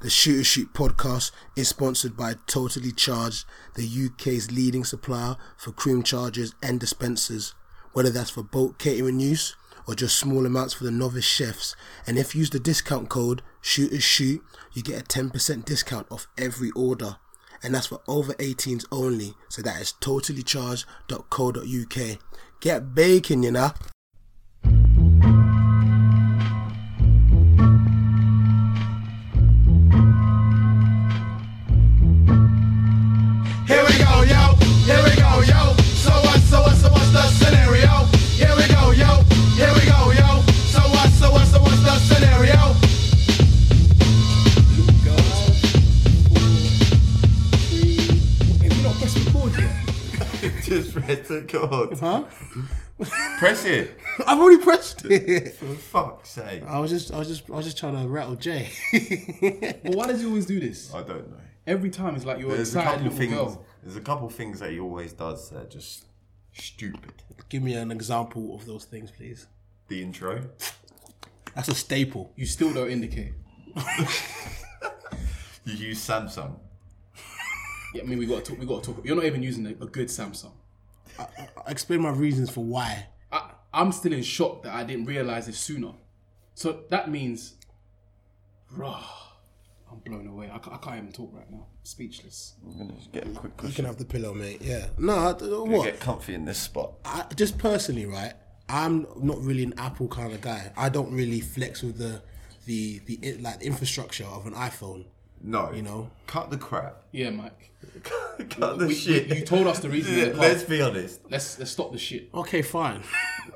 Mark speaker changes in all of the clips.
Speaker 1: The Shooter Shoot podcast is sponsored by Totally Charged, the UK's leading supplier for cream chargers and dispensers, whether that's for bulk catering use or just small amounts for the novice chefs. And if you use the discount code Shooter Shoot, you get a 10% discount off every order. And that's for over 18s only. So that is totallycharged.co.uk. Get baking, you know.
Speaker 2: Here we go, yo. Here we go, yo. So what? So what? So what's the scenario? Here we go, yo. Here we go, yo. So what? So what? So what's the scenario?
Speaker 3: Have you not pressed record yet?
Speaker 4: Just press the chord.
Speaker 3: Huh?
Speaker 4: Press it.
Speaker 3: I've already pressed it.
Speaker 4: For fuck's sake.
Speaker 5: Uh,
Speaker 3: I was just, I was just, I was just trying to rattle Jay.
Speaker 5: But why does he always do this?
Speaker 4: I don't know.
Speaker 5: Every time it's like you're
Speaker 4: There's a
Speaker 5: excited
Speaker 4: couple
Speaker 5: little
Speaker 4: things.
Speaker 5: girl.
Speaker 4: There's a couple things that he always does that are just stupid.
Speaker 3: Give me an example of those things, please.
Speaker 4: The intro.
Speaker 3: That's a staple.
Speaker 5: You still don't indicate.
Speaker 4: You use Samsung.
Speaker 5: Yeah, I mean we got to we got to talk. You're not even using a, a good Samsung.
Speaker 3: Explain my reasons for why.
Speaker 5: I, I'm still in shock that I didn't realize this sooner. So that means, rah, I'm blown away. I, ca- I can't even talk right now. Speechless.
Speaker 4: I'm gonna just get a quick
Speaker 3: You
Speaker 4: cushion.
Speaker 3: can have the pillow, mate. Yeah. No, I,
Speaker 4: Gonna
Speaker 3: what?
Speaker 4: Get comfy in this spot.
Speaker 3: I, just personally, right? I'm not really an Apple kind of guy. I don't really flex with the, the, the it- like the infrastructure of an iPhone.
Speaker 4: No.
Speaker 3: You know?
Speaker 4: Cut the crap.
Speaker 5: Yeah, Mike.
Speaker 4: Cut the
Speaker 5: We- we-
Speaker 4: shit.
Speaker 5: you told us the reason that-
Speaker 4: Let's be honest.
Speaker 5: Let's let's stop the shit.
Speaker 3: Okay, fine.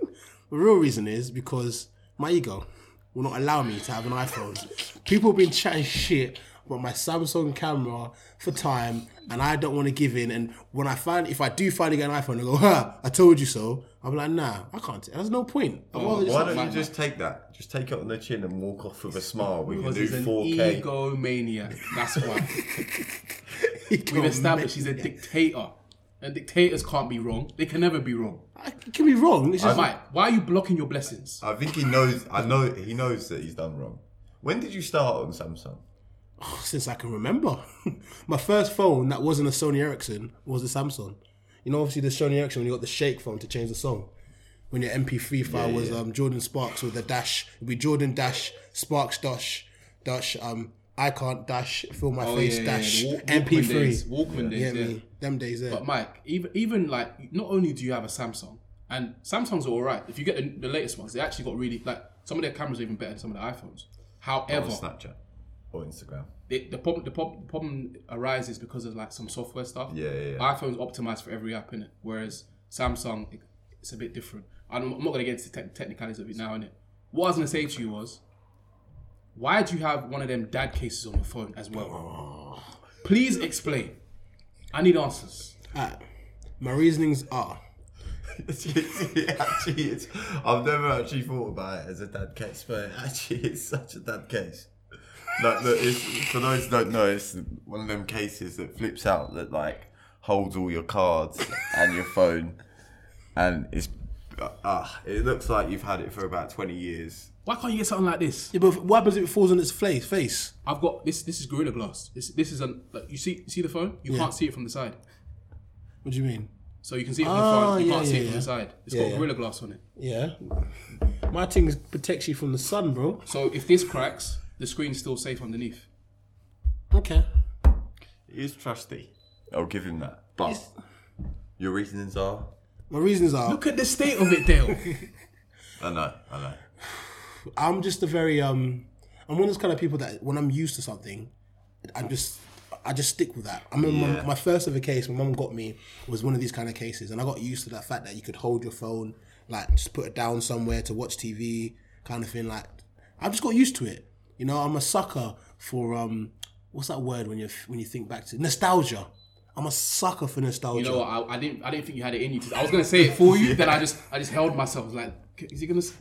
Speaker 3: the real reason is because my ego will not allow me to have an iPhone. People have been chatting shit about my Samsung camera for time, and I don't want to give in. And when I find, if I do finally get an iPhone, I go, "Ha! I told you so." I'm like, "Nah, I can't. There's no point." I'd rather just-
Speaker 4: Oh, Why don't
Speaker 5: mine,
Speaker 4: you just take that? Just take it on the chin and walk off with a smile. We can
Speaker 5: Because
Speaker 4: do
Speaker 5: he's an
Speaker 4: 4K.
Speaker 5: egomaniac. That's why.
Speaker 3: Come
Speaker 5: We've
Speaker 3: on,
Speaker 5: established
Speaker 3: mate.
Speaker 5: he's a dictator. And dictators can't be wrong. They can never be wrong.
Speaker 3: I can be wrong. It's just
Speaker 5: Mike, why are you blocking your blessings?
Speaker 4: I think he knows. I know he knows that he's done wrong. When did you start on Samsung?
Speaker 3: since I can remember. my first phone that wasn't a Sony Ericsson was a Samsung. You know, obviously the Sony Ericsson when you got the shake phone to change the song. When your MP3 file was Um, Jordan Sparks with the dash, it'd be Jordan dash Sparks dash dash um I can't dash fill my face
Speaker 5: Oh, yeah, yeah,
Speaker 3: dash
Speaker 5: the Walk-
Speaker 3: MP3.
Speaker 5: Walkman days, Walkman
Speaker 3: yeah,
Speaker 5: days,
Speaker 3: me.
Speaker 5: yeah.
Speaker 3: Them days there.
Speaker 5: But Mike, even even like not only do you have a Samsung, and Samsungs are alright. If you get the, the latest ones, they actually got really like some of their cameras are even better than some of the iPhones. However,
Speaker 3: Oh,
Speaker 4: On Snapchat or Instagram?
Speaker 5: the, the problem the problem the problem arises because of like some software stuff.
Speaker 4: Yeah, yeah, yeah.
Speaker 5: iPhone's optimized for every app in it, whereas Samsung it- it's a bit different. I'm, I'm not gonna get into tech technicalities of it now, innit? What I was gonna say to you was, why do you have one of them dad cases on your phone as well?
Speaker 4: Oh.
Speaker 5: Please explain. I need answers.
Speaker 3: Alright. my reasonings are
Speaker 4: it actually is. I've never actually thought about it as a dad case, but it actually is such a dad case. Like, look, it's, for those who don't know, it's one of them cases that flips out that like holds all your cards and your phone, and it's uh, it looks like you've had it for about twenty years.
Speaker 5: Why can't you get something like this?
Speaker 3: yeah, but what happens if it falls on its face face?
Speaker 5: I've got this. This is Gorilla Glass. This this is an like you see you see the phone. You can't see it from the side,
Speaker 3: What do you mean?
Speaker 5: so you can see it from
Speaker 3: Ah,
Speaker 5: the front. You
Speaker 3: yeah,
Speaker 5: can't see
Speaker 3: yeah,
Speaker 5: it from
Speaker 3: yeah.
Speaker 5: the side. It's
Speaker 3: Yeah,
Speaker 5: got
Speaker 3: yeah.
Speaker 5: Gorilla Glass on it.
Speaker 3: Yeah. My thing is protects you from the sun, bro.
Speaker 5: So if this cracks, the screen's still safe underneath.
Speaker 3: Okay.
Speaker 4: He is trusty. I'll give him that. But your reasonings are?
Speaker 3: My reasons are
Speaker 5: Look at the state of it, Dale.
Speaker 4: I know. I know.
Speaker 3: I'm just a very um I'm one of those kind of people that when I'm used to something, I'm just I just stick with that. I mean, my,
Speaker 4: Yeah.
Speaker 3: my first ever case my mum got me was one of these kind of cases, and I got used to that fact that you could hold your phone, like just put it down somewhere to watch TV, kind of thing. Like I just got used to it. You know, I'm a sucker for um what's that word when you when you think back to nostalgia. I'm a sucker for nostalgia.
Speaker 5: You know, what, I, I didn't I didn't think you had it in you. I was gonna say it for you, then I just I just held myself. I was like, is he gonna? s-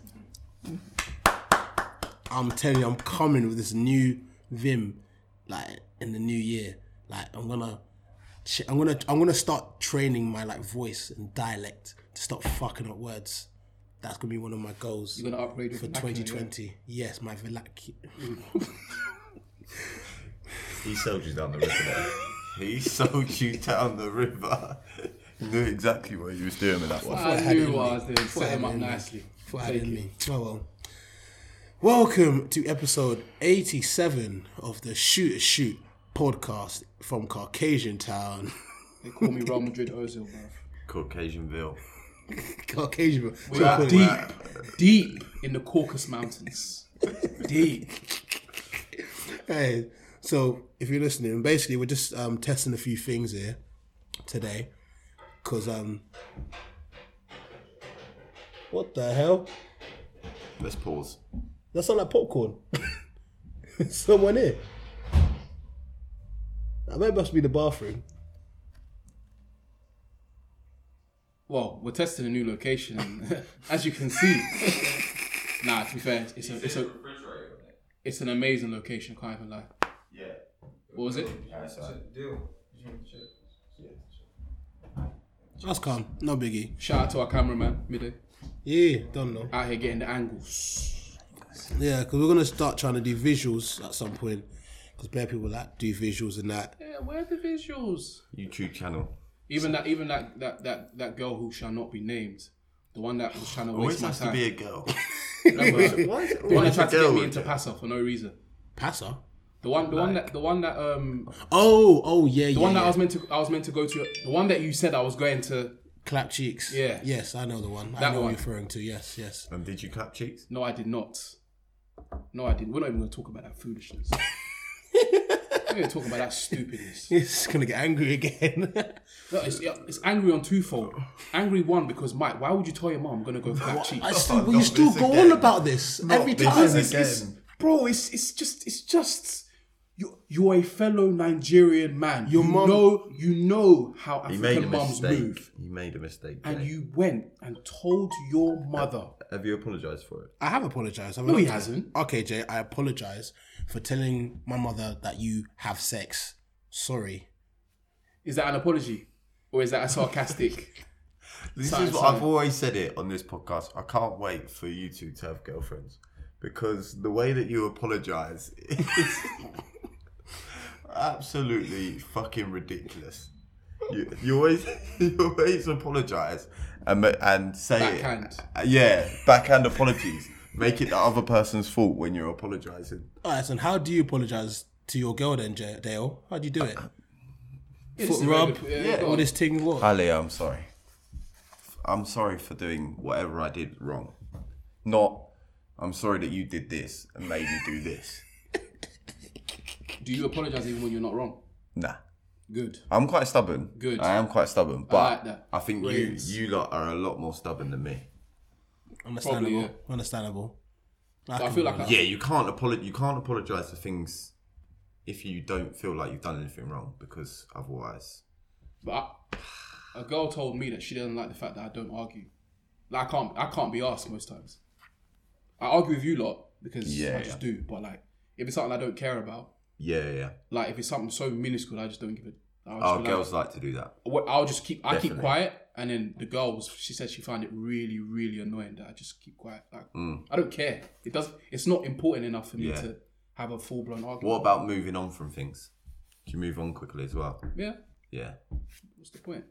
Speaker 3: I'm telling you, I'm coming with this new vim, like in the new year. Like I'm gonna, ch- I'm gonna, I'm gonna start training my like voice and dialect to stop fucking up words. That's gonna be one of my goals
Speaker 5: You're gonna upgrade your
Speaker 3: for
Speaker 5: vernacular, yeah?
Speaker 3: 2020. Yes, my vernac.
Speaker 4: He sold you down the river. there. He sold you down the river. Knew exactly what he was doing with that one.
Speaker 5: I
Speaker 3: had it
Speaker 5: knew
Speaker 3: in
Speaker 5: what
Speaker 3: me.
Speaker 5: I was doing. Set
Speaker 3: had
Speaker 5: him
Speaker 3: it
Speaker 5: up
Speaker 3: in me.
Speaker 5: nicely.
Speaker 3: What had in me. Oh well. Welcome to episode 87 of the Shoot a Shoot podcast from Caucasian Town.
Speaker 5: They call me Real Madrid Ozil, bro.
Speaker 4: Caucasianville.
Speaker 3: Caucasian.
Speaker 5: We are deep, deep in the Caucasus Mountains. deep.
Speaker 3: Hey, so if you're listening, basically we're just um, testing a few things here today, cause um, what the hell?
Speaker 4: Let's pause.
Speaker 3: That sound like popcorn. Someone here. That may must be the bathroom.
Speaker 5: Well, we're testing a new location, and as you can see, nah. To be fair, it's a, it's a, it's an amazing location. Can't even lie.
Speaker 4: Yeah.
Speaker 5: What was it?
Speaker 3: That's calm, no biggie.
Speaker 5: Shout out to our cameraman, midday,
Speaker 3: Yeah, don't know.
Speaker 5: out here getting the angles.
Speaker 3: Yeah, cause we're gonna start trying to do visuals at some point, cause bare people like do visuals and that.
Speaker 5: Yeah, where are the visuals?
Speaker 4: YouTube channel.
Speaker 5: Even that, even that, that, that, that girl who shall not be named, the one that was trying to
Speaker 4: Always
Speaker 5: waste my
Speaker 4: has
Speaker 5: time.
Speaker 4: to be a girl.
Speaker 5: Remember?
Speaker 4: Why is it
Speaker 5: the one that
Speaker 4: always a
Speaker 5: tried to get
Speaker 4: girl
Speaker 5: me
Speaker 4: with
Speaker 5: into
Speaker 4: it?
Speaker 5: Passa for no reason.
Speaker 3: Passer.
Speaker 5: The one, the one that, the one that, um,
Speaker 3: Oh, oh yeah,
Speaker 5: the one that I was meant to, I was meant to go to, the one that you said I was going to.
Speaker 3: clap cheeks.
Speaker 5: Yeah.
Speaker 3: Yes, I know the one. I
Speaker 5: That
Speaker 3: know what
Speaker 5: one.
Speaker 3: you're referring to. Yes, yes.
Speaker 4: And did you clap cheeks?
Speaker 5: No, I did not. No, I didn't. We're not even going to talk about that foolishness. We're going to talk about that stupidness.
Speaker 3: It's gonna get angry again.
Speaker 5: No, it's, yeah, it's angry on twofold. Angry one because Mike, why would you tell your mom I'm going to go clap
Speaker 3: I
Speaker 5: cheeks?
Speaker 3: still,
Speaker 4: Oh,
Speaker 3: well, you
Speaker 4: not
Speaker 3: still
Speaker 4: this
Speaker 3: go on
Speaker 4: again.
Speaker 3: about this every
Speaker 4: this
Speaker 3: time.
Speaker 4: again.
Speaker 5: It's- bro, it's it's just it's just you you're a fellow Nigerian man. Your you
Speaker 3: mum-
Speaker 5: know you know how
Speaker 4: He made a
Speaker 5: African moms
Speaker 4: mistake.
Speaker 5: move,
Speaker 4: He made a mistake.
Speaker 5: and
Speaker 4: mate.
Speaker 5: you went and told your mother.
Speaker 4: Have you apologised for it?
Speaker 3: I have apologized.
Speaker 5: No, he hasn't.
Speaker 3: Okay, Jay, I apologize for telling my mother that you have sex. Sorry.
Speaker 5: Is that an apology, or is that a sarcastic?
Speaker 4: This
Speaker 5: Sorry,
Speaker 4: is what
Speaker 5: sorry.
Speaker 4: I've always said it on this podcast. I can't wait for you two to have girlfriends because the way that you apologize is absolutely fucking ridiculous. You, you always you always apologize and ma- and say it-
Speaker 5: Backhand.
Speaker 4: uh, yeah, backhand apologies. Make it the other person's fault when you're apologizing.
Speaker 3: All right, so how do you apologize to your girl then, Jay, Dale? How do you do it?
Speaker 5: Yeah, Uh, this
Speaker 3: Foot
Speaker 5: is a very
Speaker 3: rub,
Speaker 5: good- yeah, go
Speaker 3: all
Speaker 5: on.
Speaker 3: this thing. What?
Speaker 4: Hi Leah, I'm sorry. I'm sorry for doing whatever I did wrong. Not I'm sorry that you did this and made me do this.
Speaker 5: Do you apologize even when you're not wrong?
Speaker 4: Nah.
Speaker 5: Good.
Speaker 4: I'm quite stubborn.
Speaker 5: Good.
Speaker 4: I am quite stubborn, but I,
Speaker 5: like that.
Speaker 4: think
Speaker 5: Brilliant.
Speaker 4: you you lot are a lot more stubborn than me.
Speaker 3: Understandable.
Speaker 5: Probably, yeah.
Speaker 3: Understandable.
Speaker 5: I feel like I,
Speaker 4: Yeah, you can't apolo- you can't apologize for things if you don't feel like you've done anything wrong because otherwise
Speaker 5: but I, a girl told me that she doesn't like the fact that I don't argue. Like I can't I can't be asked most times. I argue with you lot because
Speaker 4: Yeah,
Speaker 5: I just
Speaker 4: yeah.
Speaker 5: do. But like if it's something I don't care about,
Speaker 4: yeah, yeah. yeah.
Speaker 5: like if it's something so minuscule, I just don't give it. I'll just
Speaker 4: Our
Speaker 5: be like-
Speaker 4: Oh, girls like to do that.
Speaker 5: Well, I'll just keep. I keep
Speaker 4: Definitely.
Speaker 5: quiet, and then the girl was. She said she found it really, really annoying that I just keep quiet. Like I don't care. It does. It's not important enough for me
Speaker 4: Mm. Yeah.
Speaker 5: to have a full blown argument.
Speaker 4: What about moving on from things? Do you move on quickly as well?
Speaker 5: Yeah.
Speaker 4: Yeah.
Speaker 5: What's the point?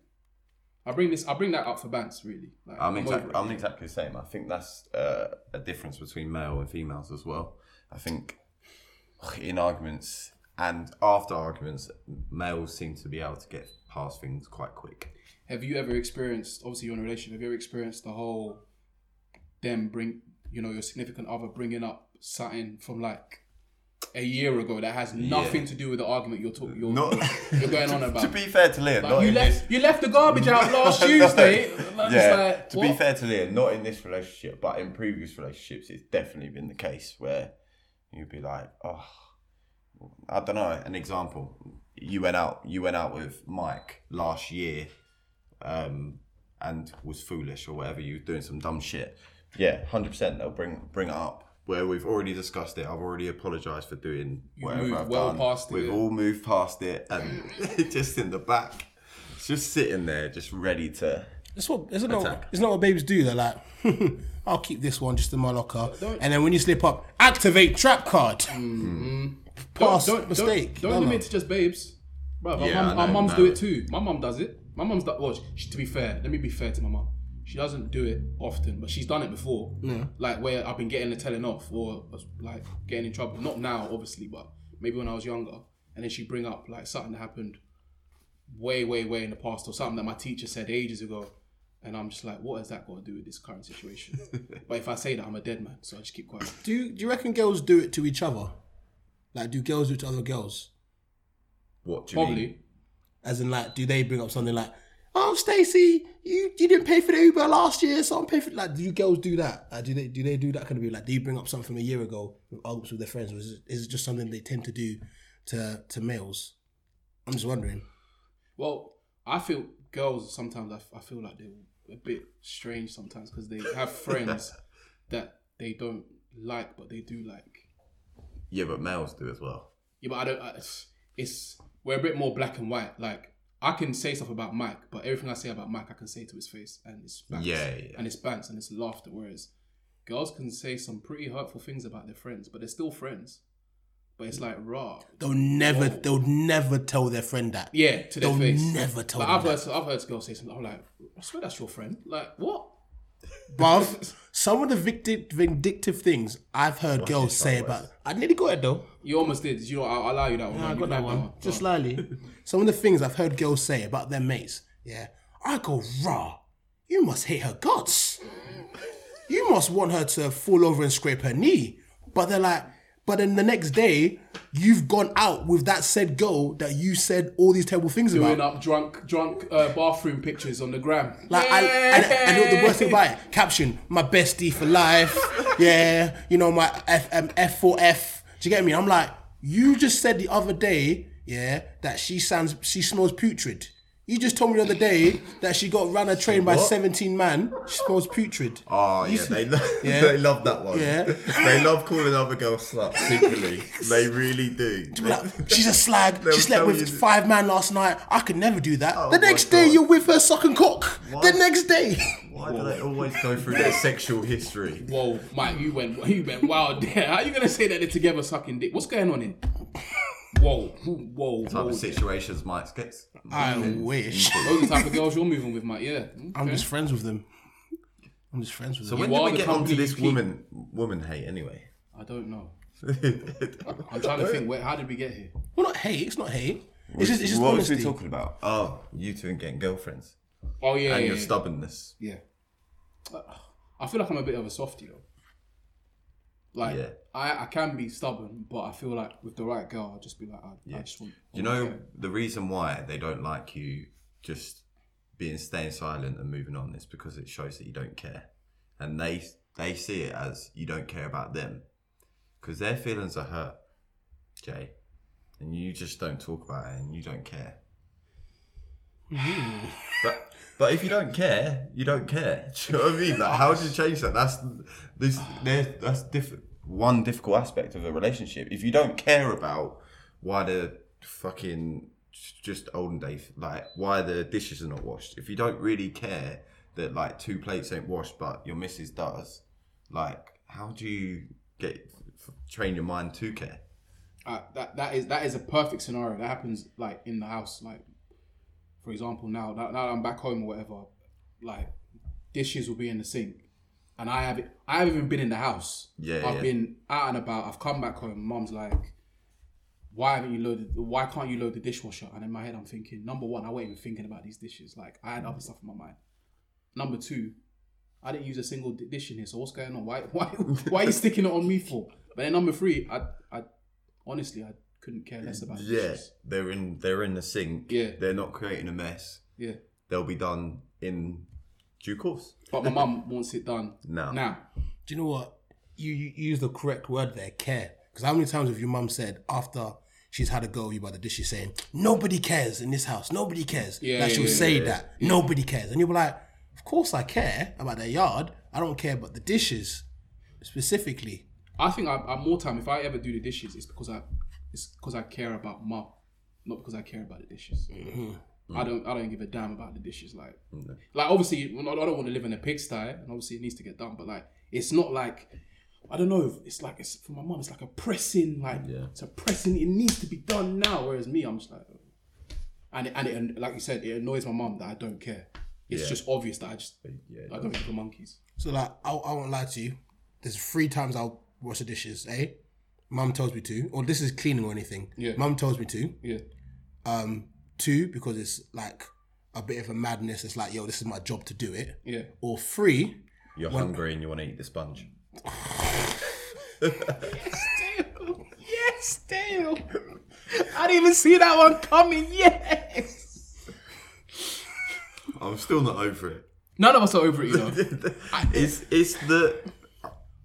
Speaker 5: I bring this. I bring that up for Bance, really. Like,
Speaker 4: I'm
Speaker 5: over
Speaker 4: exactly
Speaker 5: it.
Speaker 4: I'm exactly the same. I think that's uh, a difference between male and females as well. I think in arguments and after arguments, males seem to be able to get past things quite quick.
Speaker 5: Have you ever experienced? Obviously, you're in a relationship. Have you ever experienced the whole them bring, you know, your significant other bringing up something from like a year ago that has nothing to do with the argument you're talking. You're,
Speaker 4: Not
Speaker 5: you're going on
Speaker 4: to,
Speaker 5: about.
Speaker 4: To be fair to Leah, not
Speaker 5: you
Speaker 4: in this.
Speaker 5: left you left the garbage out last Tuesday. Like, it's
Speaker 4: yeah.
Speaker 5: like,
Speaker 4: to be
Speaker 5: what?
Speaker 4: fair to Leah, not in this relationship, but in previous relationships, it's definitely been the case where you'd be like, oh, I don't know. An example: you went out, you went out with Mike last year, um, and was foolish or whatever. You were doing some dumb shit. Yeah, hundred percent. They'll bring bring it up. Where we've already discussed it, I've already apologised for doing whatever
Speaker 5: moved
Speaker 4: I've
Speaker 5: well
Speaker 4: done.
Speaker 5: past it,
Speaker 4: we've
Speaker 5: yeah.
Speaker 4: all moved past it, and just in the back, it's just sitting there, just ready to
Speaker 3: It's what it's not.
Speaker 4: Attack.
Speaker 3: It's not what babes do. They're like, I'll keep this one just in my locker, and then when you slip up, activate trap card. past
Speaker 5: Mm-hmm. don't, don't,
Speaker 3: mistake.
Speaker 5: Don't,
Speaker 3: No,
Speaker 5: don't
Speaker 3: no.
Speaker 5: limit it to just babes. Bro,
Speaker 4: Yeah,
Speaker 5: our,
Speaker 4: I
Speaker 5: mum, our
Speaker 4: know,
Speaker 5: mums
Speaker 4: man.
Speaker 5: do it too. My mum does it. My mum's that. Well, she, to be fair, let me be fair to my mum. She doesn't do it often, but she's done it before. Yeah. Like where I've been getting the telling off or like getting in trouble. Not now, obviously, but maybe when I was younger. And then she bring up like something that happened way, way, way in the past or something that my teacher said ages ago. And I'm just like, what has that got to do with this current situation? but if I say that, I'm a dead man, so I just keep quiet.
Speaker 3: Do you, do you reckon girls do it to each other? Like, do girls do it to other girls?
Speaker 4: What do you mean?
Speaker 5: Probably.
Speaker 3: As in, like, do they bring up something like, "Oh, Stacey, you, you didn't pay for the Uber last year, so I'm paying for." Like, do you girls do that? Like, do they do they do that kind of thing? Like, do you bring up something from a year ago with arguments with their friends, or is it, is it just something they tend to do to to males? I'm just wondering.
Speaker 5: Well, I feel girls sometimes. I, f- I feel like they're a bit strange sometimes because they have friends that they don't like, but they do like.
Speaker 4: Yeah, but males do as well.
Speaker 5: Yeah, but I don't. I, it's, it's we're a bit more black and white. Like I can say stuff about Mike, but everything I say about Mike, I can say to his face, and it's banks,
Speaker 4: Yeah, yeah.
Speaker 5: and it's banks, and it's laughter. Whereas girls can say some pretty hurtful things about their friends, but they're still friends. But it's like raw.
Speaker 3: They'll never they'll never tell their friend that.
Speaker 5: Yeah, to their
Speaker 3: They'll
Speaker 5: face.
Speaker 3: never tell
Speaker 5: Like,
Speaker 3: them
Speaker 5: I've heard, I've heard girls say something. I'm like, I swear that's your friend. Like what?
Speaker 3: Bruv, some of the victi- vindictive things I've heard girls
Speaker 4: this
Speaker 3: say
Speaker 4: one,
Speaker 3: about. I nearly got it though.
Speaker 5: You almost did. You know, I'll I'll allow you that one. Oh. man.
Speaker 3: I
Speaker 5: You
Speaker 3: got
Speaker 5: grabbed
Speaker 3: that one. Just
Speaker 5: Go on.
Speaker 3: slightly. Some of the things I've heard girls say about their mates. Yeah. I go, rah, you must hate her guts. You must want her to fall over and scrape her knee. But they're like, but then the next day, you've gone out with that said girl that you said all these terrible things
Speaker 5: doing
Speaker 3: about.
Speaker 5: up drunk, drunk uh, bathroom pictures on the gram.
Speaker 3: Like, I, and, and the- the worst thing about it, caption, my bestie for life. Yeah, you know, my F, um, F4F. Do you get me? I'm like, you just said the other day, yeah, that she sounds, she smells putrid. You just told me the other day that she got ran a train by 17 man. She smells putrid.
Speaker 4: Oh yeah, they lo-
Speaker 3: Yeah.
Speaker 4: they love that one.
Speaker 3: Yeah.
Speaker 4: they love calling other girls sluts secretly. they really do.
Speaker 3: Like, she's a slag.
Speaker 4: They'll
Speaker 3: She slept
Speaker 4: tell
Speaker 3: with
Speaker 4: you-
Speaker 3: five man last night. I could never do that.
Speaker 4: Oh
Speaker 3: the
Speaker 4: my
Speaker 3: next day,
Speaker 4: God.
Speaker 3: you're with her sucking cock. The
Speaker 4: What?
Speaker 3: next day.
Speaker 4: Why do they always go through their sexual history?
Speaker 5: Whoa, Mike, you went, you went wild there. How you gonna say that they're together sucking dick? What's going on here? Whoa, whoa,
Speaker 4: Type
Speaker 5: whoa.
Speaker 4: of situations Mike gets.
Speaker 3: I wish.
Speaker 4: Mm-hmm.
Speaker 5: Those are the type of girls you're moving with, Mike. Yeah.
Speaker 3: I'm just friends with them. I'm just friends with them.
Speaker 4: So when
Speaker 5: You
Speaker 4: did we
Speaker 5: are the
Speaker 4: get onto
Speaker 5: company
Speaker 4: this
Speaker 5: you keep.
Speaker 4: woman woman hate anyway?
Speaker 5: I don't know. I'm trying to think. Where, how did we get here?
Speaker 3: Well, not hate. It's not hate. It's just, it's just
Speaker 4: what was
Speaker 3: honesty.
Speaker 4: we talking about? Oh, you two and getting girlfriends
Speaker 5: Oh yeah,
Speaker 4: and
Speaker 5: yeah,
Speaker 4: your
Speaker 5: yeah.
Speaker 4: stubbornness.
Speaker 5: Yeah. Uh, I feel like I'm a bit of a softie though. Like
Speaker 4: Yeah.
Speaker 5: I, I can be stubborn, but I feel like with the right girl, I'll just be like, I, I just want.
Speaker 4: You know the reason why they don't like you just being staying silent and moving on is because it shows that you don't care, and they they see it as you don't care about them because their feelings are hurt, Jay, and you just don't talk about it and you don't care. but but if you don't care, you don't care. Do you know what I mean? Like, how do you change that? That's this. there- That's diff- One difficult aspect of a relationship. If you don't care about why the fucking just olden day, like why the dishes are not washed. If you don't really care that like two plates ain't washed, but your missus does, like how do you get train your mind to care?
Speaker 5: Uh, that that is that is a perfect scenario. That happens like in the house. Like, for example, now now, now that I'm back home or whatever, like dishes will be in the sink, and I have I haven't even been in the house.
Speaker 4: Yeah,
Speaker 5: I've
Speaker 4: yeah.
Speaker 5: been out and about. I've come back home. Mum's like, "Why haven't you loaded? Why can't you load the dishwasher?" And in my head, I'm thinking, number one, I wasn't even thinking about these dishes. Like I had other stuff in my mind. Number two, I didn't use a single d- dish in here. So what's going on? Why why why are you sticking it on me for? But then number three, I I honestly I couldn't care less about
Speaker 4: Yeah,
Speaker 5: dishes.
Speaker 4: they're in they're in the sink.
Speaker 5: Yeah.
Speaker 4: they're not creating a mess.
Speaker 5: Yeah.
Speaker 4: They'll be done in due course.
Speaker 5: But my mum wants it done
Speaker 4: Now.
Speaker 5: Now.
Speaker 3: Do you know what? You, you use the correct word there, care. Because how many times have your mum said after she's had a go at you by the dish, she's saying, nobody cares in this house, nobody cares.
Speaker 5: Yeah,
Speaker 3: that
Speaker 5: yeah,
Speaker 3: she'll
Speaker 5: yeah,
Speaker 3: say that, nobody cares. And you'll be like, of course I care about their yard. I don't care about the dishes specifically.
Speaker 5: I think I, I more time if I ever do the dishes, it's because I it's because I care about mum, not because I care about the dishes.
Speaker 6: Mm-hmm.
Speaker 5: I don't I don't give a damn about the dishes. Like like obviously I don't want to live in a pigsty, and obviously it needs to get done. But like it's not like I don't know. It's like it's for my mom. It's like a pressing, like
Speaker 6: Yeah.
Speaker 5: it's a pressing. It needs to be done now. Whereas me, I'm just like, oh. and it, and it, and like you said, it annoys my mom that I don't care. It's
Speaker 6: Yeah.
Speaker 5: just obvious that I just
Speaker 6: Yeah, it
Speaker 5: I don't give a monkeys.
Speaker 3: So like, I, I won't lie to you. There's three times I'll wash the dishes. Eh? Mum tells me to, or this is cleaning or anything.
Speaker 5: Yeah.
Speaker 3: Mum tells me to.
Speaker 5: Yeah,
Speaker 3: Um, two because it's like a bit of a madness. It's like, yo, this is my job to do it.
Speaker 5: yeah.
Speaker 3: Or three,
Speaker 6: You're hungry and you want to eat the sponge.
Speaker 5: Dale. Yes, Dale. I didn't even see that one coming. Yes.
Speaker 4: I'm still not over it.
Speaker 5: None of us are over it, you know.
Speaker 4: It's it's the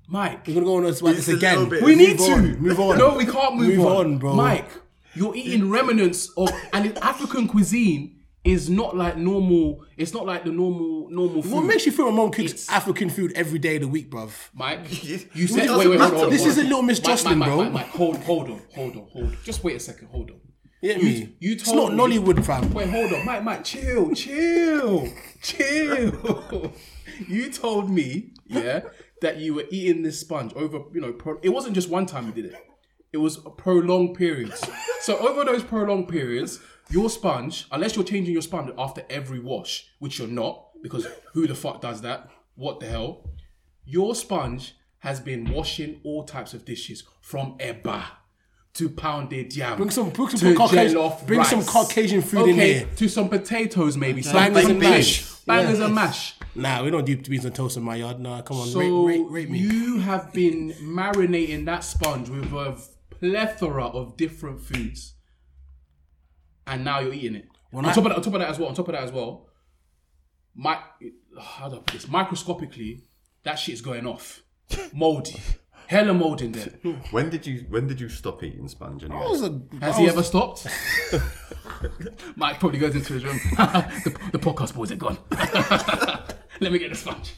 Speaker 5: Mike,
Speaker 3: we're gonna go on about this
Speaker 4: a little
Speaker 3: again.
Speaker 4: bit-
Speaker 5: we
Speaker 4: Move
Speaker 5: need
Speaker 4: on,
Speaker 5: to
Speaker 3: move on.
Speaker 5: No, we can't move,
Speaker 3: Move
Speaker 5: on.
Speaker 3: on, bro.
Speaker 5: Mike, you're eating remnants of, and in African cuisine is not like normal. It's not like the normal normal food.
Speaker 3: What makes you feel my mom cooks
Speaker 5: It's-
Speaker 3: African food every day of the week, bruv?
Speaker 5: Mike,
Speaker 4: It-
Speaker 5: you
Speaker 4: it
Speaker 5: said
Speaker 4: doesn't
Speaker 5: wait, wait, hold
Speaker 4: matter.
Speaker 5: on.
Speaker 3: This
Speaker 5: hold
Speaker 3: is a
Speaker 5: on.
Speaker 3: little Miss
Speaker 5: Mike, Mike,
Speaker 3: Jocelyn,
Speaker 5: Mike,
Speaker 3: bro.
Speaker 5: Mike, Mike, hold, hold on, hold on, hold on. Just wait a second. Hold on.
Speaker 3: Yeah, me.
Speaker 5: you
Speaker 3: it's
Speaker 5: told
Speaker 3: not
Speaker 5: me-
Speaker 3: Nollywood, fam.
Speaker 5: Wait, hold on, Mike, Mike, chill, chill, chill. you told me, yeah, that you were eating this sponge over, you know, pro- it wasn't just one time you did it. It was prolonged periods. So over those prolonged periods, your sponge, unless you're changing your sponge after every wash, which you're not, because who the fuck does that? What the hell? Your sponge has been washing all types of dishes from eba to pounded yam.
Speaker 3: Bring some- bring some
Speaker 5: to
Speaker 3: Caucasian-
Speaker 5: jollof
Speaker 3: bring some
Speaker 5: rice.
Speaker 3: Caucasian food in
Speaker 5: Okay,
Speaker 3: here.
Speaker 5: to some potatoes maybe. some
Speaker 3: Bangers
Speaker 5: baked
Speaker 3: and
Speaker 5: beans.
Speaker 3: mash.
Speaker 5: Bangers
Speaker 3: Yeah.
Speaker 5: and mash.
Speaker 3: Nah, we don't do beans and toast in my yard. Nah, come on,
Speaker 5: So
Speaker 3: rate, rate, rate me.
Speaker 5: you have been marinating that sponge with a plethora of different foods, and now you're eating it.
Speaker 3: When
Speaker 5: on
Speaker 3: I-
Speaker 5: top of that, on top of that as well, on top of that as well, my how do I put this? Microscopically, that shit is going off. Moldy, hella mold in there.
Speaker 4: when did you when did you stop eating sponge anyway?
Speaker 3: That was a-
Speaker 5: Has
Speaker 3: that
Speaker 5: he
Speaker 3: was-
Speaker 5: ever stopped? Mike probably goes into his room. the, the podcast boys are gone. Let me get the sponge.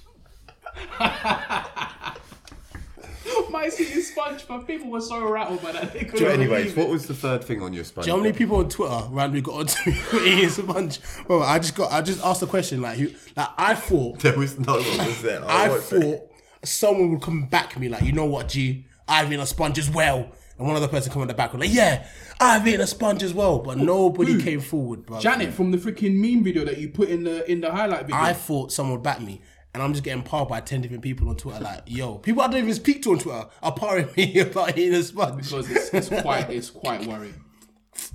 Speaker 5: Mike's eating sponge, but people were so rattled by that. They couldn't
Speaker 4: Anyways,
Speaker 5: believe
Speaker 4: what was the third thing on your sponge?
Speaker 3: Do you know how many people on Twitter randomly got onto me for eating sponge? Bro, I just got, I just asked a question like, who, like I thought,
Speaker 4: There was no one was there.
Speaker 3: I
Speaker 4: watched it.
Speaker 3: thought someone would come back me like, you know what, G, I've eaten a sponge as well. And one other person come on the back was like, yeah, I've eaten a sponge as well, but nobody
Speaker 5: who?
Speaker 3: came forward, bro.
Speaker 5: it. Janet from the freaking meme video that you put in the in the highlight video.
Speaker 3: I thought someone would back me. And I'm just getting powered by 10 different people on Twitter. Like, yo, people I don't even speak to on Twitter are powering me about eating a sponge.
Speaker 5: because it's, it's quite it's quite worrying.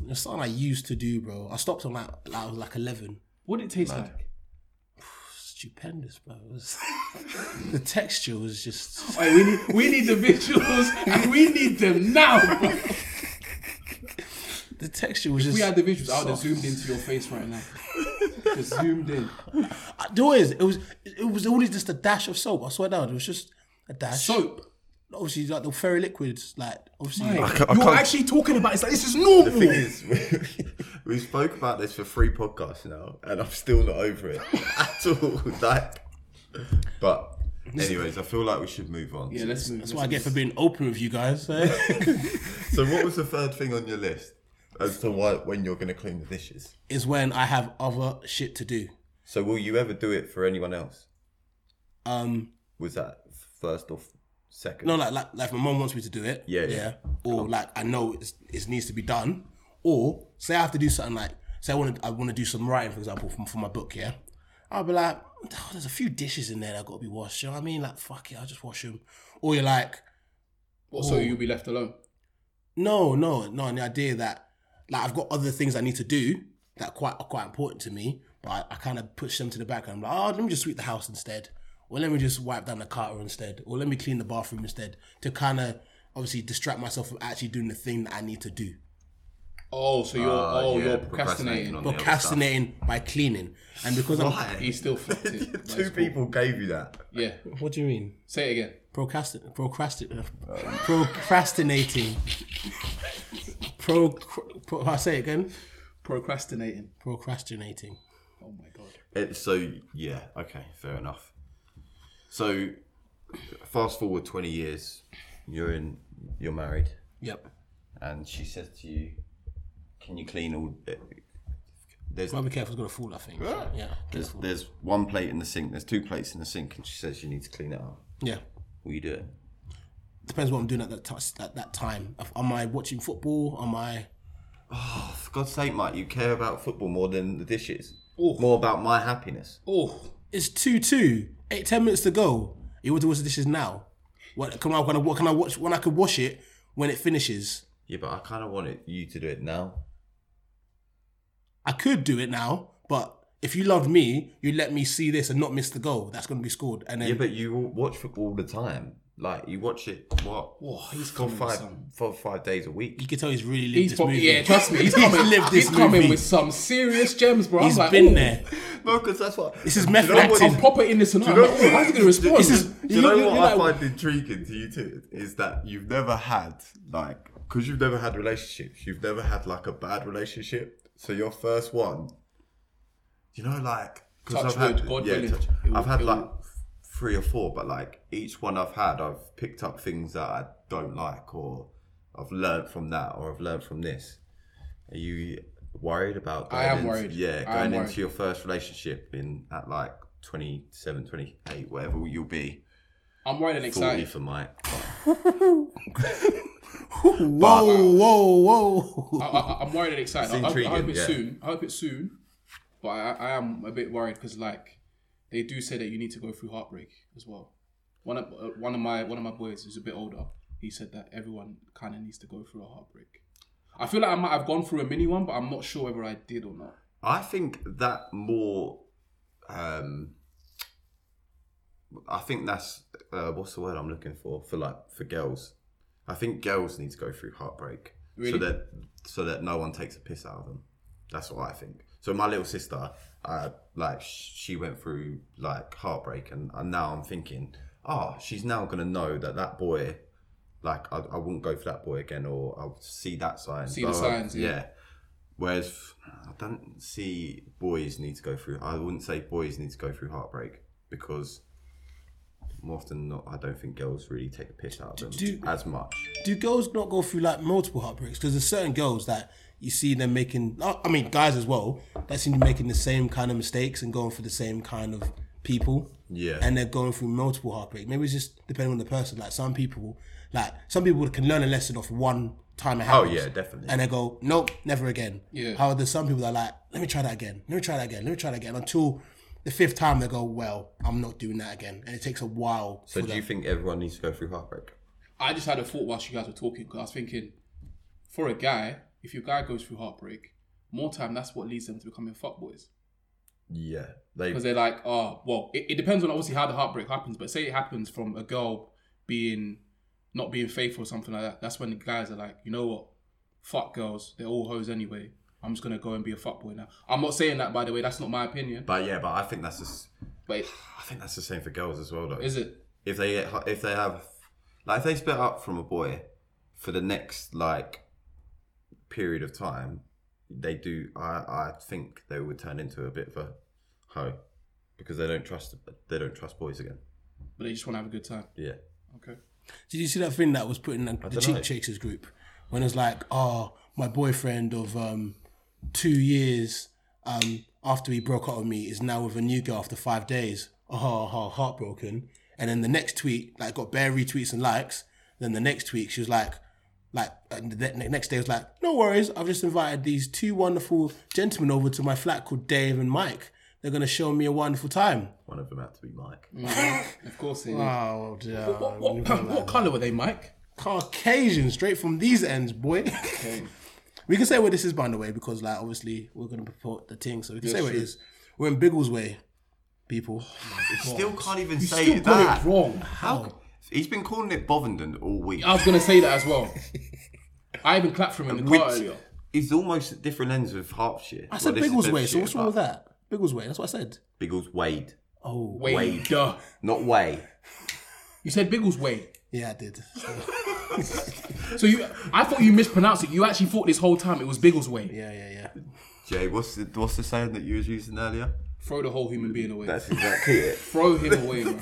Speaker 3: It's something I used to do, bro. I stopped on like, like, I was like 11.
Speaker 5: What did it taste like?
Speaker 3: Stupendous, bro. It was- the texture was just.
Speaker 5: Wait, we need we need the visuals and we need them now. bro.
Speaker 3: The texture was just.
Speaker 5: We had the visuals. I would have zoomed into your face right now. Just zoomed in.
Speaker 3: I- the way is, it was, it was always just a dash of soap. I swear down, it was just a dash.
Speaker 5: Soap.
Speaker 3: Obviously, like the fairy liquids, like obviously.
Speaker 5: Mike,
Speaker 4: ca- I
Speaker 5: you're
Speaker 4: can't-
Speaker 5: actually talking about it. it's like this is normal.
Speaker 4: The thing is, we, we spoke about this for three podcasts now, and I'm still not over it at all. Like, but anyways, I feel like we should move on.
Speaker 5: yeah, let's move.
Speaker 3: That's what I get for being open with you guys. eh?
Speaker 4: So, what was the third thing on your list as to why, when you're going to clean the dishes?
Speaker 3: is when I have other shit to do.
Speaker 4: So, will you ever do it for anyone else?
Speaker 3: Um,
Speaker 4: Was that first or f- second?
Speaker 3: no, like like, like my mom wants me to do it.
Speaker 4: Yeah, yeah.
Speaker 3: Or like I know it's, it needs to be done. Or say I have to do something like say I want to I want to do some writing, for example, for, for my book. Yeah, I'll be like, "Oh, there's a few dishes in there that got to be washed. You know what I mean? Like fuck it, I'll just wash them. Or you're like, "Oh."
Speaker 5: Also, you'll be left alone.
Speaker 3: no, no, no. And the idea that like I've got other things I need to do that quite are quite important to me, but I, I kind of push them to the back. I'm like, oh, let me just sweep the house instead, or let me just wipe down the counter instead, or let me clean the bathroom instead to kind of obviously distract myself from actually doing the thing that I need to do.
Speaker 5: Oh, so you're
Speaker 3: Ah,
Speaker 4: Uh,
Speaker 5: oh
Speaker 4: yeah,
Speaker 5: you're
Speaker 4: procrastinating
Speaker 5: procrastinating.
Speaker 4: on the other
Speaker 3: Procrastinating by cleaning, and because I'm.
Speaker 4: stuff.
Speaker 5: He still fucked it. That's
Speaker 4: Two
Speaker 5: cool.
Speaker 4: people gave you that.
Speaker 5: Yeah.
Speaker 3: What do you mean?
Speaker 5: Say it again.
Speaker 3: Procrastin- procrastin- uh, procrastinating. Pro, pro, I say it again.
Speaker 5: Procrastinating.
Speaker 3: Procrastinating.
Speaker 5: Oh my god.
Speaker 4: It, so yeah, okay, fair enough. So fast forward twenty years, you're in, you're married,
Speaker 3: Yep.
Speaker 4: and she says to you, "Can you clean all?" eh, There's
Speaker 3: Gotta be careful, it's gonna fall, I think. Yeah. Yeah.
Speaker 4: there's, there's one plate in the sink. There's two plates in the sink, and she says you need to clean it up.
Speaker 3: yeah.
Speaker 4: Will you do it?
Speaker 3: depends what I'm doing at that t- at that time. If- Am I watching football? Am I?
Speaker 4: "Oh, For God's sake, Mike, you care about football more than the dishes. More about my happiness.
Speaker 3: Oh, it's two two. Eight ten minutes to go. You want to wash the dishes now? What can I? Can I, what can I watch? When I can wash it when it finishes.
Speaker 4: Yeah, but I kind of wanted you to do it now.
Speaker 3: I could do it now, but if you loved me, you let me see this and not miss the goal that's going to be scored. And then
Speaker 4: Yeah, but you all watch football all the time. Like you watch it what?
Speaker 5: Oh, he's
Speaker 4: Four,
Speaker 5: coming with
Speaker 4: five,
Speaker 5: some.
Speaker 4: four, five days a week.
Speaker 3: you can tell he's really lived
Speaker 5: He's
Speaker 3: this
Speaker 5: probably,
Speaker 3: movie.
Speaker 5: yeah, trust me, he's coming.
Speaker 3: lived this
Speaker 5: he's coming
Speaker 3: movie.
Speaker 5: with some serious gems, bro.
Speaker 3: He's
Speaker 5: I'm like,
Speaker 3: been
Speaker 5: oh,
Speaker 3: there.
Speaker 4: No, because that's what
Speaker 3: This is
Speaker 4: Do you
Speaker 3: method
Speaker 4: know
Speaker 3: acting.
Speaker 4: what
Speaker 5: I'm
Speaker 4: is-
Speaker 5: proper in this and I'm like, oh, how's he gonna respond?
Speaker 4: This
Speaker 3: is-
Speaker 4: Do you,
Speaker 3: you-
Speaker 4: know
Speaker 3: you-
Speaker 4: what
Speaker 3: you
Speaker 4: I
Speaker 3: know-
Speaker 4: find intriguing to you two is that you've never had like because you've never had relationships, you've never had like a bad relationship. So your first one, you know, like because
Speaker 5: Touch
Speaker 4: I've had
Speaker 5: wood, God
Speaker 4: yeah,
Speaker 5: willing.
Speaker 4: touch-
Speaker 5: It will-
Speaker 4: I've had
Speaker 5: it will-
Speaker 4: like three or four, but like each one I've had, I've picked up things that I don't like, or I've learned from that, or I've learned from this. Are you worried about?
Speaker 5: I
Speaker 4: going
Speaker 5: am
Speaker 4: into-
Speaker 5: worried.
Speaker 4: Yeah,
Speaker 5: I am
Speaker 4: going
Speaker 5: worried.
Speaker 4: into your first relationship in at like 27, 28, whatever you'll be.
Speaker 5: I'm worried and
Speaker 4: Forty
Speaker 5: excited.
Speaker 4: for Mike.
Speaker 3: Whoa, whoa, whoa!
Speaker 5: I, I, I'm worried and excited. I,
Speaker 4: It's
Speaker 5: hope- I hope
Speaker 4: intriguing,
Speaker 5: it's
Speaker 4: yeah.
Speaker 5: soon. I hope it's soon. But I, I am a bit worried because like they do say that you need to go through heartbreak as well. One of uh, one of my one of my boys who's a bit older. He said that everyone kind of needs to go through a heartbreak. I feel like I might have gone through a mini one, but I'm not sure whether I did or not.
Speaker 4: I think that more. Um, I think that's uh, what's the word I'm looking for for like for girls. I think girls need to go through heartbreak
Speaker 5: Really?
Speaker 4: so that so that no one takes a piss out of them. That's what I think. So my little sister, uh, like sh- she went through like heartbreak, and, and now I'm thinking, oh, she's now gonna know that that boy, like I, I wouldn't go for that boy again, or I'll see that sign. uh,
Speaker 5: See the signs, yeah.
Speaker 4: Whereas I don't see boys need to go through. I wouldn't say boys need to go through heartbreak because more often than not, I don't think girls really take a piss out of them
Speaker 3: Do-
Speaker 4: as much.
Speaker 3: do girls not go through like multiple heartbreaks? Because there's certain girls that you see them making, oh, I I mean, guys as well, that seem to be making the same kind of mistakes and going for the same kind of people.
Speaker 4: Yeah.
Speaker 3: And they're going through multiple heartbreak. Maybe it's just depending on the person. Like some people, like some people can learn a lesson off one time it
Speaker 4: Oh
Speaker 3: happens.
Speaker 4: yeah, definitely.
Speaker 3: And they go, nope, never again.
Speaker 5: Yeah.
Speaker 3: However, there's some people that are like, let me try that again. Let me try that again. Let me try that again. Until the fifth time they go, well, I'm not doing that again. And it takes a while.
Speaker 4: so do you think everyone needs to go through heartbreak?
Speaker 5: I just had a thought whilst you guys were talking because I was thinking, for a guy, if your guy goes through heartbreak, more time that's what leads them to becoming fuckboys.
Speaker 4: Yeah, they.
Speaker 5: because they're like, oh, well, it, it depends on obviously how the heartbreak happens. But say it happens from a girl being not being faithful or something like that. That's when the guys are like, you know what, fuck girls, they're all hoes anyway. I'm just gonna go and be a fuckboy now. I'm not saying that by the way. That's not my opinion.
Speaker 4: But yeah, but I think that's just.
Speaker 5: But it,
Speaker 4: I think that's the same for girls as well, though.
Speaker 5: is it?
Speaker 4: if they get, if they have like if they split up from a boy for the next like period of time they do i i think they would turn into a bit of a hoe because they don't trust they don't trust boys again
Speaker 5: But they just want to have a good time.
Speaker 4: yeah
Speaker 5: Okay.
Speaker 3: Did you see that thing that was put in the, the
Speaker 4: don't
Speaker 3: Cheek
Speaker 4: know.
Speaker 3: Chasers group when it was like, oh, my boyfriend of um, two years um, after he broke up with me is now with a new girl after five days. Oh, oh, heartbroken. And then the next tweet, like, got bare retweets and likes. Then the next tweet, she was like, like uh, the ne- next day was like, no worries, I've just invited these two wonderful gentlemen over to my flat called Dave and Mike. They're gonna show me a wonderful time.
Speaker 4: one of them had to be mike
Speaker 5: Mm-hmm. Of course they.
Speaker 3: Oh dear!
Speaker 5: What, what, what color were they, Mike?
Speaker 3: Caucasian, straight from these ends, boy. we can say where this is, by the way, because like obviously we're gonna report the thing, so we can say where it is. We're in Biggles Way, people.
Speaker 4: still can't even
Speaker 5: You
Speaker 4: say
Speaker 5: still got
Speaker 4: that
Speaker 5: it wrong.
Speaker 4: how he's been calling it bovenden all week
Speaker 5: I was gonna say that as well. I even clapped for him in the
Speaker 4: Which
Speaker 5: car earlier.
Speaker 4: is almost at different ends with Hertfshire.
Speaker 3: I said Biggles Way, so what's wrong with that? Biggles Way, that's what I said.
Speaker 4: Biggles Wade,
Speaker 3: Oh,
Speaker 5: Wade.
Speaker 4: Wade.
Speaker 5: Duh.
Speaker 4: not Way.
Speaker 5: You said Biggles Wade.
Speaker 3: yeah, I did.
Speaker 5: So you, I thought you mispronounced it. You actually thought this whole time it was Biggles Way.
Speaker 3: Yeah, yeah, yeah.
Speaker 4: Jay, what's the, what's the saying that you was using earlier?
Speaker 5: Throw the whole human being away.
Speaker 4: That's exactly it.
Speaker 5: Throw him away, bro.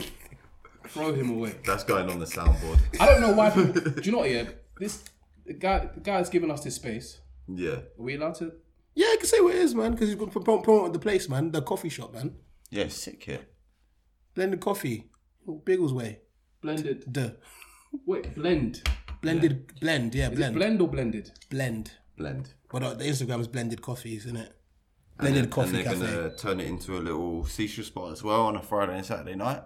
Speaker 5: Throw him away.
Speaker 4: That's going on the soundboard.
Speaker 5: I don't know why. People, do you know what? Yeah, this the guy, the guy's giving us this space.
Speaker 4: Yeah.
Speaker 5: Are we allowed to?
Speaker 3: Yeah, I can say where it is, man, because you've got to promote promote the place, man, the coffee shop, man.
Speaker 4: Yeah, sick here.
Speaker 3: Blended coffee, Biggles Way,
Speaker 5: Blended.
Speaker 3: duh.
Speaker 5: Wait, blend.
Speaker 3: Blended, blend, yeah,
Speaker 5: Is it
Speaker 3: blend,
Speaker 5: blend or blended?
Speaker 3: blend.
Speaker 4: blend.
Speaker 3: Well, the- the Instagram is blended coffee, isn't it? Blended coffee
Speaker 4: and they're
Speaker 3: cafe.
Speaker 4: going to turn it into a little seashore spot as well on a Friday and Saturday night.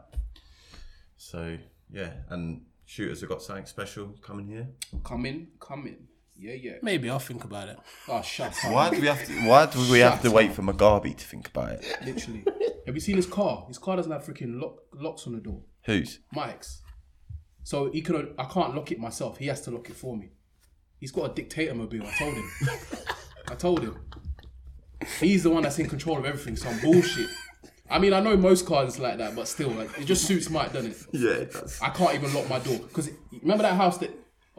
Speaker 4: So yeah, and shooters have got something special coming here.
Speaker 5: Come in, come in. Yeah, yeah.
Speaker 3: Maybe I'll think about it.
Speaker 5: Oh, shut up.
Speaker 4: Why do we have to? Why do we have to wait for Mugabe to think about it?
Speaker 5: Literally. Have you seen his car? His car doesn't have freaking lock, locks on the door.
Speaker 4: Who's?
Speaker 5: Mike's. So he can. I can't lock it myself. He has to lock it for me. He's got a dictator mobile. I told him. I told him. He's the one that's in control of everything. Some bullshit. I mean, I know most cars is like that, but still, like it just suits Mike, doesn't it?
Speaker 4: Yeah, it does.
Speaker 5: I can't even lock my door because remember that house that.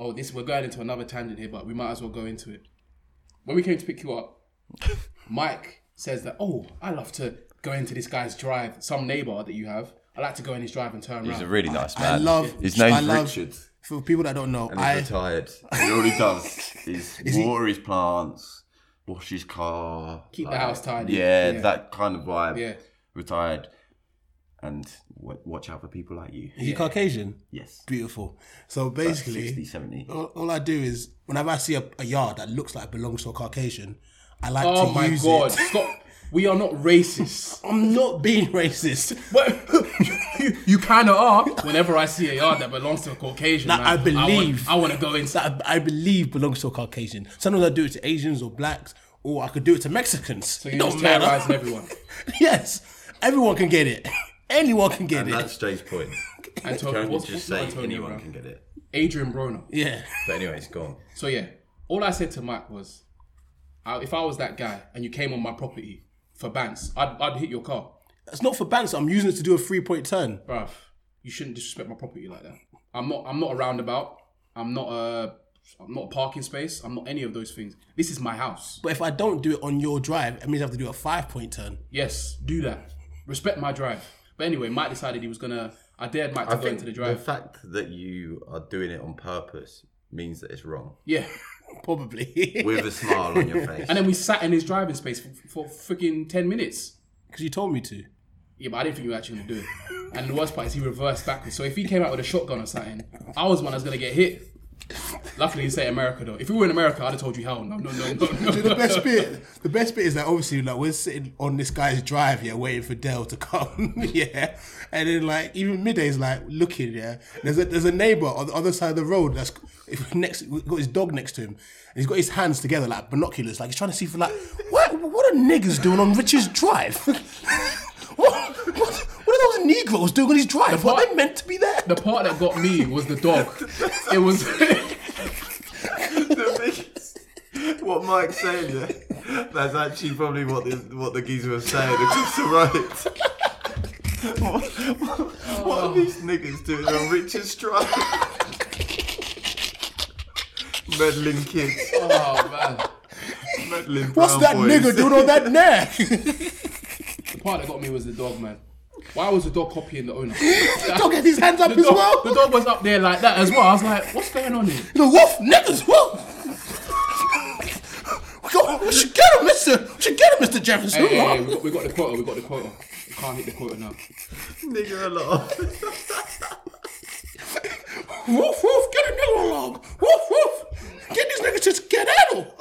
Speaker 5: Oh, this we're going into another tangent here, but we might as well go into it. When we came to pick you up, Mike says that oh, I love to go into this guy's drive, some neighbor that you have. I like to go in his drive and turn
Speaker 4: He's a
Speaker 5: around.
Speaker 4: really nice man.
Speaker 3: I love.
Speaker 4: His
Speaker 3: I
Speaker 4: name's
Speaker 3: love-
Speaker 4: Richard.
Speaker 3: For people that don't know,
Speaker 4: And he's
Speaker 3: I
Speaker 4: retired. And all he does is, water his plants, wash his car,
Speaker 5: Keep the house tidy.
Speaker 4: Yeah,
Speaker 5: Yeah.
Speaker 4: that kind of vibe.
Speaker 5: Yeah.
Speaker 4: Retired, and w- watch out for people like you.
Speaker 3: is he Caucasian?
Speaker 4: Yes.
Speaker 3: Beautiful. So
Speaker 4: 60,
Speaker 3: basically,
Speaker 4: 70.
Speaker 5: Oh,
Speaker 3: all, all I do is whenever I see a, a yard that looks like it belongs to a Caucasian, I like
Speaker 5: Oh
Speaker 3: to
Speaker 5: my
Speaker 3: use
Speaker 5: god,
Speaker 3: it.
Speaker 5: Scott, we are not racist.
Speaker 3: I'm not being racist.
Speaker 5: But you, you kind of are. Whenever I see a yard that belongs to a Caucasian,
Speaker 3: That
Speaker 5: man,
Speaker 3: I
Speaker 5: want-
Speaker 3: believe.
Speaker 5: I want to go inside.
Speaker 3: That I, I believe belongs to a Caucasian. Sometimes I do it to Asians or blacks, or I could do it to Mexicans.
Speaker 5: So
Speaker 3: it
Speaker 5: you're
Speaker 3: don't
Speaker 5: just terrorizing
Speaker 3: matter.
Speaker 5: everyone.
Speaker 3: yes, everyone can get it. Anyone can get
Speaker 4: And
Speaker 3: it.
Speaker 4: that's Jay's point.
Speaker 5: Antonio,
Speaker 4: Don't
Speaker 5: what's,
Speaker 4: just
Speaker 5: what's
Speaker 4: say
Speaker 5: Antonio
Speaker 4: anyone
Speaker 5: Brown?
Speaker 4: can get it.
Speaker 5: Adrian Broner.
Speaker 3: Yeah.
Speaker 6: But anyway, it's gone.
Speaker 5: So yeah, all I said to Mike was, I, if I was that guy and you came on my property for bans, I'd, I'd hit your car,
Speaker 3: It's not for banter. I'm using it to do a three point turn.
Speaker 5: bruv. You shouldn't disrespect my property like that. I'm not. I'm not a roundabout. I'm not a. I'm not a parking space. I'm not any of those things. This is my house.
Speaker 3: But if I don't do it on your drive, it means I have to do a five point turn.
Speaker 5: Yes, do that. Respect my drive. But anyway, Mike decided he was gonna. I dared Mike to go into the drive.
Speaker 4: fact that you are doing it on purpose means that it's wrong.
Speaker 5: yeah.
Speaker 3: Probably.
Speaker 4: With a smile on your face.
Speaker 5: And then we sat in his driving space for, for freaking ten minutes.
Speaker 3: Because you told me to.
Speaker 5: Yeah, but I didn't think you were actually gonna do it. And the worst part is he reversed backwards. So if he came out with a shotgun or something, I was the one that's gonna get hit. Luckily, he said America though. If we were in America, I'd have told you hell no, no, no, no.
Speaker 3: the best bit, the best bit is that obviously, like we're sitting on this guy's drive, yeah, waiting for Dell to come, yeah, and then like even midday's like looking, yeah. There's a there's a neighbor on the other side of the road that's next got his dog next to him, and he's got his hands together like binoculars, like he's trying to see for like what what are niggas doing on Richard's drive? what, what what are those Negroes doing on his drive? What they meant to be there?
Speaker 5: The part that got me was the dog. It was.
Speaker 4: the biggest- what Mike's saying, yeah, that's actually probably what the what the geezer was saying across the road. what, what, what are these niggas doing on Richard's Drive? Meddling kids,
Speaker 5: oh man.
Speaker 4: meddling
Speaker 3: What's
Speaker 4: brown
Speaker 3: that
Speaker 4: boys.
Speaker 3: nigga doing on that neck?
Speaker 5: The part that got me was the dog, man. Why was the dog copying the owner?
Speaker 3: the dog had his hands up
Speaker 5: The
Speaker 3: as
Speaker 5: dog,
Speaker 3: well.
Speaker 5: the dog was up there like that as well. I was like, what's going on here?
Speaker 3: The wolf, niggas, wolf. we, go, we should get him, Mister. We should get him, Mister Jefferson.
Speaker 5: Hey, hey, hey, we, got, we got the quota. We got the quota. We can't hit the quota now.
Speaker 4: Nigger a lot.
Speaker 3: Woof, woof, get a nigga along. Woof, woof. Get these niggas to get animal.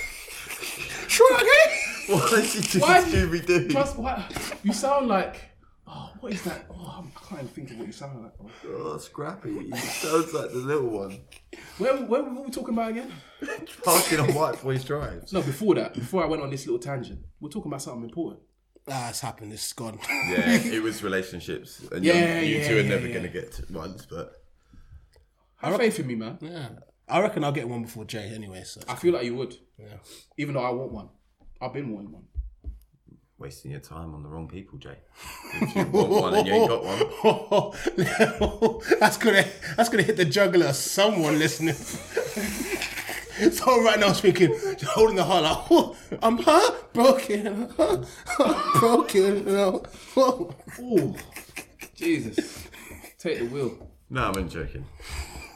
Speaker 3: Shrug, eh?
Speaker 4: What is he doing?
Speaker 5: Why-
Speaker 4: Scooby Doo.
Speaker 5: Trust what you sound like. Oh, what is that? Oh, I'm- I can't even think of what you sound like. Bro.
Speaker 4: Oh, Scrappy. He sounds like the little one.
Speaker 5: Where, where were we talking about again?
Speaker 4: Parking on White Boys Drive.
Speaker 5: No, before that, before I went on this little tangent, we are talking about something important.
Speaker 3: Ah, it's happened. It's gone.
Speaker 4: Yeah, it was relationships. And
Speaker 5: Yeah,
Speaker 4: you, you
Speaker 5: yeah,
Speaker 4: two are
Speaker 5: yeah,
Speaker 4: never
Speaker 5: yeah.
Speaker 4: going to get to ones, but.
Speaker 5: Have faith in me, man.
Speaker 3: Yeah. I reckon I'll get one before Jay anyway. So
Speaker 5: I feel like you would. Even though I want one, I've been wanting one.
Speaker 4: wasting your time on the wrong people, Jay. If you want one and you ain't got one,
Speaker 3: that's gonna that's gonna hit the juggler. Someone listening. so right now, I'm speaking, just holding the heart like, "Oh, I'm huh broken, huh, broken. You know? Oh.
Speaker 5: Oh, Jesus! Take the wheel.
Speaker 4: no, I'm only joking.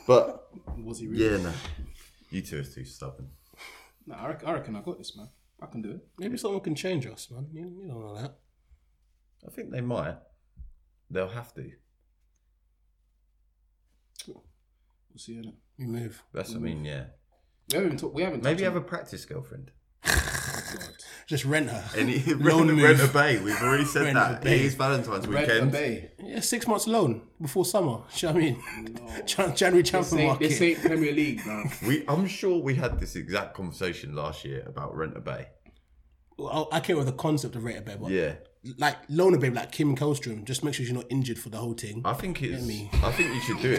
Speaker 4: But
Speaker 5: Was he really?
Speaker 4: yeah, no, you two are too stubborn.
Speaker 5: Nah, I, reckon, I reckon I got this, man. I can do it.
Speaker 3: Maybe someone can change us, man. You, you don't know that.
Speaker 4: I think they might. They'll have to.
Speaker 5: We'll see you
Speaker 3: We move.
Speaker 6: That's, I mean, yeah.
Speaker 5: We haven't even talked. We haven't.
Speaker 6: Maybe
Speaker 5: touched
Speaker 6: have a practice girlfriend.
Speaker 3: Just rent her.
Speaker 4: Any
Speaker 3: Loan
Speaker 4: Rent,
Speaker 3: move.
Speaker 4: Rent a Bay. We've already said
Speaker 3: Rent
Speaker 4: that.
Speaker 3: a bay.
Speaker 4: It is Valentine's
Speaker 5: Red
Speaker 4: weekend.
Speaker 5: Bay.
Speaker 3: Yeah, six months loan before summer. Do you know what I mean? Jan- January
Speaker 5: This
Speaker 3: transfer
Speaker 5: ain't,
Speaker 3: market.
Speaker 5: this ain't Premier League, bro.
Speaker 4: We, I'm sure we had this exact conversation last year about Rent a Bay.
Speaker 3: Well, I came up with the concept of rate a babe. but
Speaker 4: Yeah.
Speaker 3: Like loan a babe, like Kim Kostrom. Just make sure she's not injured for the whole thing.
Speaker 4: I think it's.
Speaker 3: me-
Speaker 4: I think you should do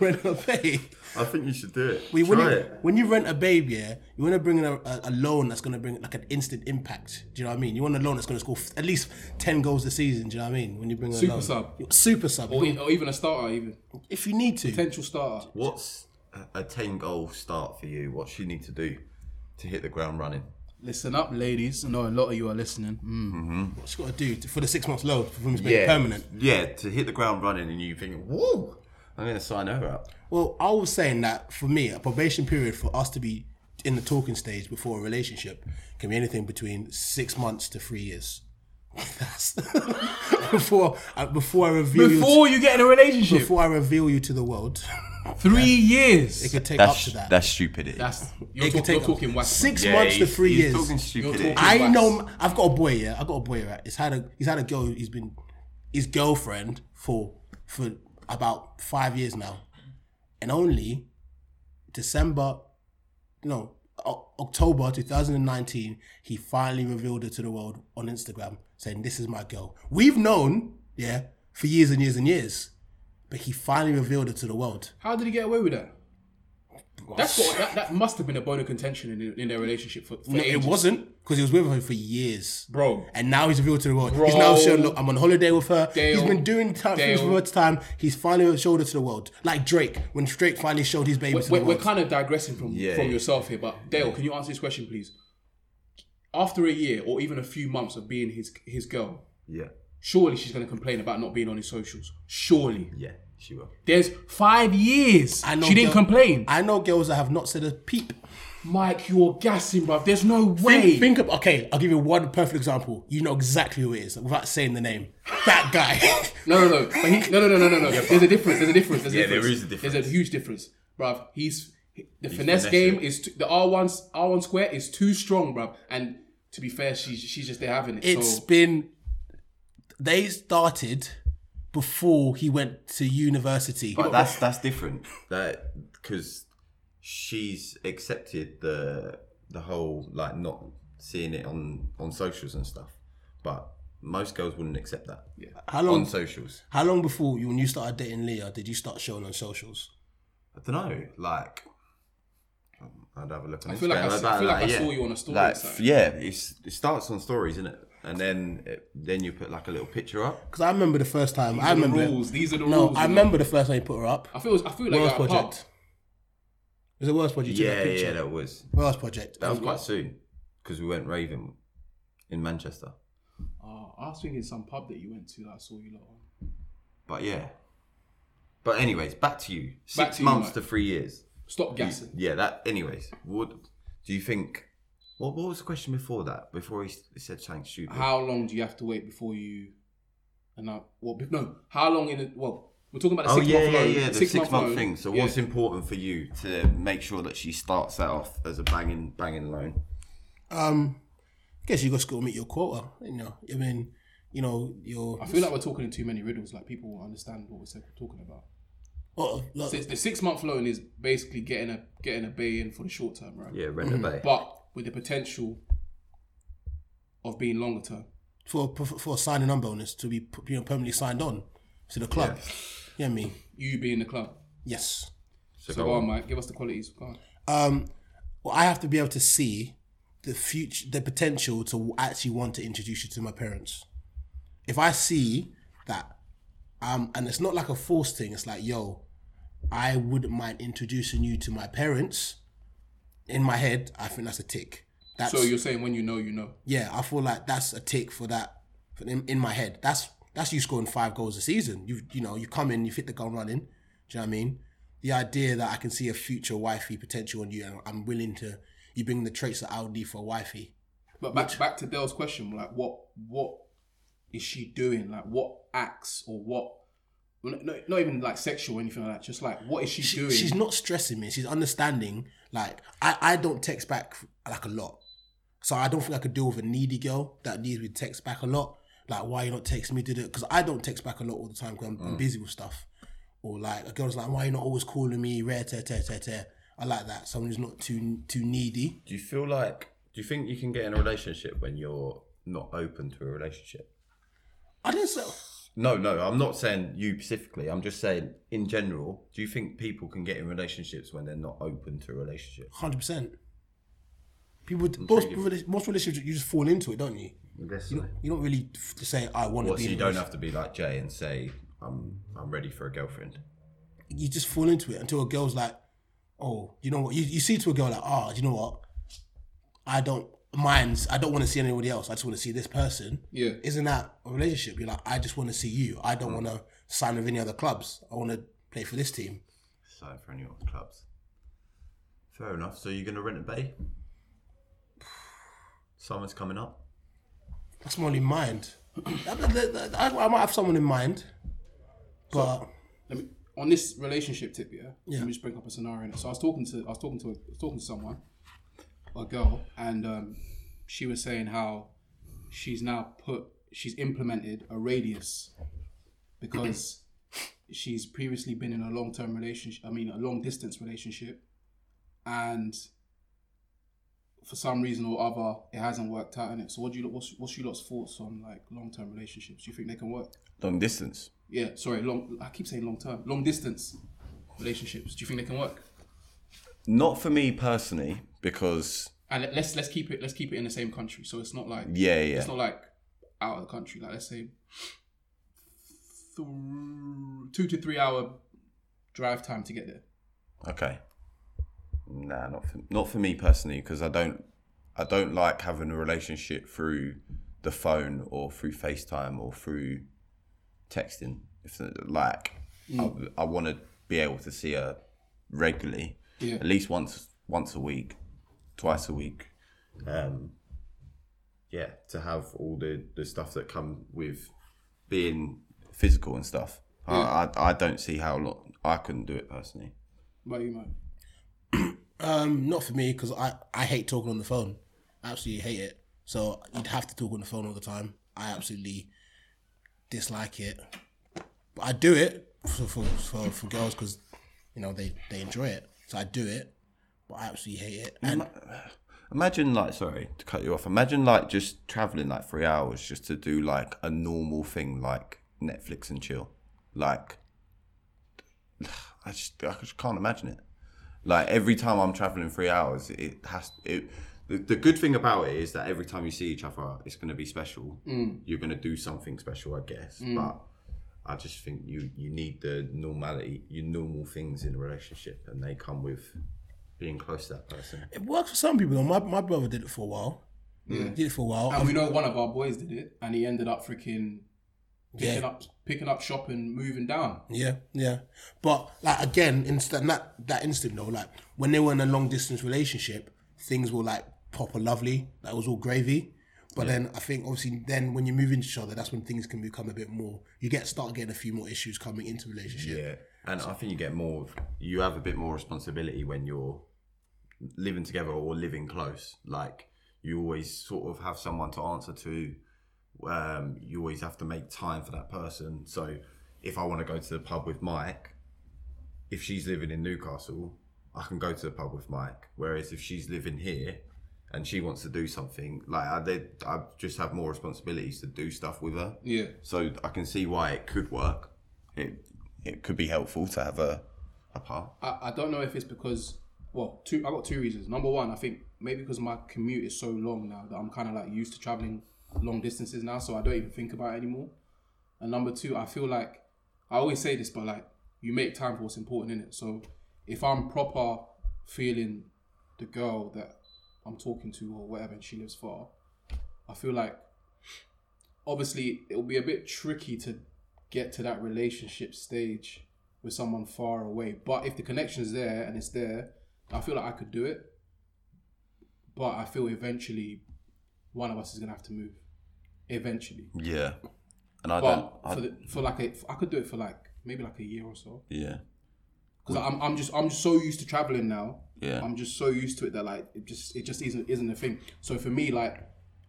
Speaker 3: rent a babe.
Speaker 4: I think you should do it.
Speaker 3: We, when,
Speaker 4: Try
Speaker 3: you,
Speaker 4: it.
Speaker 3: when you rent a babe, yeah, you want to bring in a, a, a loan that's going to bring like an instant impact. Do you know what I mean? You want a loan that's going to score f- at least 10 goals this season. Do you know what I mean? When you bring a
Speaker 5: Super
Speaker 3: loan.
Speaker 5: sub.
Speaker 3: Super sub.
Speaker 5: Or, e- or even a starter, even
Speaker 3: if you need to.
Speaker 5: potential starter.
Speaker 4: What's a- a 10 goal start for you? What she need to do to hit the ground running?
Speaker 5: Listen up, ladies. I know a lot of you are listening.
Speaker 3: What's she got to do to, for the six months loan for him to make it permanent?
Speaker 4: Yeah, to hit the ground running and you think, whoa, I'm going to sign her up.
Speaker 3: Well, I was saying that for me, a probation period for us to be in the talking stage before a relationship can be anything between six months to three years. That's before I, before I reveal you
Speaker 5: Before you get in a
Speaker 3: to,
Speaker 5: relationship,
Speaker 3: before I reveal you to the world,
Speaker 5: three years.
Speaker 3: it could take up to that.
Speaker 4: that's stupidity.
Speaker 5: That's
Speaker 3: It
Speaker 5: you're,
Speaker 3: could
Speaker 5: talk, you're
Speaker 3: up-
Speaker 5: talking whack.
Speaker 3: six
Speaker 4: Yeah,
Speaker 3: months to
Speaker 4: he's-
Speaker 3: three
Speaker 4: he's
Speaker 3: years.
Speaker 4: talking stupidity.
Speaker 5: You're talking-
Speaker 3: I
Speaker 5: Wax.
Speaker 3: know. I've got a boy. Yeah, I've got a boy. Right, he's had a he's had a girl. He's been his girlfriend for for about five years now, and only December, no O- October 2019, he finally revealed it to the world on Instagram, saying, "This is my girl." We've known, yeah, for years and years and years, but he finally revealed it to the world.
Speaker 5: How did he get away with that? That's what that, that must have been a bone of contention in, in their relationship for, for
Speaker 3: No, it
Speaker 5: ages.
Speaker 3: wasn't because he was with her for years,
Speaker 5: Bro.
Speaker 3: And now he's revealed to the world. he's now
Speaker 5: Bro.
Speaker 3: shown, look, I'm on holiday with her.
Speaker 5: Dale.
Speaker 3: he's been doing time things
Speaker 5: Dale.
Speaker 3: for her time. He's finally showed it to the world, like Drake when Drake finally showed his baby to
Speaker 5: We're,
Speaker 3: the
Speaker 5: we're
Speaker 3: world.
Speaker 5: kind of digressing from
Speaker 4: Yeah,
Speaker 5: from
Speaker 4: yeah.
Speaker 5: yourself here, but Dale, can you answer this question, please? After a year or even a few months of being his his girl,
Speaker 4: yeah,
Speaker 5: surely she's going to complain about not being on his socials. Surely,
Speaker 4: yeah, she will.
Speaker 5: there's five years.
Speaker 3: I know
Speaker 5: she didn't
Speaker 3: girl-
Speaker 5: complain.
Speaker 3: I know girls that have not said a peep.
Speaker 5: Mike, you're gassing, bruv. There's no way.
Speaker 3: Think, think of okay. I'll give you one perfect example. You know exactly who it is without saying the name. That guy.
Speaker 5: No, no, no. But he, no, no, no, no, no, no. There's a difference. There's a difference. There's a
Speaker 4: Yeah,
Speaker 5: difference.
Speaker 4: there is a difference.
Speaker 5: There's a huge difference, bruv. He's the finesse
Speaker 4: finessing.
Speaker 5: game is too, the R one R one square is too strong, bruv. And to be fair, she's she's just there having it.
Speaker 3: It's
Speaker 5: so
Speaker 3: been they started before he went to university.
Speaker 4: But that's that's different. That because she's accepted the the whole like not seeing it on on socials and stuff. But most girls wouldn't accept that
Speaker 3: How
Speaker 4: on
Speaker 3: long?
Speaker 4: socials.
Speaker 3: How long before you, when you started dating Leah did you start showing on socials?
Speaker 4: I don't know. Like, um, I'd have a look. On
Speaker 5: I
Speaker 4: this
Speaker 5: feel like
Speaker 4: guy,
Speaker 5: I s- I
Speaker 4: that,
Speaker 5: feel like I
Speaker 4: yeah.
Speaker 5: saw you on a story or
Speaker 4: Like,
Speaker 5: something.
Speaker 4: yeah, it's, it starts on stories, isn't it? And then it, then you put like a little picture up.
Speaker 3: Because I remember the first time. I
Speaker 5: the
Speaker 3: remember.
Speaker 5: rules. These are the
Speaker 3: No,
Speaker 5: rules.
Speaker 3: I
Speaker 5: you know.
Speaker 3: remember the first time you put her up.
Speaker 5: I feel I feel
Speaker 3: Worst
Speaker 5: like you're at a pub.
Speaker 3: project. It was the worst project you took
Speaker 4: Yeah,
Speaker 3: that
Speaker 4: yeah,
Speaker 3: picture.
Speaker 4: that was
Speaker 3: Worst project.
Speaker 4: that was quite soon because we went raving in Manchester.
Speaker 5: Oh, I was thinking some pub that you went to that I saw you lot on.
Speaker 4: But yeah. But anyways, back to you. Six
Speaker 5: Back to you,
Speaker 4: months
Speaker 5: mate.
Speaker 4: to three years.
Speaker 5: Stop gassing.
Speaker 4: Yeah, that. Anyways, what do you think? What What was the question before that? Before he s- he said something stupid.
Speaker 5: How long do you have to wait before you? And now, well, be- no. How long in? the Well, we're talking about the
Speaker 4: Oh
Speaker 5: six
Speaker 4: yeah,
Speaker 5: month
Speaker 4: yeah,
Speaker 5: loan,
Speaker 4: yeah. The six, month,
Speaker 5: loan.
Speaker 4: thing. So
Speaker 5: Yeah.
Speaker 4: what's important for you to make sure that she starts that off as a banging, banging loan?
Speaker 3: Um, I guess you just got to meet your quota. You know, I mean, you know, your.
Speaker 5: I feel like we're talking in too many riddles. Like people won't understand what we're talking about.
Speaker 3: Oh, look,
Speaker 5: Six- the six month loan is basically getting a getting a bay in for the short term, right?
Speaker 4: Yeah, rent a bay.
Speaker 5: Mm-hmm. But with the potential of being longer term.
Speaker 3: for for a signing on bonus to be you know permanently signed on to the club. Yeah, me.
Speaker 5: You being the club.
Speaker 3: Yes.
Speaker 4: So,
Speaker 5: So um, go on, Mike. Give us the qualities. Go on.
Speaker 3: um, well, I have to be able to see the future, the potential to actually want to introduce you to my parents. If I see that, um, and it's not like a forced thing. It's like, yo, I wouldn't mind introducing you to my parents. In my head, I think that's a tick. That's
Speaker 5: So you're saying when you know, you know.
Speaker 3: yeah, I feel like that's a tick for that for in, in my head. That's that's you scoring five goals a season. You you know you come in, you hit the gun running. Do you know what I mean? The idea that I can see a future wifey potential in you, and I'm willing to you bring the traits that I would need for a wifey.
Speaker 5: But back back to Dell's question, like what what is she doing? Like what acts or what Well, no, not even like sexual or anything like that. Just like, what is she, doing?
Speaker 3: She's not stressing me. She's understanding. Like I, I don't text back like a lot, so I don't think I could deal with a needy girl that needs me to text back a lot. Like why you not text me? Did it? Because I don't text back a lot all the time because I'm,
Speaker 4: Mm.
Speaker 3: I'm busy with stuff. Or like a girl's like, why you not always calling me? Rare, tear, tear, tear, tear. I like that. Someone who's not too too needy.
Speaker 4: Do you feel like? Do you think you can get in a relationship when you're not open to a relationship?
Speaker 3: I didn't say.
Speaker 4: No, no, I'm not saying you specifically. I'm just saying in general. Do you think people can get in relationships when they're not open to a relationship?
Speaker 3: hundred percent. People most rela- most relationships you just fall into it, don't you?
Speaker 4: I guess
Speaker 3: You don't, you don't really f- to say I want to
Speaker 4: What,
Speaker 3: be. in
Speaker 4: so you
Speaker 3: a
Speaker 4: don't
Speaker 3: relationship.
Speaker 4: have to be like Jay and say I'm I'm ready for a girlfriend.
Speaker 3: You just fall into it until a girl's like, oh, you know what? You, you see to a girl like, ah, do you know what? I don't mind. I don't want to see anybody else. I just want to see this person.
Speaker 5: Yeah.
Speaker 3: Isn't that a relationship? You're like, I just want to see you. I don't want to sign with any other clubs. I want to play for this team.
Speaker 4: Sign for any of the clubs. Fair enough. So you're gonna rent a bay? Summer's coming up.
Speaker 3: That's someone in mind. I, I- I- I might have someone in mind, but
Speaker 5: Let me, on this relationship tip, yeah. Let me just bring up a scenario. innit? So I was talking to I was talking to I was talking to someone, a girl, and um, she was saying how she's now put she's implemented a radius because she's previously been in a long term relationship. I mean, a long distance relationship, and for some reason or other, it hasn't worked out in it. So what do you lot- what's what's your lot's thoughts on like long term relationships? Do you think they can work?
Speaker 4: Long distance.
Speaker 5: yeah, sorry, long. I keep saying long term, long distance relationships. Do you think they can work?
Speaker 4: Not for me personally, because
Speaker 5: And let- let's let's keep it let's keep it in the same country, so it's not like
Speaker 4: yeah, yeah.
Speaker 5: it's not like out of the country. Like let's say th- two to three hour drive time to get there.
Speaker 4: Okay. Nah, not for, not for me personally because I don't I don't like having a relationship through the phone or through FaceTime or through texting. If like I, I want to be able to see her regularly,
Speaker 5: Yeah.
Speaker 4: at least once once a week, twice a week. Um, yeah, to have all the the stuff that come with being physical and stuff. I, I I don't see how long I couldn't do it personally.
Speaker 5: What about you, man?
Speaker 3: Um, not for me because I I hate talking on the phone. I absolutely hate it. So you'd have to talk on the phone all the time. I absolutely dislike it. But I do it for for for, for girls because you know they they enjoy it. So I do it, but I absolutely hate it. And
Speaker 4: Imagine like sorry to cut you off. Imagine like just traveling like three hours just to do like a normal thing like Netflix and chill. Like I just I just can't imagine it. Like every time I'm traveling three hours, it has it. The, the good thing about it is that every time you see each other, it's going to be special. You're going to do something special, I guess. But I just think you you need the normality, your normal things in a relationship, and they come with being close to that person.
Speaker 3: it works for some people. though. My my brother did it for a while. Did it for a while.
Speaker 5: And we know one of our boys did it, and he ended up freaking picking
Speaker 3: Yeah.
Speaker 5: up picking up shop and moving down.
Speaker 3: Yeah, yeah. But like again, instant that that instant though, like when they were in a long distance relationship, things were like proper lovely. That was all gravy. But then I think obviously then when you move into each other, that's when things can become a bit more. You get start getting a few more issues coming into the relationship.
Speaker 4: Yeah, and I think you get more. of- You have a bit more responsibility when you're living together or living close. Like you always sort of have someone to answer to. Um, you always have to make time for that person. So if I want to go to the pub with Mike, if she's living in Newcastle, I can go to the pub with Mike. Whereas if she's living here and she wants to do something, like I did, I just have more responsibilities to do stuff with her.
Speaker 5: Yeah.
Speaker 4: So I can see why it could work. It it could be helpful to have a a part.
Speaker 5: I, I don't know if it's because well, two I got two reasons. Number one, I think maybe because my commute is so long now that I'm kind of like used to traveling long distances now, so I don't even think about it anymore. And number two, I feel like I always say this, but like you make time for what's important in it. So if I'm proper feeling the girl that I'm talking to or whatever, and she lives far, I feel like obviously it'll be a bit tricky to get to that relationship stage with someone far away. But if the connection's there and it's there, I feel like I could do it. But I feel eventually one of us is gonna have to move. Eventually,
Speaker 4: Yeah, and I
Speaker 5: but
Speaker 4: don't. I,
Speaker 5: for the, for like a, I could do it for like maybe like a year or so.
Speaker 4: Yeah.
Speaker 5: Because I'm, I'm just I'm so used to traveling now.
Speaker 4: Yeah.
Speaker 5: I'm just so used to it that like it just it just isn't isn't a thing. So for me like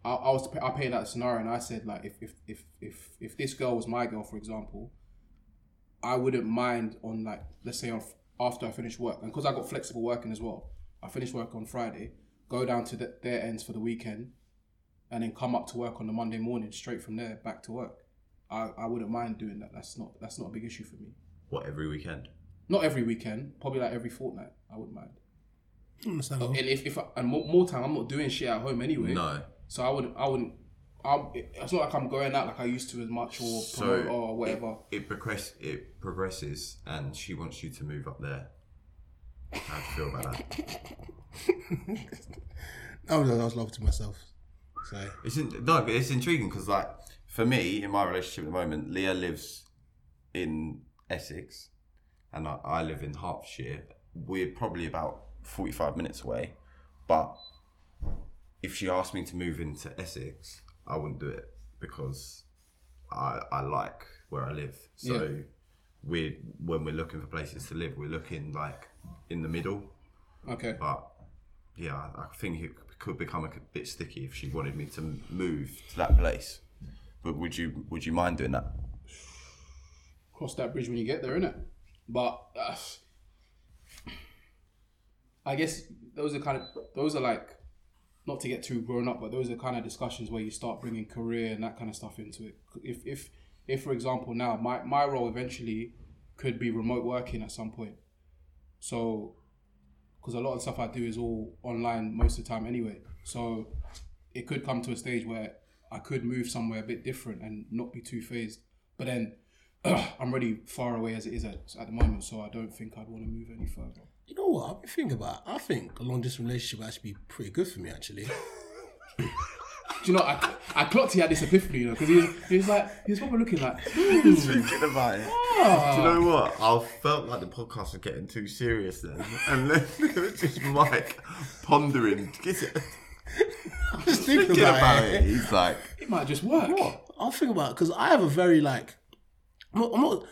Speaker 5: I, I was I painted that scenario and I said like if if if if if this girl was my girl for example, I wouldn't mind on like let's say on f- after I finish work and because I got flexible working as well. I finish work on Friday, go down to the, their ends for the weekend, and then come up to work on the Monday morning straight from there back to work. I, I wouldn't mind doing that. That's not that's not a big issue for me.
Speaker 4: What every weekend?
Speaker 5: Not every weekend, probably like every fortnight. I wouldn't mind.
Speaker 3: Understandable.
Speaker 5: And if, if I, and more, more time, I'm not doing shit at home anyway.
Speaker 4: No.
Speaker 5: So I wouldn't. I wouldn't. I'm, it's not like I'm going out like I used to as much or
Speaker 4: So-
Speaker 5: promote or whatever.
Speaker 4: It progress. It progresses, and she wants you to move up there. How do you feel about that?
Speaker 3: I was, I was laughing to myself. So
Speaker 4: It's in, no, but it's intriguing because, like, for me in my relationship at the moment, Leah lives in Essex, and I, I live in Hertfordshire. We're probably about forty-five minutes away, but if she asked me to move into Essex, I wouldn't do it because I I like where I live. So
Speaker 5: Yeah.
Speaker 4: we when we're looking for places to live, we're looking like in the middle.
Speaker 5: Okay.
Speaker 4: But yeah, I I think it could become a bit sticky if she wanted me to move to that place. But would you would you mind doing that?
Speaker 5: cross that bridge when you get there, innit? But uh, I guess those are kind of those are like not to get too grown up, but those are kind of discussions where you start bringing career and that kind of stuff into it. If if if for example now my my role eventually could be remote working at some point, so because a lot of stuff I do is all online most of the time anyway, so it could come to a stage where I could move somewhere a bit different and not be too phased. But then I'm really far away as it is at, at the moment, so I don't think I'd want to move any further.
Speaker 3: you know what? I've been thinking about. it. I think a long distance relationship would actually be pretty good for me. Actually,
Speaker 5: Do you know, I, I clocked he had this epiphany, you know, because he was, he was like, he was probably looking like, "Hmm,
Speaker 4: Thinking about it. Do you know what? I felt like the podcast was getting too serious then, and then it was just Mike pondering. Is it-
Speaker 3: just thinking
Speaker 4: Thinking
Speaker 3: about,
Speaker 4: about
Speaker 3: it.
Speaker 4: it, he's like,
Speaker 5: it might just work.
Speaker 3: I'll think about it because I have a very like, I'm not, I'm not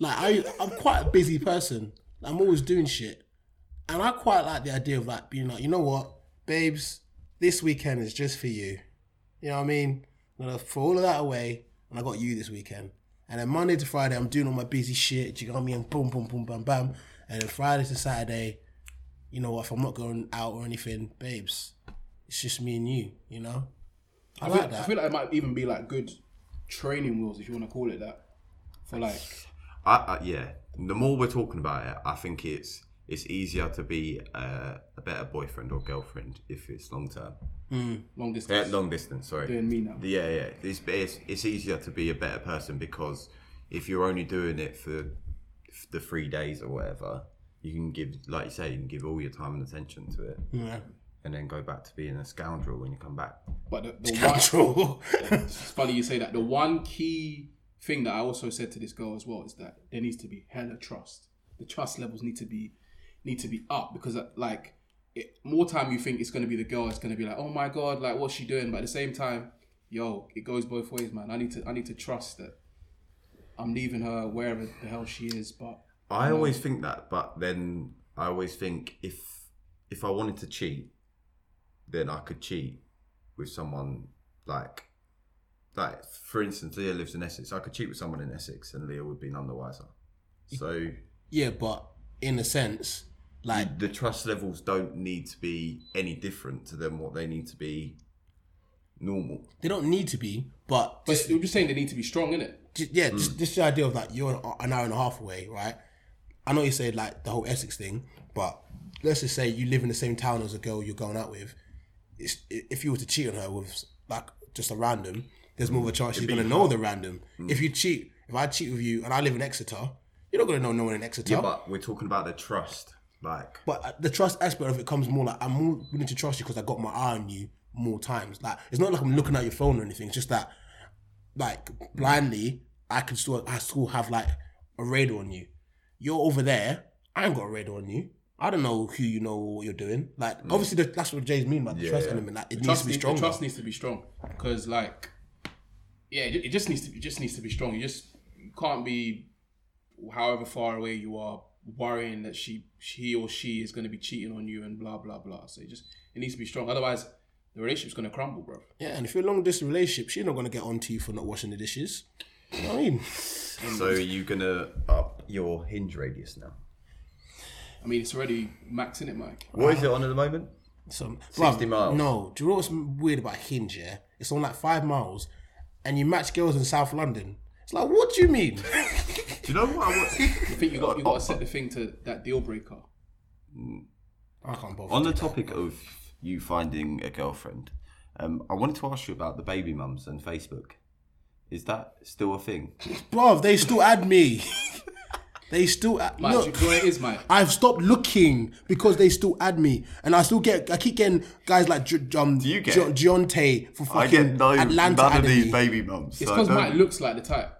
Speaker 3: like I I'm quite a busy person. I'm always doing shit, and I quite like the idea of like being like, you know what, babes, this weekend is just for you. You know what I mean? I'm gonna throw all of that away, and I got you this weekend. And then Monday to Friday, I'm doing all my busy shit. Do you know what I mean? Boom, boom, boom, bam, bam. And then Friday to Saturday, you know what? If I'm not going out or anything, babes, it's just me and you. You know, I, like
Speaker 5: I
Speaker 3: that.
Speaker 5: feel like it might even be like good training wheels, if you want to call it that, for like,
Speaker 4: I, I yeah. The more we're talking about it, I think it's it's easier to be a, a better boyfriend or girlfriend if it's long term,
Speaker 5: long
Speaker 4: Eh,
Speaker 5: distance.
Speaker 4: long distance. Sorry,
Speaker 5: Doing me now.
Speaker 4: Yeah, yeah. It's, it's it's easier to be a better person because if you're only doing it for f- the three days or whatever, you can give, like you say, you can give all your time and attention to it,
Speaker 3: Yeah.
Speaker 4: and then go back to being a scoundrel when you come back.
Speaker 5: But the, the one, it's funny you say that. The one key thing that I also said to this girl as well is that there needs to be hella trust. The trust levels need to be need to be up because uh, like it, more time you think it's gonna be the girl, it's gonna be like, oh my god, like what's she doing? But at the same time, yo, it goes both ways, man. I need to I need to trust that I'm leaving her wherever the hell she is. But
Speaker 4: I always think that, but then I always think if if I wanted to cheat, then I could cheat with someone like like for instance, Leah lives in Essex. I could cheat with someone in Essex, and Leah would be none the wiser. So
Speaker 3: Yeah, but in a sense, like
Speaker 4: the trust levels don't need to be any different to them what they need to be normal.
Speaker 3: they don't need to be, but
Speaker 5: but
Speaker 3: just,
Speaker 5: you're just saying they need to be strong, innit?
Speaker 3: ju- yeah, just, just the idea of like you're an- an hour and a half away, right? I know you said like the whole Essex thing, but let's just say you live in the same town as a girl you're going out with. It's, i- if you were to cheat on her with like just a random, there's more of a chance she's gonna know the random. If you cheat, if I cheat with you and I live in Exeter, you're not gonna know no one in Exeter. but
Speaker 4: But we're talking about the trust, like
Speaker 3: uh, the trust aspect of it comes more like I'm more willing to trust you because I got my eye on you more times. Like it's not like I'm looking at your phone or anything. It's just that like blindly, I can still I still have like a radar on you. You're over there. I ain't got a radar on you. I don't know who you know or what you're doing. Like obviously the, that's what Jay's mean by the trust element. Like it needs
Speaker 5: trust
Speaker 3: to be
Speaker 5: need-
Speaker 3: stronger.
Speaker 5: Mm. The trust needs to be strong because, like, yeah, it it just needs to it just needs to be strong. You just you can't be however far away you are, worrying that she he or she is going to be cheating on you and blah blah blah. So it just it needs to be strong. Otherwise, the relationship's going to crumble, bro.
Speaker 3: Yeah, and if you're long distance relationship, she's not gonna get on to you for not washing the dishes. You know what I mean,
Speaker 4: So you're gonna up your hinge radius now.
Speaker 5: I mean, it's already maxing it, Mike.
Speaker 4: What is it on at the moment?
Speaker 3: so,
Speaker 4: 60 miles.
Speaker 3: No, do you know what's weird about Hinge? Yeah, it's on like five miles, and you match girls in South London. It's like, what do you mean?
Speaker 7: Do you know what I want?
Speaker 5: I think you got you got to set the thing to that deal breaker.
Speaker 3: I can't bother.
Speaker 4: On the topic of you finding a girlfriend, um, I wanted to ask you about the baby mums and Facebook. Is that still a thing?
Speaker 3: Bruv, they still add me. they still add.
Speaker 5: Mike,
Speaker 3: Look,
Speaker 5: do you know what it is, Mike?
Speaker 3: I've stopped looking because they still add me, and I still get. I keep getting guys like J- um,
Speaker 4: you get-
Speaker 3: Jo- Gionte for fucking
Speaker 7: I get no
Speaker 3: Atlanta
Speaker 7: none of
Speaker 3: added
Speaker 7: these
Speaker 3: me.
Speaker 7: baby mums.
Speaker 5: It's
Speaker 7: so I
Speaker 5: because
Speaker 7: don't-
Speaker 5: Mike looks like the type.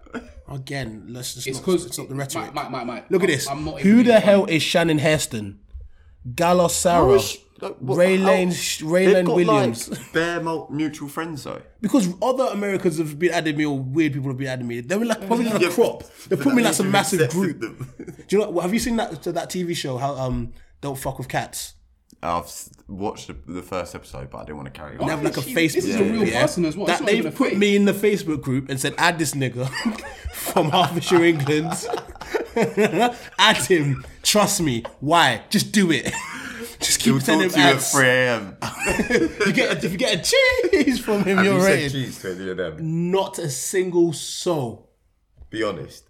Speaker 3: Again, let's just.
Speaker 5: It's
Speaker 3: not,
Speaker 5: because
Speaker 3: it's not the rhetoric.
Speaker 5: Mike, Mike, Mike.
Speaker 3: Look at
Speaker 5: I'm-
Speaker 3: this.
Speaker 5: I'm not even
Speaker 3: Who the
Speaker 5: being
Speaker 3: hell
Speaker 5: funny.
Speaker 3: is Shannon Hairston? Galo Sarah,
Speaker 4: Like, uh, what-
Speaker 3: Raylan
Speaker 4: how- They've
Speaker 3: Raylan
Speaker 4: got,
Speaker 3: Williams.
Speaker 4: Like, bare mul- mutual friends though.
Speaker 3: Because other Americans have been adding me, or weird people have been adding me. They were like probably like a crop. They put me in like some massive group. Do you know? Have you seen that so that TV show? How um, don't fuck with cats.
Speaker 4: I've s- watched the, the first episode, but I didn't want to carry on.
Speaker 3: They have like a
Speaker 5: She-
Speaker 3: Facebook.
Speaker 5: this is a
Speaker 3: group,
Speaker 5: real person as well. It's
Speaker 3: That
Speaker 5: not
Speaker 3: they
Speaker 5: even a
Speaker 3: put
Speaker 5: fake.
Speaker 3: me in the Facebook group and said, "Add this nigga from Hertfordshire, England. Add him. Trust me. Why? Just do it. Just keep
Speaker 4: He'll
Speaker 3: sending
Speaker 4: talk
Speaker 3: him
Speaker 4: to you at
Speaker 3: ads.
Speaker 4: 3 a.m.
Speaker 3: If you get a, if you get a cheese from him,
Speaker 4: Have
Speaker 3: you're
Speaker 4: you said
Speaker 3: rated.
Speaker 4: cheese to any of them?
Speaker 3: Not a single soul.
Speaker 4: Be honest.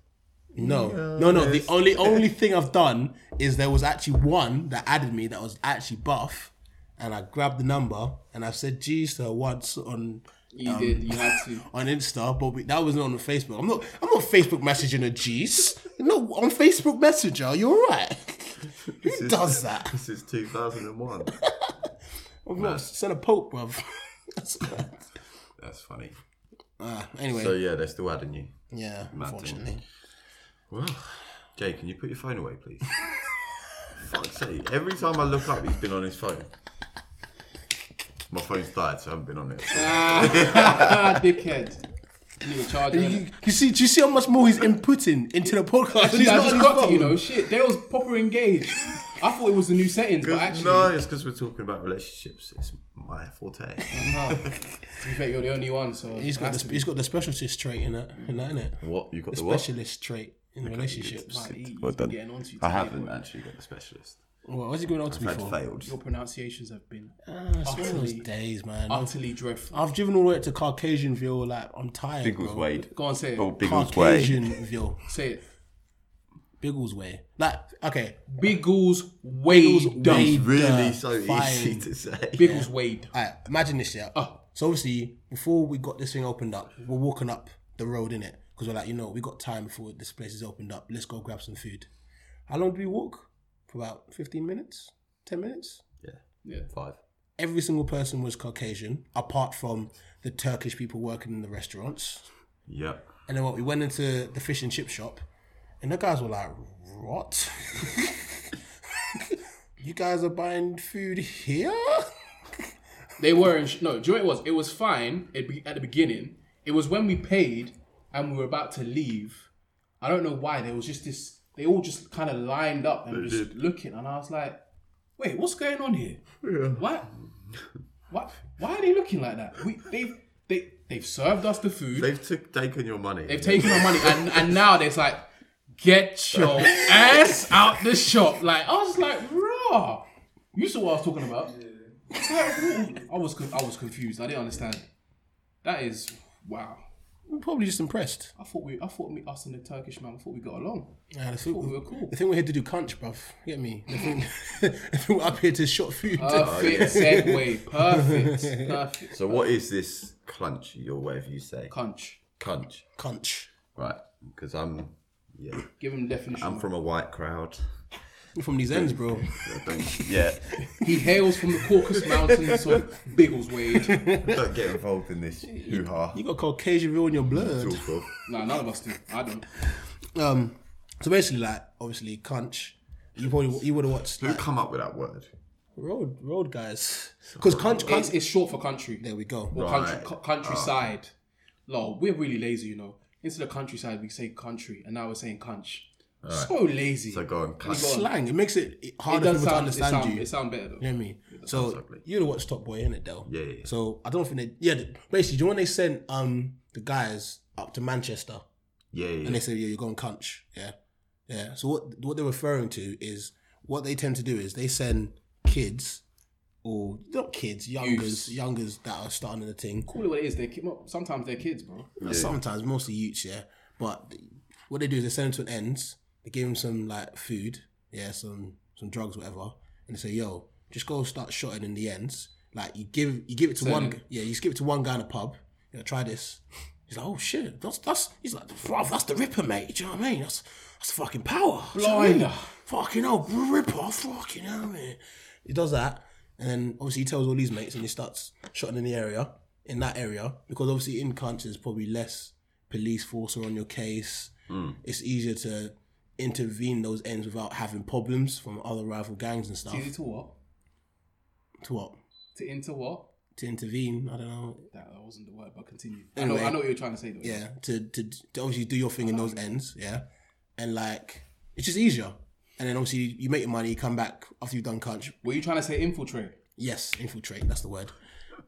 Speaker 3: No, no, no. The only only thing I've done is there was actually one that added me that was actually buff, and I grabbed the number and I said G's to her once on
Speaker 5: You
Speaker 3: Um.
Speaker 5: did. You had to.
Speaker 3: on Insta, but we, that wasn't on Facebook. I'm not I'm not Facebook messaging a G's. No, on Facebook Messenger, you're all right. Who does that?
Speaker 7: This is 2001.
Speaker 3: I'm not send a poke, bruv. That's-
Speaker 4: That's funny.
Speaker 3: Ah, anyway,
Speaker 4: So yeah, they're still adding you.
Speaker 3: yeah,
Speaker 4: thing.
Speaker 3: unfortunately.
Speaker 4: Well, Jay, can you put your phone away, please? Fuck's sake. Every time I look up, he's been on his phone. My phone's died, so I haven't been on it.
Speaker 5: Ah, dickhead. You need a charger. innit?
Speaker 3: You, you see, do you see how much more he's inputting into the podcast? He's
Speaker 5: I
Speaker 3: not
Speaker 5: just
Speaker 3: on his
Speaker 5: got to, you
Speaker 3: phone.
Speaker 5: know, shit. Dale's proper engaged. I thought it was the new settings, but actually,
Speaker 4: no, it's because we're talking about relationships. It's my forte.
Speaker 5: to be fair, you're the only one. So
Speaker 3: He's got
Speaker 5: that's-
Speaker 3: the, he's got the specialist trait in that in that innit?
Speaker 4: what? You got the what?
Speaker 3: Specialist trait in relationships.
Speaker 5: Mike, he- he's
Speaker 4: Well done.
Speaker 5: getting onto you
Speaker 4: I
Speaker 5: today,
Speaker 4: haven't
Speaker 5: boy.
Speaker 4: actually got the specialist.
Speaker 3: What was he going on to me
Speaker 4: I've
Speaker 3: for?
Speaker 4: failed.
Speaker 5: Your pronunciations have been
Speaker 3: Ah, it's one of those
Speaker 5: Utterly.
Speaker 3: days, man. I've,
Speaker 5: utterly dreadful.
Speaker 3: I've driven all the way to Caucasianville. Like I'm tired.
Speaker 4: Biggles
Speaker 3: bro.
Speaker 4: Wade.
Speaker 5: Go on, say it.
Speaker 4: Oh, Biggles Wade.
Speaker 3: Caucasianville.
Speaker 5: Say it.
Speaker 3: Biggles Way. Like okay,
Speaker 5: Biggles Wade.
Speaker 3: Wade,
Speaker 4: Really
Speaker 3: uh,
Speaker 4: so
Speaker 3: fine.
Speaker 4: easy to say.
Speaker 5: Biggles Wade.
Speaker 3: Alright, imagine this, yeah.
Speaker 5: Oh.
Speaker 3: So obviously, before we got this thing opened up, we're walking up the road in it because we're like, you know, we got time before this place is opened up. Let's go grab some food. How long did we walk? For about fifteen minutes, ten minutes.
Speaker 5: Yeah.
Speaker 4: Five.
Speaker 3: every single person was Caucasian, apart from the Turkish people working in the restaurants.
Speaker 4: Yep.
Speaker 3: And then what we went into the fish and chip shop, and the guys were like, "What? you guys are buying food here?"
Speaker 5: They were in. Sh- no, do you know what it was? It was fine it be- at the beginning. It was when we paid and we were about to leave. I don't know why. There was just this. They all just kind of lined up and just looking. And I was like, wait, what's going on here? What? What? Why are they looking like that? We, they've, they, they've served us the food. They've,
Speaker 4: They've took, taken your money.
Speaker 5: taken our money. And, and now it's like, get your ass out the shop. Like, I was like, raw. You saw what I was talking about. I was con- I was confused. I didn't understand. That is wow.
Speaker 3: We're probably just impressed.
Speaker 5: I thought we I thought me us and the Turkish man I thought we got along.
Speaker 3: Yeah, the, food,
Speaker 5: we were cool.
Speaker 3: the thing we're here to do, cunch, bruv. Get me? The thing, the thing we're up here to shop food.
Speaker 5: Perfect segue. Perfect. Perfect.
Speaker 4: so what is this clunch, or whatever you say?
Speaker 5: Cunch.
Speaker 4: Cunch.
Speaker 3: Cunch.
Speaker 4: Right. Because I'm, yeah,
Speaker 5: Give him the definition.
Speaker 4: I'm from a white crowd.
Speaker 3: We're from these ends, bro.
Speaker 4: I don't, yeah,
Speaker 5: He hails from the Caucasus Mountains of Biggleswade.
Speaker 4: don't get involved in this hoo ha.
Speaker 3: You got Caucasianville in your blood.
Speaker 4: Talk of.
Speaker 5: Nah, none of us do. I don't.
Speaker 3: Um, so basically, like, obviously, cunch. You probably you would have watched.
Speaker 4: Who
Speaker 3: like,
Speaker 4: come up with that word?
Speaker 3: Road, road guys. Because country,
Speaker 5: It's, it's short for country.
Speaker 3: There we go.
Speaker 5: Or
Speaker 4: Right. Ah.
Speaker 5: country, cu- countryside. Lol, we're really lazy, you know. Instead of countryside, we say country, and now we're saying cunch. So lazy.
Speaker 4: So go on. cut.
Speaker 3: Slang. It makes it
Speaker 5: It
Speaker 3: harder for people to
Speaker 5: does sound. It
Speaker 3: understand
Speaker 5: sound,
Speaker 3: you.
Speaker 5: it sound better though.
Speaker 3: You know what I mean? So
Speaker 4: ugly.
Speaker 3: you would have watched Top Boy, innit, Dell?
Speaker 4: Yeah, yeah, yeah.
Speaker 3: So I don't think they. Yeah, the- basically, do you know when they sent um the guys up to Manchester
Speaker 4: Yeah, yeah.
Speaker 3: and they said, "Yeah, you're going cunch." Yeah, yeah. So what what they're referring to is what they tend to do is they send kids or not kids, youngers, youngers that are starting the thing.
Speaker 5: Call it what it is. They keep up. Sometimes they're kids, bro.
Speaker 4: Oh.
Speaker 3: Sometimes, mostly youths, yeah. But th- what they do is they send them to an ends. They give them some like food, yeah, some some drugs, whatever, and they say, "Yo, just go start shotting in the ends." Like you give you give it to one, yeah, you just give it to one guy in a pub. You know, try this. He's like, "Oh shit, that's that's." He's like, "Bro, that's the Ripper, mate." Do you know what I mean? That's that's fucking power. Do you know what I mean?
Speaker 5: Blinder.
Speaker 3: Fucking hell, Ripper, fucking hell, man. He does that, and then obviously he tells all his mates, and he starts shooting in the area, in that area, because obviously in country there's probably less police force are on your case. It's easier to intervene those ends without having problems from other rival gangs and stuff.
Speaker 5: Easy to what?
Speaker 3: To what?
Speaker 5: To into what?
Speaker 3: To intervene? I don't know.
Speaker 5: That that wasn't the word, but continue. I
Speaker 3: Anyway.
Speaker 5: know. I know what you're trying to say though.
Speaker 3: Yeah. To to, to obviously do your thing in those ends. Yeah. And like, it's just easier. And then obviously you make your money, you come back after you've done country,
Speaker 5: Were you trying to say infiltrate?
Speaker 3: Yes, infiltrate. That's the word.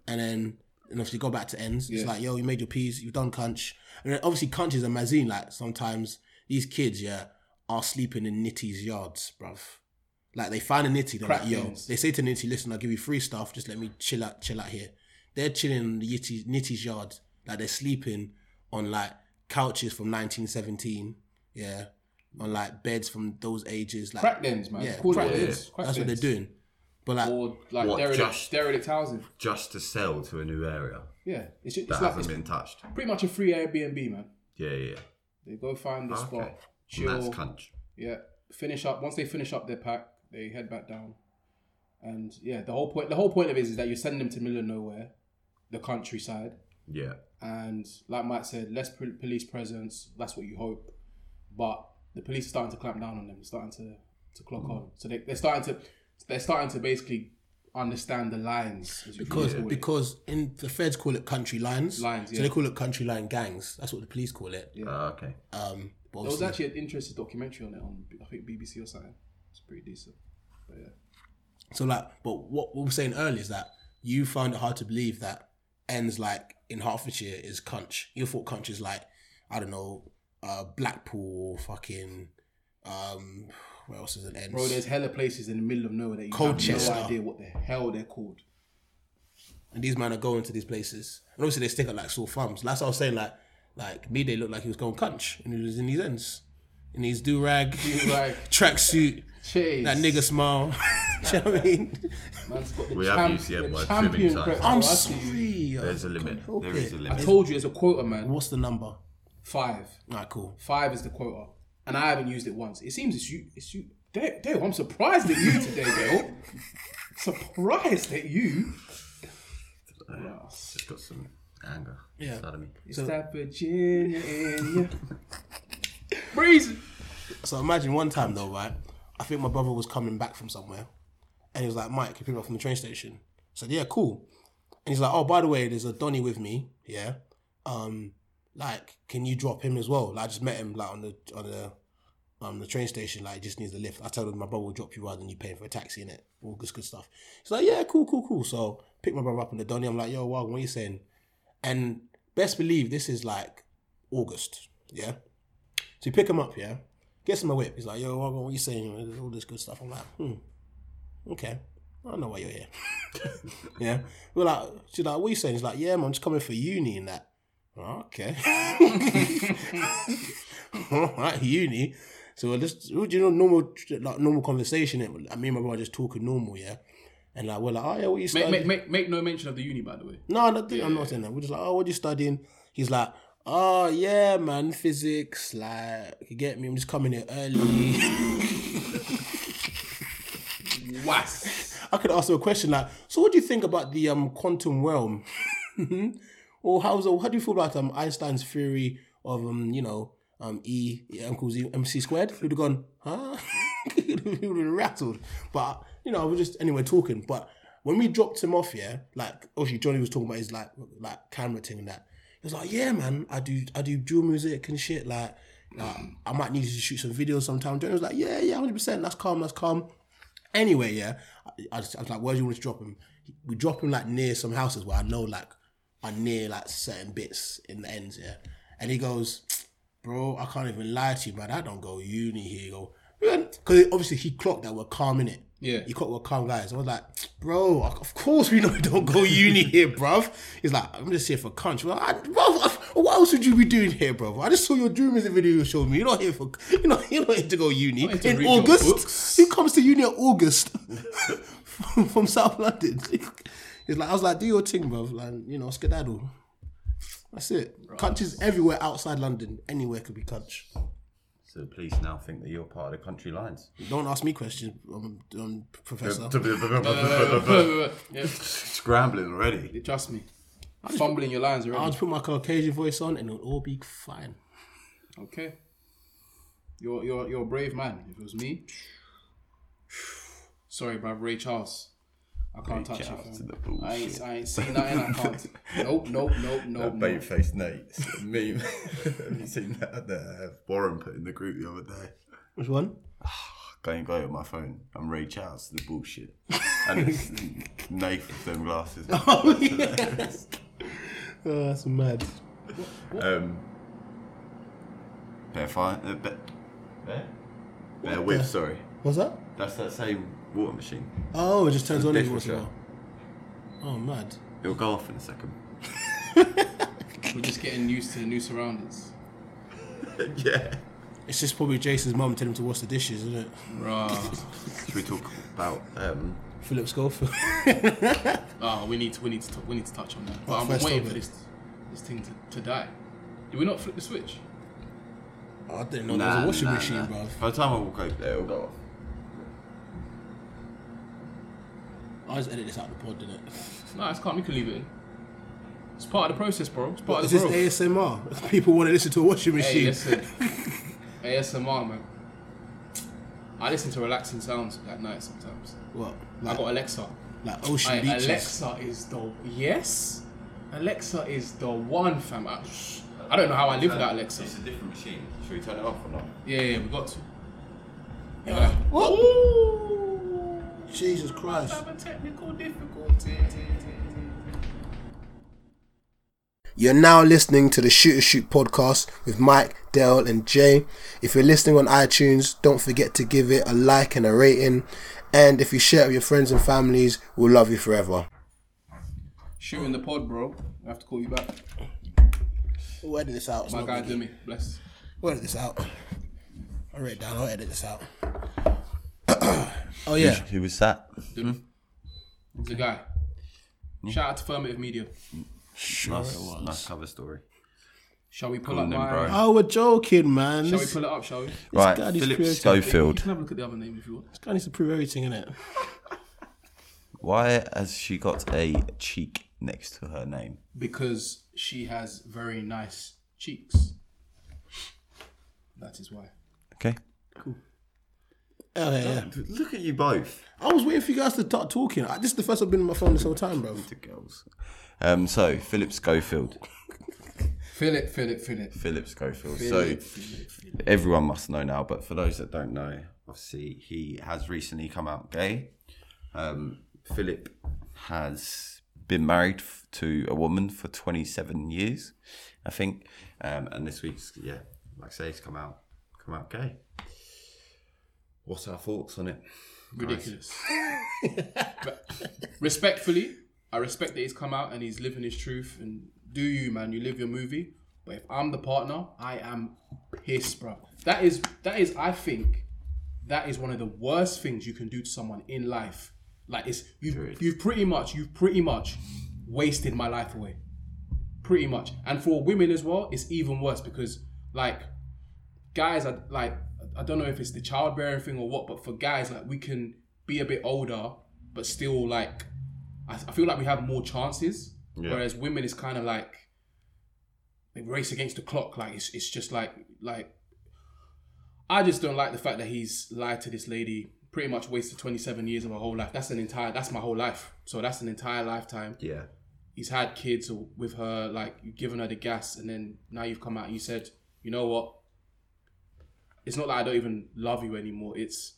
Speaker 3: And then and obviously go back to ends. It's like, yo, you made your peas, you've done cunch. And then obviously cunch is a magazine. Like sometimes these kids, yeah, are sleeping in Nitty's yards, bruv. Like they find a Nitty, they're like, yo,
Speaker 5: Crackheads.
Speaker 3: they say to Nitty, listen, I'll give you free stuff. Just let me chill out, chill out here. They're chilling in the Yitty, Nitty's yard. Like they're sleeping on like couches from 1917. Yeah. On like beds from those ages. Like,
Speaker 5: Crack dens, man.
Speaker 3: yeah,
Speaker 5: Call it
Speaker 3: crack
Speaker 5: what it
Speaker 3: dens.
Speaker 5: is. Crack
Speaker 3: That's what they're
Speaker 5: dens.
Speaker 3: doing. But like,
Speaker 5: Or like
Speaker 4: What,
Speaker 5: derelict,
Speaker 4: just-
Speaker 5: derelict housing.
Speaker 4: Just to sell to a new area
Speaker 5: Yeah, it's, just,
Speaker 4: that
Speaker 5: it's like
Speaker 4: hasn't
Speaker 5: it's
Speaker 4: been touched.
Speaker 5: pretty much a free Airbnb, man.
Speaker 4: Yeah, yeah. yeah.
Speaker 5: They go find the spot,
Speaker 4: Okay.
Speaker 5: chill,
Speaker 4: And that's cunch.
Speaker 5: yeah. Finish up. Once they finish up their pack, they head back down. And yeah, the whole point the whole point of it is, that you send them to middle of nowhere, the countryside,
Speaker 4: Yeah.
Speaker 5: and like Matt said, less pol- police presence. That's what you hope, but the police are starting to clamp down on them. They're starting to to clock
Speaker 3: Mm.
Speaker 5: on. So they, they're starting to they're starting to basically understand the lines as you
Speaker 3: Because
Speaker 5: call it.
Speaker 3: because in the feds call it country lines.
Speaker 5: Lines,
Speaker 3: So
Speaker 5: yeah.
Speaker 3: they call it country line gangs. That's what the police call it.
Speaker 4: Ah, okay.
Speaker 3: Um, but
Speaker 5: There was
Speaker 3: obviously-
Speaker 5: actually an interesting documentary on it on I think BBC or something. It's pretty decent. But yeah.
Speaker 3: so like, but what we were saying earlier is that you find it hard to believe that ends like in Hertfordshire is cunch. You thought cunch is like I don't know, uh, Blackpool or fucking um, where else is an ends?
Speaker 5: Bro, there's hella places in the middle of nowhere that you
Speaker 3: Colchester.
Speaker 5: have no idea what the hell they're called.
Speaker 3: and these men are going to these places, and obviously they stick out like sore thumbs. That's what I was saying. Like, like me, they looked like he was going cunch, and he was in these ends, in his do rag,
Speaker 5: Do-rag.
Speaker 3: tracksuit.
Speaker 5: Jeez.
Speaker 3: That nigga smile. Do you know what I mean? Oh,
Speaker 5: Man's got the
Speaker 4: We have
Speaker 5: champ-
Speaker 4: used the
Speaker 5: the
Speaker 4: M-word too many
Speaker 5: champion
Speaker 4: times.
Speaker 5: crest.
Speaker 3: I'm
Speaker 5: Bro, I see you.
Speaker 3: sorry.
Speaker 4: There's a
Speaker 3: I
Speaker 4: limit.
Speaker 3: can't help
Speaker 4: There is
Speaker 3: it.
Speaker 4: a
Speaker 5: I
Speaker 4: limit.
Speaker 5: told you there's a quota, man.
Speaker 3: What's the number?
Speaker 5: Five.
Speaker 3: Alright, cool.
Speaker 5: Five is the quota. And I haven't used it once. It seems it's you it's you Dale, Dale, I'm surprised at you today, Dale. surprised at you.
Speaker 4: Just got some anger.
Speaker 3: Yeah.
Speaker 4: Inside of me.
Speaker 5: It's that Virginia in you. Breezy.
Speaker 3: So imagine one time though, right? I think my brother was coming back from somewhere, and he was like, "Mike, can you pick me up from the train station?" I said, "Yeah, cool." And he's like, "Oh, by the way, there's a Donny with me. Yeah, um, like, can you drop him as well? Like, I just met him like on the on the um the train station. Like, he just needs a lift. I told him my brother will drop you rather than you paying for a taxi in it. All this good stuff. He's like, "Yeah, cool, cool, cool." So pick my brother up in the Donny. I'm like, "Yo, Wag, what are you saying?" And best believe this is like August. Yeah. So you pick him up, yeah? Gets him a whip. He's like, yo, Wagon, what you saying? All this good stuff. I'm like, hmm, okay. I don't know why you're here. yeah. We're like, she's like, what you saying? He's like, yeah, man, I'm just coming for uni and that. "Oh, Okay. All right, uni. So we're just, you know, normal, like normal conversation. And me and my brother just talking normal, yeah? And like, we're like, oh, yeah, what you
Speaker 5: Make,
Speaker 3: studying?
Speaker 5: make, make, make no mention of the uni, by the way.
Speaker 3: No, no I'm not saying that. We're just like, oh, what you studying? He's like, oh yeah, man, physics. Like, you get me? I'm just coming here early.
Speaker 5: Was.
Speaker 3: I could ask him a question like, so what do you think about the um quantum realm? or how's how do you feel about um Einstein's theory of um you know um E equals MC squared? He'd have gone, huh? he would have been rattled. But you know, we're just anyway talking. But when we dropped him off, yeah, like obviously Johnny was talking about his like like camera thing and that. He was like, yeah, man, I do I do dual music and shit like. I might need you to shoot some videos sometime. Jordan was like, yeah, yeah, hundred percent. That's calm. That's calm. Anyway, yeah, I, I, just, I was like, where do you want us to drop him? We drop him like near some houses where I know like are near like certain bits in the ends, yeah. And he goes, bro, I can't even lie to you, man. I don't go uni here. He go, because obviously he clocked that we're calm in it.
Speaker 5: Yeah.
Speaker 3: he clocked we're calm guys. I was like, bro, of course we know we don't go uni here, bruv. He's like, I'm just here for crunch. Well, I, bruv, what else would you be doing here, bro? I just saw your dream music video you showed me. You're not here for you know you're not here to go uni
Speaker 5: here to
Speaker 3: in
Speaker 5: read your
Speaker 3: August.
Speaker 5: books.
Speaker 3: Who comes to uni in August from, from South London? He's like, I was like, do your thing, bro. Like, you know, skedaddle. That's it. Cunch is everywhere outside London. Anywhere could be cunch.
Speaker 4: So the police now think that you're part of the country lines.
Speaker 3: Don't ask me questions, um, um, Professor.
Speaker 5: Yeah,
Speaker 8: Scrambling already.
Speaker 5: Trust me. Fumbling your lines
Speaker 3: I'll
Speaker 5: already.
Speaker 3: just put my Caucasian voice on and it'll all be fine.
Speaker 5: Okay. You're you're you're a brave man. If it was me, sorry, bruv. Ray Charles, I can't touch you.
Speaker 4: Charles
Speaker 5: fam.
Speaker 4: to the bullshit.
Speaker 5: I ain't I ain't seen nothing. I can't. Nope, nope, nope, nope. nope.
Speaker 8: Bait faced Nate. It's a Meme. Have you seen that?
Speaker 4: uh,
Speaker 8: The Warren put in the group the other day.
Speaker 3: Which one?
Speaker 4: Going go with my phone. I'm Ray Charles to the bullshit. And it's knife with them glasses.
Speaker 3: Oh, yeah. oh, that's mad.
Speaker 4: Um, bear fire. Uh, bear, bear? Bear whip, sorry.
Speaker 3: What's that?
Speaker 4: That's that same water machine.
Speaker 3: Oh, it just turns on every once in a
Speaker 4: Dishwasher.
Speaker 3: while. Oh, mad.
Speaker 4: It'll go off in a second.
Speaker 5: We're just getting used to the new surroundings.
Speaker 8: Yeah.
Speaker 3: It's just probably Jason's mum telling him to wash the dishes, isn't it?
Speaker 5: Bruh.
Speaker 4: Should we talk about um,
Speaker 3: Philip Schofield.
Speaker 5: Ah, we need to we need to t- we need to touch on that. But I'm
Speaker 3: first
Speaker 5: waiting
Speaker 3: topic.
Speaker 5: for this this thing to, to die. Did we not flip the switch?
Speaker 3: I didn't know
Speaker 4: Nah,
Speaker 3: there was a washing
Speaker 4: nah,
Speaker 3: machine,
Speaker 4: nah.
Speaker 3: bruv.
Speaker 4: By the time I walk over there, it'll go off.
Speaker 3: I'll just edit this out of the pod, didn't it?
Speaker 5: Nah, it's calm. You can leave it in. It's part of the process, bro. It's part
Speaker 3: This
Speaker 5: of
Speaker 3: is
Speaker 5: the growth.
Speaker 3: ASMR. People want to listen to a washing
Speaker 5: Hey,
Speaker 3: machine.
Speaker 5: listen. ASMR, man. I listen to relaxing sounds at night sometimes.
Speaker 3: what?
Speaker 5: I
Speaker 3: Like,
Speaker 5: got Alexa.
Speaker 3: like ocean
Speaker 5: Aye,
Speaker 3: beaches.
Speaker 5: Alexa is the yes. Alexa is the one, fam. I, I don't know how I live without Alexa.
Speaker 4: Um, It's a different machine. Should we turn it off or not?
Speaker 5: Yeah, yeah, we got to. Yeah.
Speaker 3: Jesus Christ.
Speaker 5: technical difficulty.
Speaker 9: You're now listening to the Shooter Shoot podcast with Mike, Dale, and Jay. If you're listening on iTunes, don't forget to give it a like and a rating. And if you share it with your friends and families, we'll love you forever.
Speaker 5: Shooting the pod, bro. I have to call you back.
Speaker 3: We'll edit this out. It's
Speaker 5: My
Speaker 3: not
Speaker 5: guy
Speaker 3: good.
Speaker 5: Demi, bless.
Speaker 3: We'll edit this out. I'll write it down. I'll edit this out. oh, yeah.
Speaker 4: Who was that?
Speaker 5: Demi. He's a guy. Shout out to Affirmative Media.
Speaker 4: nice, nice cover story.
Speaker 5: Shall we pull
Speaker 4: Come on
Speaker 5: up
Speaker 4: then,
Speaker 5: my?
Speaker 4: bro.
Speaker 3: Oh, we're joking, man.
Speaker 5: Shall we
Speaker 3: this
Speaker 5: pull it up? Shall we?
Speaker 4: Right,
Speaker 3: God is
Speaker 4: Philip
Speaker 3: creative.
Speaker 5: You
Speaker 4: Schofield.
Speaker 5: can have a look at the other name if you want.
Speaker 3: guy needs to prove everything, innit?
Speaker 4: Why has she got a cheek next to her name?
Speaker 5: Because she has very nice cheeks. That is why.
Speaker 4: Okay.
Speaker 3: Oh, yeah, yeah.
Speaker 4: Look at you both.
Speaker 3: I was waiting for you guys to start talking. I, this is the first I've been on my phone this whole time, bro.
Speaker 4: The girls. Um, so, Philip Schofield.
Speaker 5: Philip, Philip, Philip.
Speaker 4: Philip Schofield.
Speaker 5: Philip,
Speaker 4: So, everyone must know now, but for those that don't know, obviously he has recently come out gay. Um, Philip has been married f- to a woman for 27 years, I think. Um, and this week's, yeah, like I say, he's come out, come out gay. What's our thoughts on it?
Speaker 5: Ridiculous. But respectfully, I respect that he's come out and he's living his truth. And do you, man? You live your movie. But if I'm the partner, I am pissed, bro. That is that is. I think that is one of the worst things you can do to someone in life. Like it's you. You've pretty much you've pretty much wasted my life away. Pretty much. And for women as well, it's even worse because like guys are like I don't know if it's the childbearing thing or what, but for guys like we can be a bit older, but still like I, I feel like we have more chances. Whereas women is kind of like they race against the clock. Like it's it's just like like I just don't like the fact that he's lied to this lady. Pretty much wasted twenty seven years of my whole life. That's an entire. That's my whole life. So that's an entire lifetime
Speaker 4: Yeah.
Speaker 5: he's had kids with her, like you've given her the gas, and then now you've come out and you said, you know what, it's not like I don't even love you anymore. It's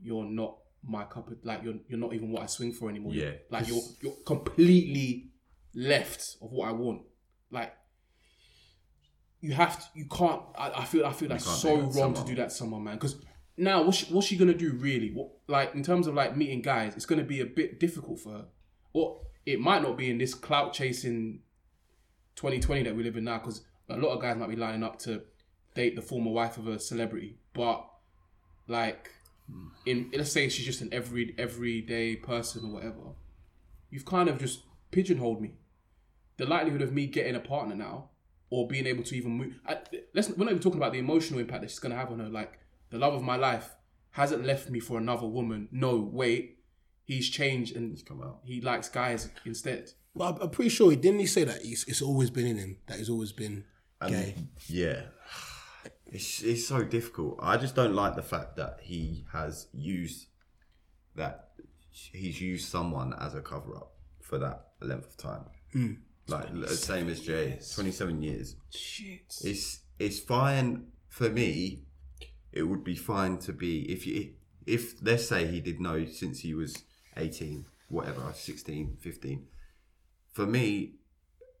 Speaker 5: you're not my cup of like you're you're not even what I swing for anymore.
Speaker 4: Yeah.
Speaker 5: like you're you're completely left of what I want. Like you have to, you can't. I, I feel I feel that's
Speaker 4: can't
Speaker 5: so
Speaker 4: do that to
Speaker 5: wrong to
Speaker 4: someone.
Speaker 5: do that to someone, man. Because now what's she, what's she gonna do really? What like in terms of like meeting guys, it's gonna be a bit difficult for her. Or it might not be in this clout chasing 2020 that we live in now because a lot of guys might be lining up to date the former wife of a celebrity but like in let's say she's just an every everyday person or whatever you've kind of just pigeonholed me the likelihood of me getting a partner now or being able to even move I, let's we're not even talking about the emotional impact that she's going to have on her like the love of my life hasn't left me for another woman no wait he's changed and
Speaker 4: come out.
Speaker 5: he likes guys instead
Speaker 3: But I'm- I'm pretty sure he didn't he say that he's, it's always been in him that he's always been gay.
Speaker 4: Yeah. It's, it's so difficult. I just don't like the fact that he has used that he's used someone as a cover up for that length of time. Like l- same as Jay, twenty seven years.
Speaker 5: shit
Speaker 4: It's it's fine for me. It would be fine to be if you if let's say he did know since he was eighteen, whatever, 16, 15. For me,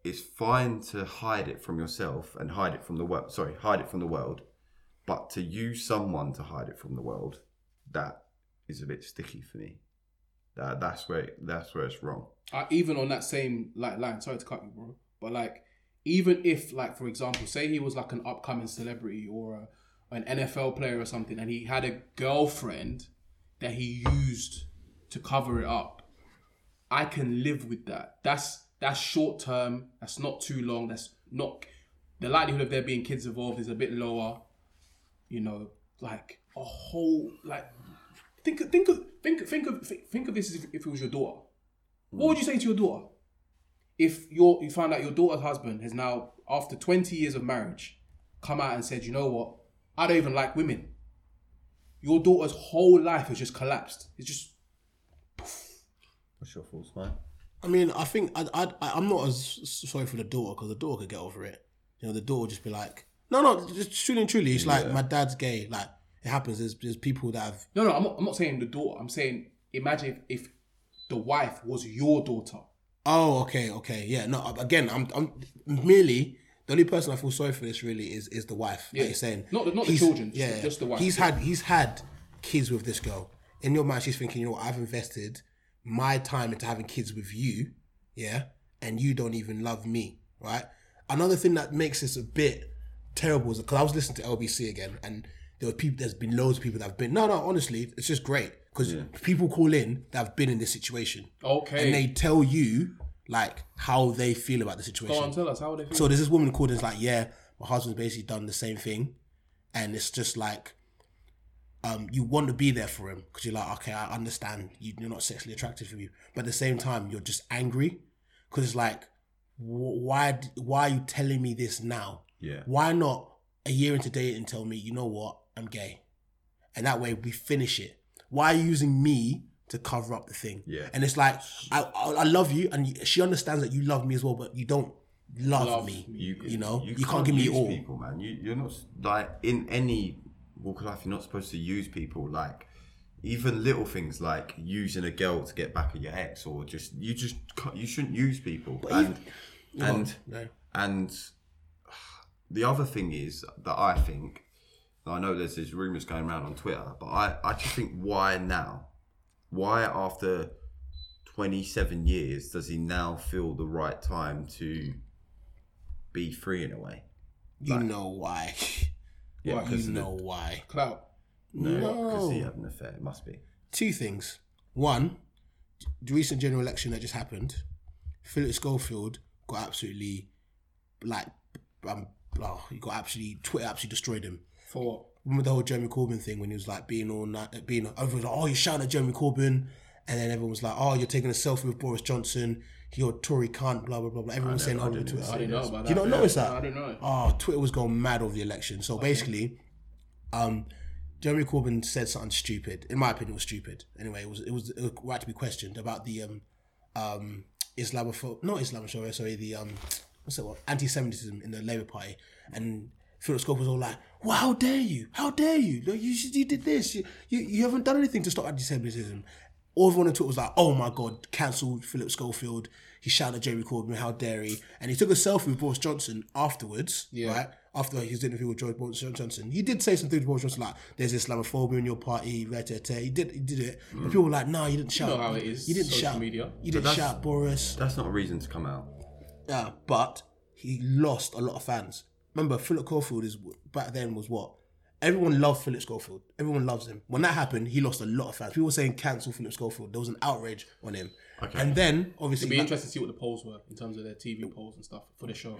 Speaker 4: it's fine to hide it from yourself and hide it from the world. Sorry, hide it from the world, but to use someone to hide it from the world, that is a bit sticky for me. That that's where that's where it's wrong.
Speaker 5: I, even on that same like line, sorry to cut you, bro, but like even if like for example, say he was like an upcoming celebrity or a, an NFL player or something, and he had a girlfriend that he used to cover it up, I can live with that. That's that's short term. That's not too long. That's not the likelihood of there being kids involved is a bit lower. You know, like a whole like think think of think think of think of this as if, if it was your daughter. What would you say to your daughter if your you find out your daughter's husband has now, after twenty years of marriage, come out and said, you know what, I don't even like women. Your daughter's whole life has just collapsed. It's just
Speaker 4: What's your thoughts, mate?
Speaker 3: I mean, I think I'd, I'd, I- I'm not as s- sorry for the daughter because the daughter could get over it. You know, the daughter would just be like, no, no, just truly and truly, it's like my dad's gay. Like it happens. There's, there's people that have
Speaker 5: no, no. I'm not, I'm not saying the daughter. I'm saying imagine if, if the wife was your daughter.
Speaker 3: Oh, okay, okay, yeah. No, again, I'm, I'm merely the only person I feel sorry for this really is is the wife. Yeah, you're saying
Speaker 5: Not the- not the
Speaker 3: He's-
Speaker 5: children, just- just the wife,
Speaker 3: He's
Speaker 5: yeah.
Speaker 3: had he's had kids with this girl. In your mind, she's thinking, you know, what, I've invested my time into having kids with you, yeah, and you don't even love me, right? Another thing that makes this a bit terrible is because I was listening to LBC again, and there were people. There's been loads of people that have been. No, no, honestly, it's just great because people call in that have been in this situation
Speaker 5: Okay.
Speaker 3: and they tell you like how they feel about the
Speaker 5: Go
Speaker 3: situation.
Speaker 5: on, tell us how would they feel.
Speaker 3: So there's this woman called and it's like, yeah, my husband's basically done the same thing, and it's just like, um, you want to be there for him because you're like, okay, I understand you, you're not sexually attracted to you, but at the same time you're just angry because it's like, wh- why d- why are you telling me this now?
Speaker 4: Yeah.
Speaker 3: Why not a year into dating tell me, you know what, I'm gay? And that way we finish it. Why are you using me to cover up the thing?
Speaker 4: Yeah.
Speaker 3: And it's like, I, I, I love you, and you- she understands that you love me as well, but you don't love,
Speaker 5: Love
Speaker 3: me.
Speaker 5: me.
Speaker 3: You, know, you, can't, give me
Speaker 4: use
Speaker 3: all.
Speaker 4: People, man, you, you're not s- like in any walk of life. You're not supposed to use people like even little things like using a girl to get back at your ex, or just you just can't, you shouldn't use people. and and
Speaker 3: No.
Speaker 4: and the other thing is that I think I know there's these rumors going around on Twitter, but I I just think why now? Why after 27 years does he now feel the right time to be free in a way?
Speaker 3: You know why?
Speaker 4: Yeah,
Speaker 3: you
Speaker 4: because
Speaker 3: know why?
Speaker 5: Clout.
Speaker 4: no, because he
Speaker 3: No.
Speaker 4: had an affair. It must be.
Speaker 3: Two things. One, the recent general election that just happened, Philip Schofield got absolutely like, um, oh, he got absolutely Twitter absolutely destroyed him.
Speaker 5: For what?
Speaker 3: remember the whole Jeremy Corbyn thing when he was like being all night, being everyone was like, oh, you're shouting at Jeremy Corbyn, and then everyone was like, oh, you're taking a selfie with Boris Johnson, you're a Tory cunt, blah blah blah blah. Everyone was saying, oh, on Twitter.
Speaker 5: I didn't know about that.
Speaker 3: You don't notice that?
Speaker 5: I didn't know.
Speaker 3: Oh, Twitter was going mad over the election. So basically, um, Jeremy Corbyn said something stupid. In my opinion, it was stupid. Anyway, it was it was, it was right to be questioned about the um, um, Islamophobe, not Islamophobia, sorry, the um, what's that word? Anti-Semitism in the Labour Party, and Philip Scope was all like, "Well, how dare you? How dare you? Look, you should- you did this. You, you you haven't done anything to stop anti-Semitism." All everyone on Twitter was like, "Oh my God, cancelled Philip Schofield." He shouted at Jerry Corbyn, "How dare he?" And he took a selfie with Boris Johnson afterwards.
Speaker 5: Yeah.
Speaker 3: Right after his interview with George Boris Johnson, he did say some things to Boris Johnson like, "There's Islamophobia in your party." Right, right, right. He did he did it, but people were like, "No, you didn't shout."
Speaker 5: Mm. know how it is,
Speaker 3: You didn't
Speaker 5: social
Speaker 3: shout.
Speaker 5: media.
Speaker 3: You didn't
Speaker 4: that's-
Speaker 3: shout, Boris.
Speaker 4: That's not a reason to come out.
Speaker 3: Uh, but he lost a lot of fans. Remember, Philip Caulfield is back then was what everyone loved Philip Schofield. Everyone loves him. When that happened, he lost a lot of fans. People were saying cancel Philip Schofield. There was an outrage on him. And then
Speaker 5: It'd
Speaker 3: obviously
Speaker 5: be
Speaker 3: like,
Speaker 5: interesting to see what the polls were in terms of their TV polls and stuff for the show.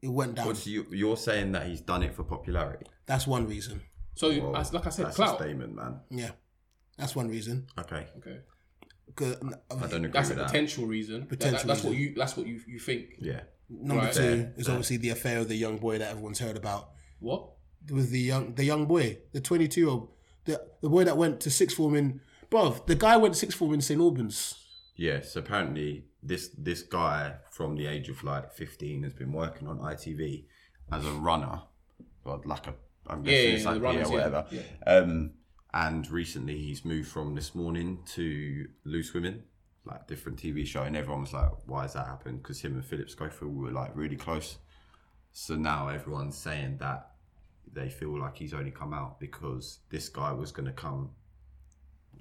Speaker 3: it went down.
Speaker 4: What's you, you're saying that he's done it for popularity?
Speaker 3: That's one reason.
Speaker 5: So, as- like I said,
Speaker 4: That's a
Speaker 5: clout.
Speaker 4: statement, man.
Speaker 3: Yeah, that's one reason. uh,
Speaker 4: Okay,
Speaker 5: Okay,
Speaker 3: 'Cause-
Speaker 4: I don't agree
Speaker 5: that's a
Speaker 4: with that.
Speaker 5: potential reason. That- that-
Speaker 3: Potential
Speaker 5: that's what
Speaker 3: reason.
Speaker 5: you. That's what you. You think
Speaker 4: Yeah,
Speaker 3: Number
Speaker 5: Right.
Speaker 3: two
Speaker 4: There,
Speaker 3: is
Speaker 4: there.
Speaker 3: obviously the affair of the young boy that everyone's heard about.
Speaker 5: what?
Speaker 3: with the young the young boy, the twenty two year old, the the boy that went to sixth form in bruv, the guy went to sixth form in St Albans.
Speaker 4: yeah. So apparently, this this guy from the age of like 15 has been working on ITV as a runner, or like a I'm guessing
Speaker 5: yeah,
Speaker 4: it's
Speaker 5: yeah,
Speaker 4: like
Speaker 5: the
Speaker 4: yeah,
Speaker 5: runners, yeah,
Speaker 4: whatever. Um, and recently, he's moved from this morning to Loose Women, like different TV show, and everyone was like, "Why has that happened?" Because him and Philip Schofield were like really close. So now everyone's saying that they feel like he's only come out because this guy was going to come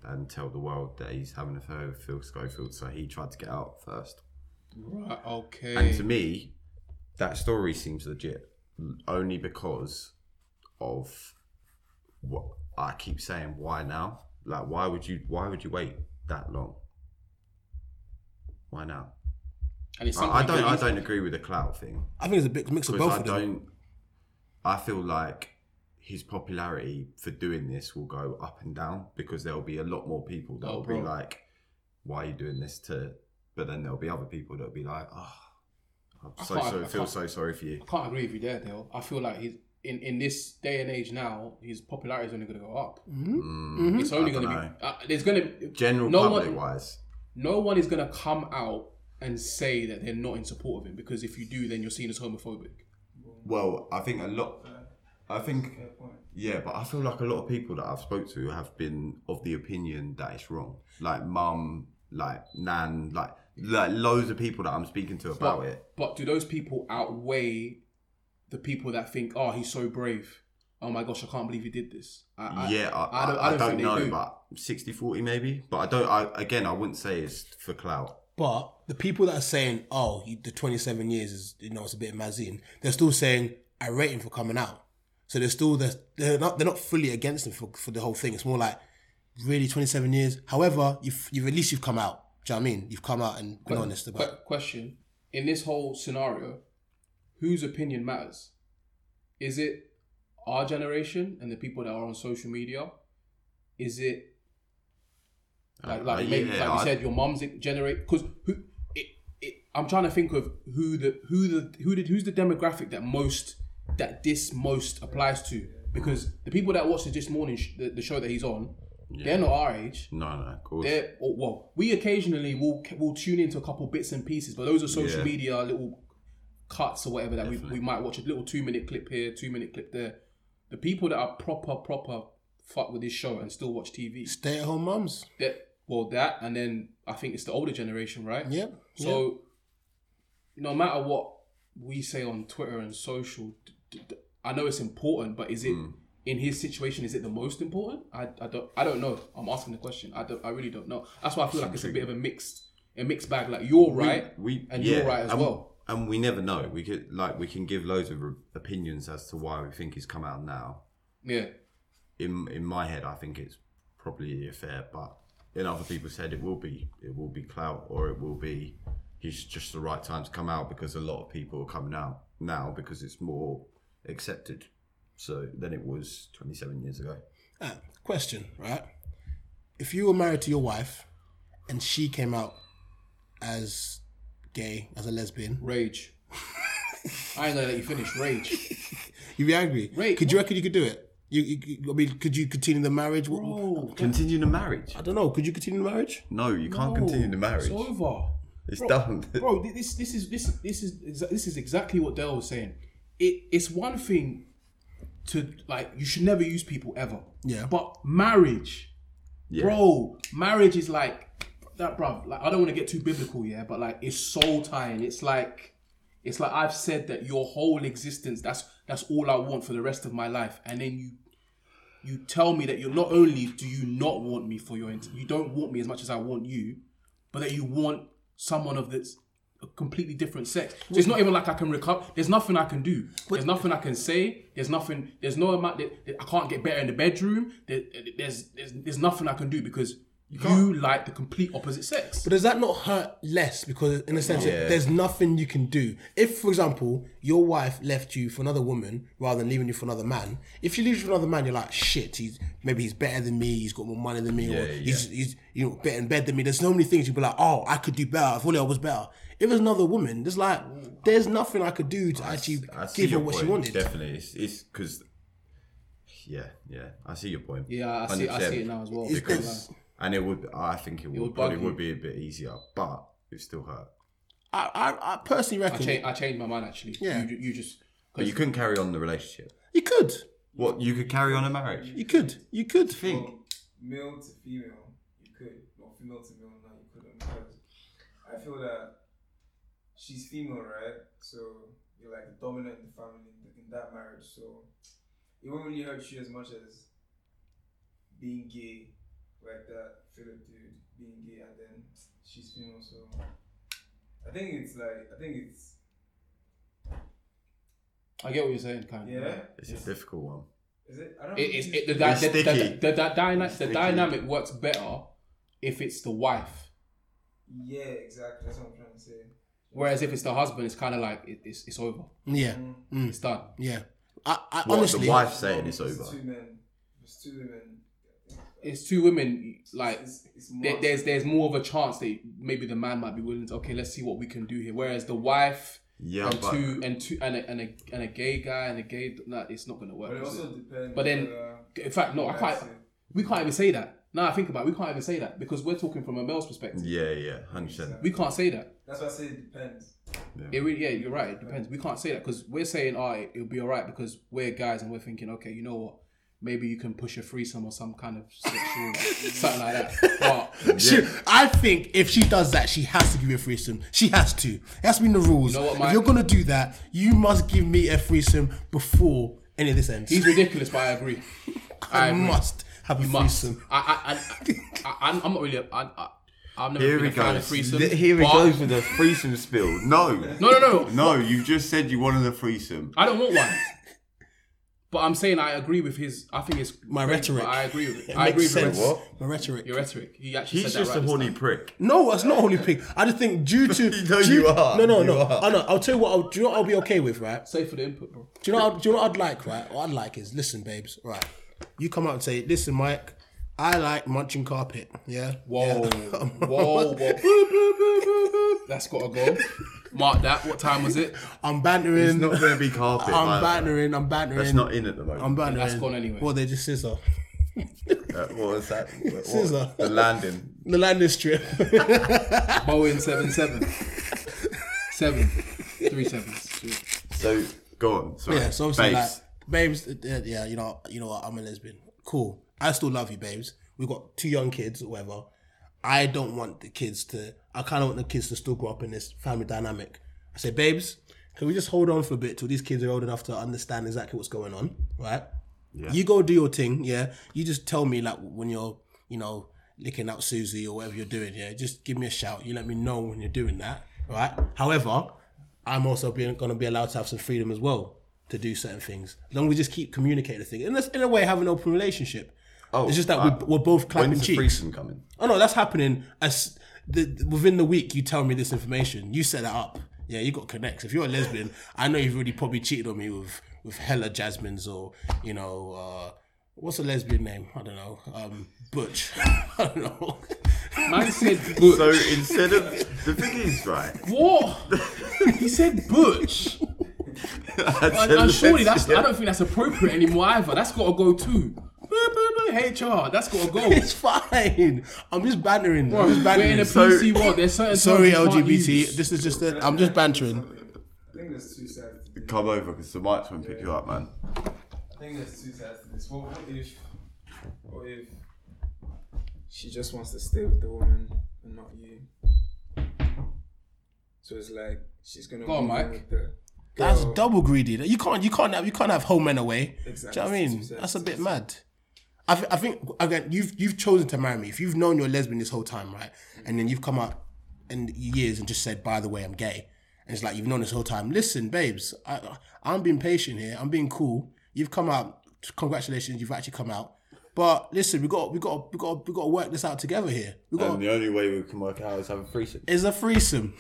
Speaker 4: and tell the world that he's having an affair with Phil Schofield, so he tried to get out first.
Speaker 5: Right. Okay.
Speaker 4: And to me, that story seems legit only because of what I keep saying. Why now? Like, why would you? Why would you wait that long? Why now?
Speaker 5: and it's
Speaker 4: I,
Speaker 5: something
Speaker 4: I don't.
Speaker 5: that
Speaker 4: I
Speaker 5: you-
Speaker 4: don't agree with the clout thing
Speaker 3: I think it's a big mix of
Speaker 4: because
Speaker 3: both
Speaker 4: I
Speaker 3: of them.
Speaker 4: don't. I feel like his popularity for doing this will go up and down because there will be a lot more people that
Speaker 5: Oh,
Speaker 4: will be
Speaker 5: bro.
Speaker 4: like, "Why are you doing this?" To, but then there'll be other people that'll be like, "Oh, I'm so,
Speaker 5: can't-
Speaker 4: so
Speaker 5: I
Speaker 4: feel
Speaker 5: can't-
Speaker 4: so sorry for you."
Speaker 5: I can't agree with you there, Dale. I feel like he's in, in this day and age now, his popularity is only going to go up. It's only
Speaker 4: Mm-hmm. I
Speaker 5: going to
Speaker 4: dunno.
Speaker 5: be. Uh, there's going to
Speaker 4: Mm. General
Speaker 5: Mm-hmm. no
Speaker 4: public
Speaker 5: one,
Speaker 4: wise,
Speaker 5: no one is going to come out and say that they're not in support of him because if you do, then you're seen as homophobic.
Speaker 4: well, I think a lot. I think, yeah, but I feel like a lot of people that I've spoke to have been of the opinion that it's wrong. Like mum, like nan, like like loads of people that I'm speaking to about it.
Speaker 5: But do those people outweigh the people that think, "Oh, he's so brave. Oh my gosh, I can't believe he did this." I, I-
Speaker 4: yeah, I, I,
Speaker 5: don't-
Speaker 4: don't,
Speaker 5: I don't think they
Speaker 4: know,
Speaker 5: do.
Speaker 4: but 60 40 maybe. But I don't, I again, I wouldn't say it's for clout.
Speaker 3: But the people that are saying, "Oh, he, the 27 years is you know it's a bit mazine," they're still saying, "I rate him for coming out." So they're still they're, they're not they're not fully against him for, for the whole thing. It's more like really 27 years. However, you've you've at least you've come out. Do you know what I mean? You've come out and been honest about.
Speaker 5: Quick question: In this whole scenario, whose opinion matters? Is it our generation and the people that are on social media? Is it like,
Speaker 4: Uh,
Speaker 5: like maybe
Speaker 4: yeah,
Speaker 5: like you
Speaker 4: I-
Speaker 5: said, your mum's generate? Because who? It, it, I'm trying to think of who the who the who did who's the demographic that most that this most applies to because the people that watch this morning sh- the, the show that he's on, they're not our age
Speaker 4: No, no, of course.
Speaker 5: they're oh, well. We occasionally will will tune into a couple bits and pieces, but those are social
Speaker 4: Yeah.
Speaker 5: media little cuts or whatever that we, we might watch a little two minute clip here, two minute clip there. The people that are proper proper fuck with this show and still watch TV.
Speaker 3: Stay at home mums.
Speaker 5: That well that and then I think it's the older generation, right?
Speaker 3: Yep.
Speaker 5: So no matter what we say on Twitter and social, d- d- d- I know it's important, but is it?
Speaker 4: Hmm.
Speaker 5: In his situation, is it the most important? I, I don't I don't know. I'm asking the question. I don't I really don't know. That's why I feel like it's a bit of a mixed a mixed bag. Like you're right,
Speaker 4: we
Speaker 5: and
Speaker 4: yeah,
Speaker 5: you're right as
Speaker 4: and,
Speaker 5: well.
Speaker 4: And we never know. We could like we can give loads of re- opinions as to why we think he's come out now.
Speaker 5: Yeah,
Speaker 4: In in my head, I think it's probably affair, but in other people's head, it will be it will be clout or it will be he's just the right time to come out because a lot of people are coming out now because it's more accepted. So than it was 27 years ago.
Speaker 3: Ah, question, right? If you were married to your wife and she came out as gay, as a lesbian,
Speaker 5: rage. I ain't gonna let you finish. Rage.
Speaker 3: you'd be angry.
Speaker 5: Right.
Speaker 3: Could you reckon you could do it? You, you, I mean, could you continue the marriage? What-
Speaker 5: Oh,
Speaker 4: Continue the marriage?
Speaker 3: I don't know. Could you continue the marriage?
Speaker 4: No, you can't continue the marriage.
Speaker 5: oh, It's over.
Speaker 4: It's done.
Speaker 5: bro. thi- This this is this this is exa- this is exactly what Dell was saying. It it's one thing to like you should never use people ever.
Speaker 3: Yeah.
Speaker 5: But marriage, bro, marriage is like that, bro. Like I don't want to get too biblical, yeah, but like it's soul tying. It's like it's like I've said that your whole existence. That's that's all I want for the rest of my life, and then you. You tell me that you're not only do you not want me for your int- you don't want me as much as I want you, but that you want someone of this a completely different sex. So it's not even like I can recover. There's nothing I can do. there's nothing I can say. There's nothing. There's no amount. That, that I can't get better in the bedroom. There, there's, there's there's nothing I can do because you, like the complete opposite sex.
Speaker 3: But does that not hurt less? Because in a sense, that there's nothing you can do. If, for example, your wife left you for another woman rather than leaving you for another man, if she leaves you for another man, you're like, shit. He's maybe he's better than me. He's got more money than me, or he's, he's you know better in bed than me. There's so many things you'd be like, oh, I could do better. If only I was better. If there's another woman, there's like, there's nothing I could do to actually
Speaker 4: I see
Speaker 3: give her
Speaker 4: your
Speaker 3: what
Speaker 4: point.
Speaker 3: she wanted.
Speaker 4: Definitely, it's because. yeah, yeah, I see your point.
Speaker 5: yeah, I see. I see it
Speaker 4: 100%.
Speaker 5: now as well.
Speaker 4: Because and it would, I think it would,
Speaker 5: would bug
Speaker 4: probably would
Speaker 5: you.
Speaker 4: be a bit easier, but it still hurt.
Speaker 3: I, I, I personally
Speaker 5: I,
Speaker 3: reckon
Speaker 5: cha- I changed my mind actually.
Speaker 3: Yeah.
Speaker 5: You, you just
Speaker 4: But you couldn't carry on the relationship.
Speaker 3: you could,
Speaker 4: What you could carry on a marriage?
Speaker 3: you could, you could.
Speaker 4: think.
Speaker 10: male to female, you could, not female to male, no, you couldn't. Because I feel that she's female, right? So you're like the dominant in the family in- in that marriage. So it won't really hurt you as much as being gay, like that Philip dude being gay, and then she's female. So I think it's like I think it's
Speaker 5: I get what you're saying, kind of.
Speaker 10: yeah.
Speaker 4: It's a difficult one.
Speaker 10: Is it? I don't.
Speaker 5: It,
Speaker 10: think
Speaker 5: it's,
Speaker 10: it's-
Speaker 5: it, the, di-
Speaker 4: It's
Speaker 5: the, the,
Speaker 4: sticky.
Speaker 5: the, the dyna-
Speaker 4: It's
Speaker 5: the
Speaker 4: sticky.
Speaker 5: dynamic works better if it's the wife.
Speaker 10: yeah, exactly. That's what I'm trying to say.
Speaker 5: Whereas if it's the husband, it's kind of like it, it's, it's over.
Speaker 3: Yeah,
Speaker 10: Mm.
Speaker 5: It's done.
Speaker 3: yeah. I, I
Speaker 4: What,
Speaker 3: honestly,
Speaker 4: the wife saying it's
Speaker 10: If
Speaker 4: over.
Speaker 10: Two men. If It's two women.
Speaker 5: It's two women. Like
Speaker 10: It's, it's
Speaker 5: there,
Speaker 10: more-
Speaker 5: there's there's more of a chance that maybe the man might be willing to okay, let's see what we can do here. Whereas the wife
Speaker 4: Yeah,
Speaker 5: and
Speaker 4: but
Speaker 5: two and two and a, and a and a gay guy and a gay nah, it's not gonna work.
Speaker 10: But it
Speaker 5: is
Speaker 10: also
Speaker 5: it?
Speaker 10: depends.
Speaker 5: But then-
Speaker 10: whether-
Speaker 5: in fact, no, I
Speaker 10: Yeah,
Speaker 5: can't.
Speaker 10: I see.
Speaker 5: We can't even say that. Now I think about, it, we can't even say that because we're talking from a male's perspective.
Speaker 4: yeah, yeah, hundred percent.
Speaker 5: We can't say that.
Speaker 10: that's why I say it depends.
Speaker 5: It really, yeah, you're right. It depends. We can't say that because we're saying, oh, it, will be all right because we're guys and we're thinking, okay, you know what? Maybe you can push a threesome or some kind of sexual something like that. But
Speaker 3: She, I think if she does that, she has to give you a threesome. She has to. It has to be in the rules.
Speaker 5: know what,
Speaker 3: if
Speaker 5: Mike?
Speaker 3: you're gonna do that, you must give me a threesome before any of this ends.
Speaker 5: he's ridiculous, but I agree.
Speaker 3: I
Speaker 5: agree.
Speaker 3: must have a
Speaker 5: You must.
Speaker 3: threesome.
Speaker 5: I, I, I, I, I'm- I'm not really. A, I, I, I've never
Speaker 4: Here
Speaker 5: been
Speaker 4: he
Speaker 5: a fan of
Speaker 4: goes.
Speaker 5: threesome.
Speaker 4: Th- Here he
Speaker 5: but-
Speaker 4: goes with a threesome spill. No,
Speaker 5: No, no, no, no.
Speaker 4: no, you just said you wanted a threesome.
Speaker 5: I don't want one. But I'm saying I agree with his. I think it's
Speaker 3: My rhetoric.
Speaker 5: I agree with it.
Speaker 3: It
Speaker 5: I agree
Speaker 3: makes
Speaker 5: with
Speaker 3: sense.
Speaker 5: your-
Speaker 3: My rhetoric.
Speaker 5: your rhetoric. He actually
Speaker 4: He's
Speaker 5: said that
Speaker 4: just
Speaker 5: right.
Speaker 4: a
Speaker 5: this
Speaker 4: horny
Speaker 5: time.
Speaker 4: prick.
Speaker 3: No, that's not holy pig. I just think due to
Speaker 4: No,
Speaker 3: due,
Speaker 4: you are.
Speaker 3: no, no,
Speaker 4: You
Speaker 3: no.
Speaker 4: are.
Speaker 3: I know. I'll tell you what. I'll, do you know what I'll be okay with, right?
Speaker 5: Say for the input, bro.
Speaker 3: Do you know? What, do you know what I'd like, right? What I'd like is listen, babes, right? You come out and say, listen, Mike. I like munching carpet. Yeah.
Speaker 5: Whoa, whoa, whoa. That's gotta go. Mark that. What time was it?
Speaker 3: I'm
Speaker 4: It's
Speaker 3: bantering.
Speaker 4: not going to be carpet.
Speaker 3: I'm
Speaker 4: like that.
Speaker 3: bantering. I'm bantering.
Speaker 4: That's not in at the moment.
Speaker 3: I'm banned.
Speaker 5: That's gone anyway.
Speaker 3: Well, they just scissor.
Speaker 4: Uh, what was that? What- what-
Speaker 3: Scissor.
Speaker 4: The landing.
Speaker 3: The landing strip.
Speaker 5: Boeing seven seven. Seven. Three sevens.
Speaker 4: So go on. Sorry.
Speaker 3: yeah, so I'm saying like,
Speaker 4: Babes.
Speaker 3: babes, uh, yeah, you know, you know what, I'm a lesbian. Cool. I still love you, babes. We've got two young kids or whatever. I don't want the kids to, I kind of want the kids to still grow up in this family dynamic. I say, babes, can we just hold on for a bit till these kids are old enough to understand exactly what's going on, right? You go do your thing, yeah. You just tell me like when you're, you know, licking up Susie or whatever you're doing, yeah. Just give me a shout. You let me know when you're doing that, right? However, I'm also being going to be allowed to have some freedom as well to do certain things. As long as we just keep communicating the thing, and that's in a way have an open relationship.
Speaker 4: Oh,
Speaker 3: it's just that
Speaker 4: uh,
Speaker 3: we, we're both clapping
Speaker 4: When's the
Speaker 3: cheeks.
Speaker 4: threesome coming?
Speaker 3: Oh no, that's happening as the, within the week. You tell me this information. You set that up. Yeah, you got connects. If you're a lesbian, I know you've already probably cheated on me with with hella Jasmines or you know uh, what's a lesbian name? I don't know. Um, Butch. I don't know.
Speaker 5: Man said butch.
Speaker 4: So instead of the thing is right.
Speaker 5: what? He said butch. And, and surely that's I don't think that's appropriate anymore either. That's gotta go too. HR, that's gotta go.
Speaker 3: It's fine. I'm just bantering. I'm just
Speaker 5: We're in a
Speaker 3: bantering.
Speaker 5: PC world. There's certain
Speaker 3: Sorry,
Speaker 5: terms we can't
Speaker 3: LGBT.
Speaker 5: use.
Speaker 3: This is just. A, I'm just bantering.
Speaker 10: I think there's two sides. to this.
Speaker 4: Come over because the mics won't pick you up, man.
Speaker 10: I think there's two sides to this. What, what if, what if she just wants to stay with the woman and not you? So it's like she's gonna
Speaker 5: Go on,
Speaker 10: move
Speaker 5: Mike.
Speaker 10: with the
Speaker 3: That's
Speaker 10: girl.
Speaker 3: double greedy. Like, You can't, you can't have, you can't have home and away.
Speaker 10: Exactly.
Speaker 3: Do you know what I mean?
Speaker 10: That's what
Speaker 3: That's a
Speaker 10: I'm
Speaker 3: bit mad. I, th- I think again, you've you've chosen to marry me. If you've known you're lesbian this whole time, right, and then you've come out in years and just said, "By the way, I'm gay," and it's like you've known this whole time. Listen, babes, I, I'm being patient here. I'm being cool. You've come out. Congratulations, you've actually come out. But listen, we got we got we got we got to work this out together here. We got
Speaker 4: Um,
Speaker 6: And the only way we can work out is have a threesome.
Speaker 3: it's a threesome,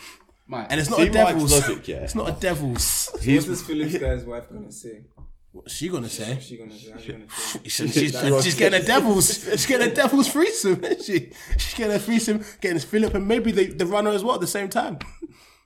Speaker 5: Mike,
Speaker 3: and it's not
Speaker 6: See
Speaker 3: a
Speaker 6: Mike's
Speaker 3: devil's.
Speaker 6: logic, yeah.
Speaker 3: It's not a devil's.
Speaker 10: What's this Phillips guy's wife gonna say?
Speaker 3: What's she gonna say?
Speaker 10: She gonna say? How you gonna feel?
Speaker 3: She's, she's, she's getting a devil's. She's getting a devil's threesome. Isn't she? She's getting a threesome, getting Philip, and maybe the, the runner as well at the same time.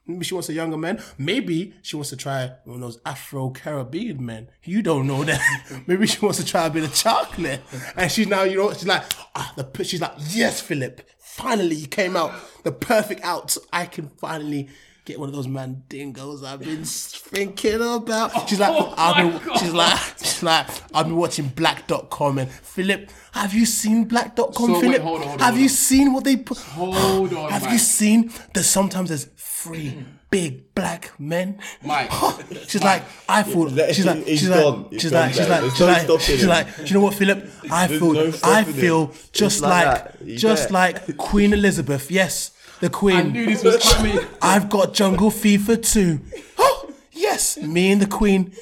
Speaker 3: Maybe she wants a younger man. Maybe she wants to try one of those Afro Caribbean men. You don't know that. maybe she wants to try a bit of chocolate, and she's now you know she's like ah the p- she's like yes Philip, finally you came out the perfect out. I can finally. Get one of those mandingos I've been thinking about. She's like,
Speaker 5: Oh my
Speaker 3: I've been,
Speaker 5: God.
Speaker 3: she's like, it's like I've been watching Black.com and Philip, have you seen Black.com,
Speaker 5: So, wait,
Speaker 3: Philip?
Speaker 5: hold on, hold
Speaker 3: have
Speaker 5: on, hold
Speaker 3: you
Speaker 5: on.
Speaker 3: seen what they put?
Speaker 5: Hold on,
Speaker 3: Have
Speaker 5: Mike. Mm-hmm.
Speaker 3: you seen that sometimes there's three big black men?
Speaker 5: Mike.
Speaker 3: she's like, I thought
Speaker 6: Let-
Speaker 3: she's like,
Speaker 6: he's
Speaker 3: she's
Speaker 6: gone.
Speaker 3: like,
Speaker 6: He's
Speaker 3: she's
Speaker 6: gone
Speaker 3: like,
Speaker 6: there.
Speaker 3: she's like,
Speaker 6: There's
Speaker 3: she's
Speaker 6: no
Speaker 3: like,
Speaker 6: stopping
Speaker 3: she's
Speaker 6: him.
Speaker 3: like, do you know what, Philip? I feel,
Speaker 6: no
Speaker 3: I
Speaker 6: stopping him.
Speaker 3: feel
Speaker 6: It's
Speaker 3: just
Speaker 6: like
Speaker 3: like,
Speaker 6: that. He's
Speaker 3: just
Speaker 6: there.
Speaker 3: like Queen Elizabeth. Yes, the Queen.
Speaker 5: I knew this was coming.
Speaker 3: I've got jungle fever too. Oh, yes, me and the Queen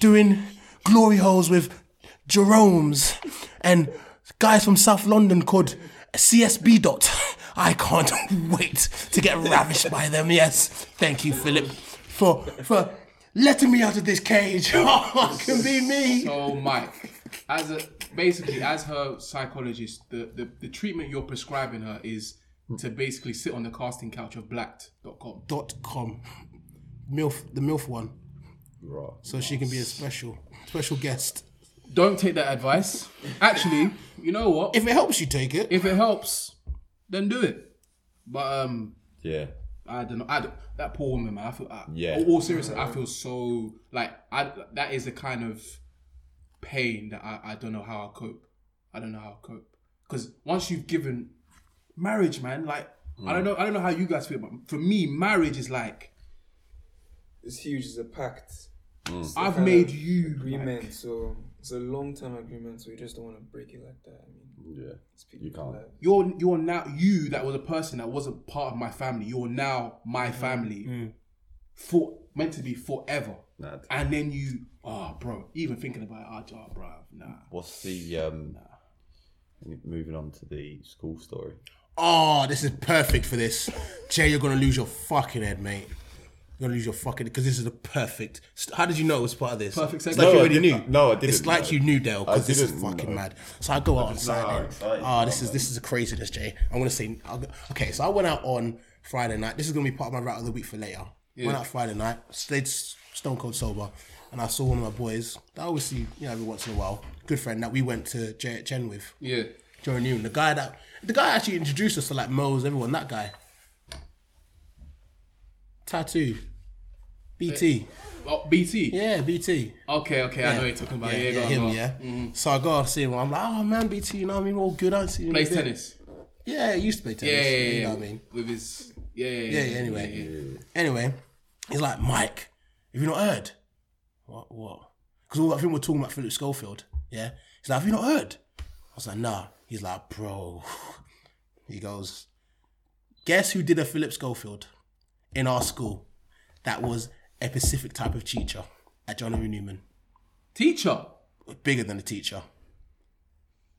Speaker 3: doing glory holes with Jerome's and guys from South London called CSB Dot. I can't wait to get ravished by them. Yes, thank you, Philip, for for letting me out of this cage. Oh, it can be me.
Speaker 5: So Mike, as a basically as her psychologist, the, the, the treatment you're prescribing her is to basically sit on the casting couch of blacked.com.
Speaker 3: Dot com, milf the milf one,
Speaker 6: Right.
Speaker 3: so she can be a special special guest.
Speaker 5: Don't take that advice. Actually, you know what? If,
Speaker 3: If it helps you take it.
Speaker 5: it helps, then do it. But um
Speaker 6: Yeah.
Speaker 5: I don't know. I don't, that poor woman, man. I feel. I,
Speaker 6: Yeah.
Speaker 5: All, all seriousness, I feel so like I. That is the kind of pain that I, I don't know how I cope. I don't know how I cope because once you've given marriage, man, like I don't know. I don't know how you guys feel, but for me, marriage is like
Speaker 10: It's huge. It's a pact. It's the
Speaker 5: I've
Speaker 10: kind
Speaker 5: made
Speaker 10: of
Speaker 5: you
Speaker 10: agreement.
Speaker 5: like,
Speaker 10: so it's a long term agreement. So you just don't want to break it like that. I mean,
Speaker 6: Yeah.
Speaker 10: it's people
Speaker 6: can't.
Speaker 10: Like,
Speaker 5: you're you're now you that was a person that wasn't part of my family. You're now my family for meant to be forever.
Speaker 6: Mad.
Speaker 5: And then you, oh, bro, even thinking about it, oh, bro, nah.
Speaker 6: What's the um? Moving on to the school story.
Speaker 3: Oh, this is perfect for this. Jay, you're gonna lose your fucking head, mate. You're gonna lose your fucking because this is the perfect. How did you know it was part of this?
Speaker 5: Perfect
Speaker 3: It's
Speaker 5: segue.
Speaker 3: like
Speaker 5: No,
Speaker 3: you
Speaker 5: I
Speaker 3: already
Speaker 6: didn't-
Speaker 3: knew.
Speaker 6: no, I didn't
Speaker 3: It's like
Speaker 6: know.
Speaker 3: you knew, Dale, because
Speaker 6: I
Speaker 3: this is
Speaker 6: didn't
Speaker 3: fucking
Speaker 6: know.
Speaker 3: mad. So I go out on Saturday.
Speaker 6: excited.
Speaker 3: Oh, this is this is a craziness, Jay. I'm gonna say. I'll go- okay, so I went out on Friday night. This is gonna be part of my route of the week for later. Went out Friday night. Stayed s- stone cold sober, and I saw one of my boys that I always see, you know, every once in a while. Good friend that we went to J- Jen with.
Speaker 5: Yeah.
Speaker 3: Joe Newman, the guy that the guy actually introduced us to like Mo's, everyone, that guy. Tattoo. BT.
Speaker 5: Oh, BT.
Speaker 3: Yeah, BT.
Speaker 5: Okay, okay, I know what you're talking about. Yeah,
Speaker 3: yeah,
Speaker 5: go on,
Speaker 3: him,
Speaker 5: go on. Mm-hmm.
Speaker 3: yeah. So I go and see him. I'm like, oh man, BT, you know what I mean? All good. I ain't seen you in a
Speaker 5: Plays
Speaker 3: bit.
Speaker 5: tennis.
Speaker 3: Yeah, he used to play
Speaker 5: Yeah,
Speaker 3: tennis.
Speaker 5: yeah, yeah,
Speaker 3: You
Speaker 5: yeah.
Speaker 3: know what I mean?
Speaker 5: With his yeah, yeah,
Speaker 3: Yeah, yeah, anyway. Anyway, he's like, Mike, have you not heard? What? What? Because all that thing we're talking about Philip Schofield, yeah? He's like, have you not heard? I was like, nah. He's like, bro. He goes, guess who did a Philip Schofield in our school that was a specific type of teacher at John Henry Newman?
Speaker 5: Teacher.
Speaker 3: Bigger than a teacher.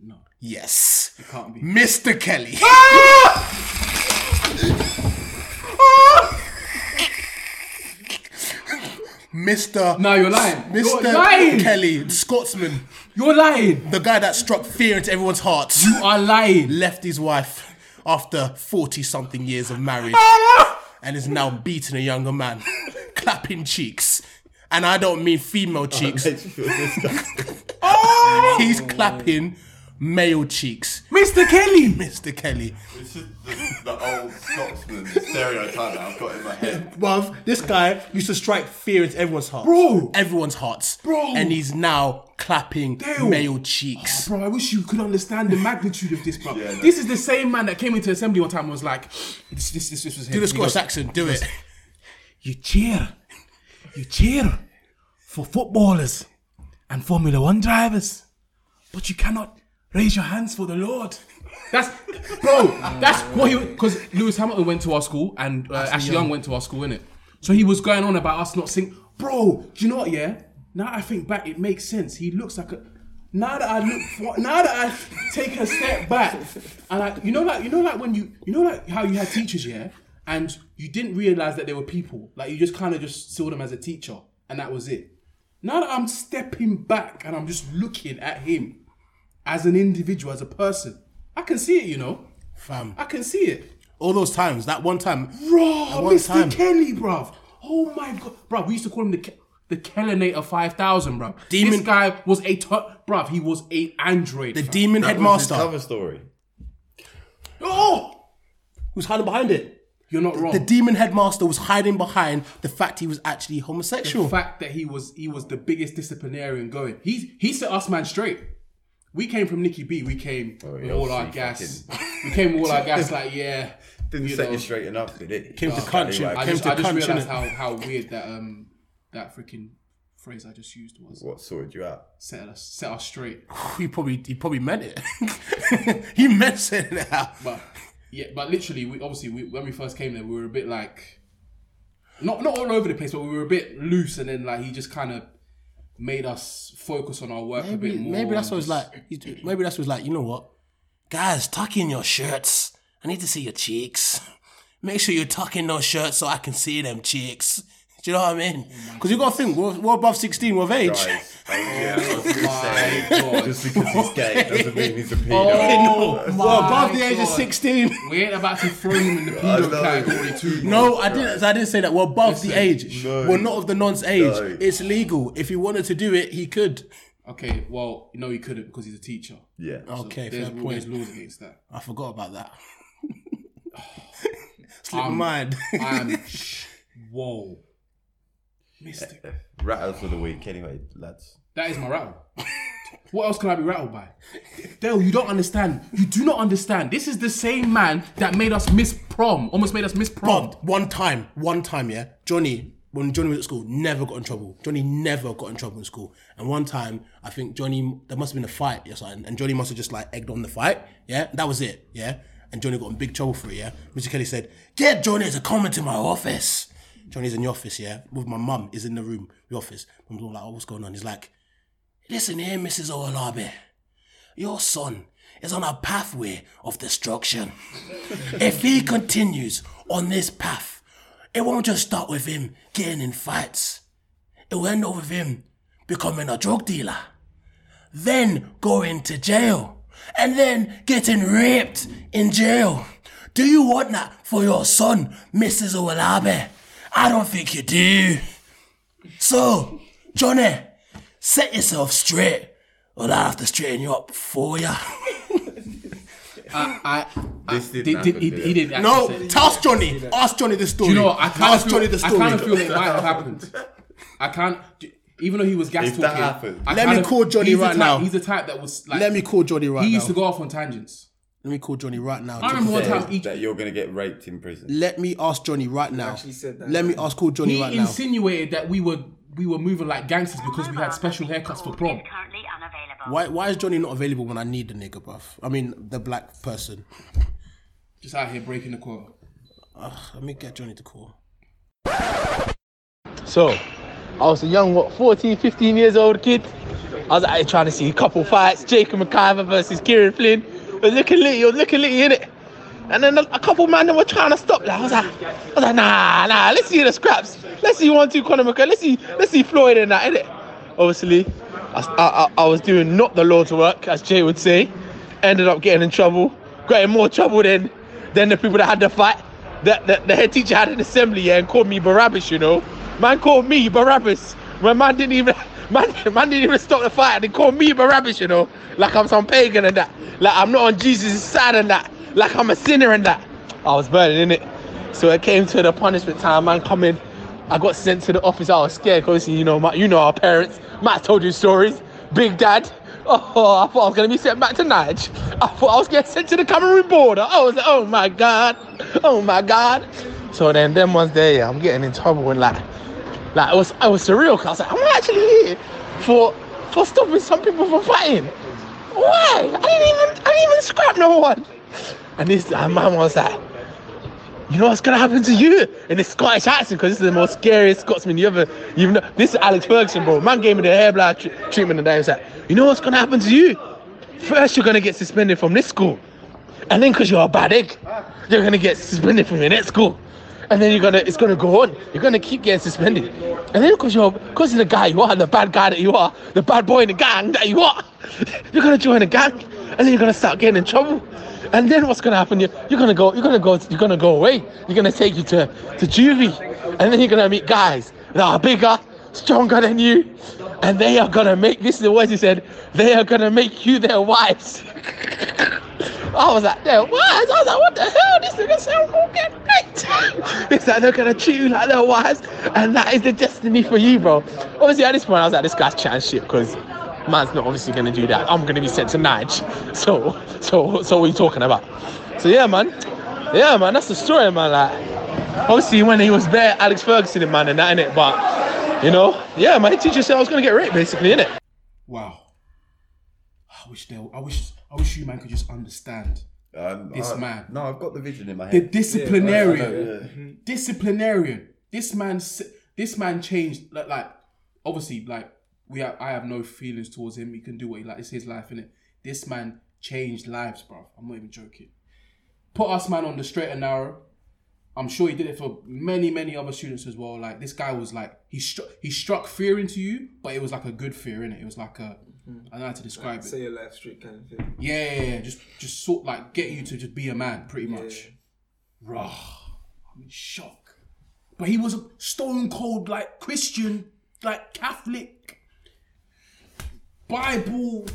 Speaker 5: No,
Speaker 3: Yes.
Speaker 5: it can't be.
Speaker 3: Mr. Kelly. Mr.
Speaker 5: No, you're lying.
Speaker 3: Mr.
Speaker 5: You're lying.
Speaker 3: Kelly, the Scotsman,
Speaker 5: You're lying.
Speaker 3: the guy that struck fear into everyone's hearts,
Speaker 5: You are lying.
Speaker 3: left his wife after 40 something years of marriage and is now beating a younger man, clapping cheeks. And I don't mean female cheeks,
Speaker 6: Makes me feel disgusting.
Speaker 3: he's clapping male cheeks.
Speaker 5: Mr. Kelly.
Speaker 3: Mr. Kelly.
Speaker 4: It's just the, the old Scotsman stereotype that I've got in my head.
Speaker 3: Bruv, this guy used to strike fear into everyone's hearts.
Speaker 5: Bro.
Speaker 3: Everyone's hearts.
Speaker 5: Bro.
Speaker 3: And he's now clapping
Speaker 5: Dale.
Speaker 3: male cheeks.
Speaker 5: Bro, I wish you could understand the magnitude of this, bro.
Speaker 4: Yeah, no.
Speaker 5: This is the same man that came into assembly one time and was like, this, this, this, this was him.
Speaker 3: Do the
Speaker 5: He
Speaker 3: Scottish
Speaker 5: goes,
Speaker 3: accent, do it.
Speaker 5: You cheer. You cheer for footballers and Formula One drivers. But you cannot raise your hands for the Lord. That's, bro, that's what he, because Lewis Hamilton went to our school and uh, Ashley Young. went to our school, innit? So he was going on about us not sing. Bro, do you know what, yeah? Now I think back, it makes sense. He looks like a, now that I look, for, now that I take a step back, and I, you know, like you know, like when you, you know, like how you had teachers, yeah, and you didn't realize that they were people. Like you just kind of just saw them as a teacher, and that was it. Now that I'm stepping back and I'm just looking at him as an individual, as a person, I can see it. You know,
Speaker 3: Fam.
Speaker 5: I can see it.
Speaker 3: All those times, that one time.
Speaker 5: Bro,
Speaker 3: At one
Speaker 5: Mr.
Speaker 3: time.
Speaker 5: Kelly, bruv. Oh my god, bruv. We used to call him the Ke- the Kellinator Five Thousand, bruv.
Speaker 3: Demon-
Speaker 5: This guy was a tu- bruv. He was a android.
Speaker 3: The
Speaker 5: bruv.
Speaker 3: demon headmaster
Speaker 6: Cover story.
Speaker 5: Oh,
Speaker 3: who's hiding behind it.
Speaker 5: you're not wrong.
Speaker 3: The demon headmaster was hiding behind the fact he was actually
Speaker 5: the
Speaker 3: homosexual.
Speaker 5: fact that he was he was the biggest disciplinarian going. He he set us man straight. We came from Nikki B. We came
Speaker 3: Oh,
Speaker 5: with all our gas. We came with all our gas. Like yeah,
Speaker 6: Didn't
Speaker 5: you
Speaker 6: set
Speaker 5: know.
Speaker 6: you straight enough, did it?
Speaker 3: Came to country.
Speaker 5: I
Speaker 3: Came
Speaker 5: just,
Speaker 3: to
Speaker 5: I just
Speaker 3: crunch,
Speaker 5: realized
Speaker 3: innit?
Speaker 5: how, how weird that um that freaking phrase I just used was
Speaker 6: What sorted you out?
Speaker 5: set us set us straight.
Speaker 3: he probably he probably meant it. he meant saying it out.
Speaker 5: But yeah, but literally, we obviously we, when we first came there, we were a bit like not not all over the place, but we were a bit loose, and then like he just kind of made us focus on our work a bit
Speaker 3: Maybe,
Speaker 5: more.
Speaker 3: maybe that's
Speaker 5: and
Speaker 3: what it's
Speaker 5: just-
Speaker 3: like. you- Maybe that's what it's like. You know what, guys, tuck in your shirts. I need to see your cheeks. Make sure you tuck in those shirts so I can see them cheeks. Do you know what I mean?
Speaker 5: Oh
Speaker 3: Because you got to think we're, we're above sixteen. We're of age.
Speaker 6: Guys, oh, yeah, I was gonna
Speaker 5: My
Speaker 6: say,
Speaker 5: God. Oh,
Speaker 6: just because he's gay doesn't mean he's a pedo.
Speaker 3: No, we're above the
Speaker 5: my
Speaker 3: age of
Speaker 5: God.
Speaker 3: sixteen.
Speaker 5: we ain't about to throw him in the
Speaker 6: I
Speaker 5: pedo
Speaker 6: know.
Speaker 5: category too. bro.
Speaker 3: No, I didn't. I didn't say that. We're above the age.
Speaker 6: no.
Speaker 3: We're not of the nonce age.
Speaker 6: No.
Speaker 3: It's legal. If he wanted to do it, he could.
Speaker 5: Okay, well, no, he couldn't because he's a teacher.
Speaker 6: Yeah.
Speaker 3: Okay,
Speaker 5: There's,
Speaker 3: fair point.
Speaker 5: there's laws against that.
Speaker 3: I forgot about that. Slip my
Speaker 5: Um,
Speaker 3: mind.
Speaker 5: I'm whoa, Mister.
Speaker 6: Rattles for the week, anyway, lads.
Speaker 5: That is my rattle. what else can I be rattled by? Dale, you don't understand. You do not understand. This is the same man that made us miss prom, almost made us miss prom.
Speaker 3: Bob, one time, one time, yeah. Johnny, when Johnny was at school, never got in trouble. Johnny never got in trouble in school. And one time, I think Johnny, there must have been a fight or something, and Johnny must have just like egged on the fight, yeah. That was it, yeah. And Johnny got in big trouble for it, yeah. Mr. Kelly said, "Get Johnny as a comment to my office." Johnny's in the office, yeah, with my mum. Is in the room, the office. Mum's all like, "Oh, what's going on?" He's like, "Listen here, Mrs. Olabe, your son." Is on a pathway of destruction if he continues on this path, it won't just start with him getting in fights. It will end up with him becoming a drug dealer, then going to jail, and then getting raped in jail. Do you want that for your son, Mrs. Owalabe? I don't think you do. So, Johnny, set yourself straight, or I'll have to straighten you up for ya.
Speaker 5: Uh, I, I,
Speaker 6: This didn't
Speaker 5: did, did,
Speaker 6: happen,
Speaker 5: he,
Speaker 6: did
Speaker 5: he
Speaker 6: it?
Speaker 5: didn't actually
Speaker 3: No,
Speaker 5: say that.
Speaker 3: ask Johnny. Ask Johnny the story.
Speaker 5: You know, what, I kind
Speaker 3: ask
Speaker 5: of
Speaker 3: Johnny the
Speaker 5: feel, I
Speaker 3: story.
Speaker 5: kind of feel it might have happened. I can't, even though he was gas
Speaker 6: If that
Speaker 5: talking.
Speaker 6: happened-
Speaker 5: I
Speaker 3: Let me
Speaker 5: kind of-
Speaker 3: call Johnny
Speaker 5: he's the
Speaker 3: right
Speaker 5: type,
Speaker 3: now.
Speaker 5: He's the type that was like,
Speaker 3: Let me call Johnny right
Speaker 5: he used
Speaker 3: now.
Speaker 5: to go off on tangents.
Speaker 3: Let me call Johnny right now.
Speaker 5: I remember one
Speaker 6: Says
Speaker 5: time he,
Speaker 6: that you're gonna get raped in prison.
Speaker 3: Let me ask Johnny right now.
Speaker 10: actually said that.
Speaker 3: Let me ask call Johnny
Speaker 5: he
Speaker 3: right now.
Speaker 5: insinuated that we were we were moving like gangsters because we had special haircuts for prom.
Speaker 11: Currently unavailable.
Speaker 3: Why, why is Johnny not available when I need the nigga, bruv? I mean, the black person.
Speaker 5: Just out here breaking the quota.
Speaker 3: Let me get Johnny to call.
Speaker 12: So, I was a young, what, 14, 15 years old kid. I was out here trying to see a couple fights, Jacob McIver versus Kieran Flynn. It was looking litty, it was looking litty, innit? And then a, a couple man that were trying to stop. Like, I was like, I was like, nah, nah, let's see the scraps. Let's see one, two, Conor McGregor. Let's see, let's see Floyd and that, innit? Obviously, I, s- I- I- I was doing not the Lord's work, as Jay would say. Ended up getting in trouble, got in more trouble than than the people that had the fight. The, the, the head teacher had an assembly yeah, and called me Barabbas, you know. Man called me Barabbas when man didn't even Man, man didn't even stop the fight. They call me a rubbish, you know. Like I'm some pagan and that. Like I'm not on Jesus' side and that. Like I'm a sinner and that. I was burning in it. So it came to the punishment time. Man, come in. I got sent to the office. I was scared. 'cause Obviously, you know, my, you know our parents. Matt told you stories. Big dad. Oh, I thought I was gonna be sent back to Nige. I thought I was getting sent to the Cameroon border. I was like, oh my god, oh my god. So then, then ones there, yeah, I'm getting in trouble and like, like it was, it was surreal. Cause I was like, I'm actually here for for stopping some people from fighting. Why? I didn't even, I didn't even scrap no one. And this, and my mum was like, you know what's gonna happen to you in this Scottish accent because this is the most scariest Scotsman you ever you've know. This is Alex Ferguson, bro. Man gave me the hair blood tr- treatment and I was like, you know what's gonna happen to you? First, you're gonna get suspended from this school, and then because you're a bad egg, you're gonna get suspended from your next school, and then you're gonna it's gonna go on. You're gonna keep getting suspended, and then because you're because of the guy you are, the bad guy that you are, the bad boy in the gang that you are, you're gonna join a gang, and then you're gonna start getting in trouble. And then what's gonna happen? You're, you're gonna go. You're gonna go. You're gonna go away. You're gonna take you to to juvie, and then you're gonna meet guys that are bigger, stronger than you, and they are gonna make. This is the words he said. They are gonna make you their wives. I was like, their wives? I was like, what the hell? This nigga sound fucking great. it's like they're gonna treat you like their wives, and that is the destiny for you, bro. Obviously, at this point, I was like, this guy's chatting shit because man's not obviously gonna do that. I'm gonna be sent to Nige. So, so, so what are you talking about? So yeah, man. Yeah, man. That's the story, man. Like, obviously, when he was there, Alex Ferguson, and man, and that in it. But you know, yeah, my teacher said I was gonna get raped, basically, in it.
Speaker 5: Wow. I wish they. I wish. I wish you man could just understand
Speaker 4: Um,
Speaker 5: this
Speaker 4: I-
Speaker 5: man.
Speaker 4: No, I've got the vision in my
Speaker 5: The Mm-hmm.
Speaker 4: head.
Speaker 5: disciplinarian.
Speaker 4: I know, yeah.
Speaker 5: disciplinarian. This man, s- this man changed. Like, like obviously, like we, have, I have no feelings towards him. He can do what he like. It's his life, innit? This man changed lives, bro. I'm not even joking. Put us man on the straight and narrow. I'm sure he did it for many, many other students as well. Like this guy was like he struck, he struck fear into you, but it was like a good fear, innit? It was like a, I don't know how to describe it.
Speaker 10: Say your life straight kind of thing.
Speaker 5: Yeah, yeah, yeah. Just, just sort like get you to just be a man, pretty much. Rah, I'm in shock. But he was a stone cold, like Christian, like Catholic, Bible.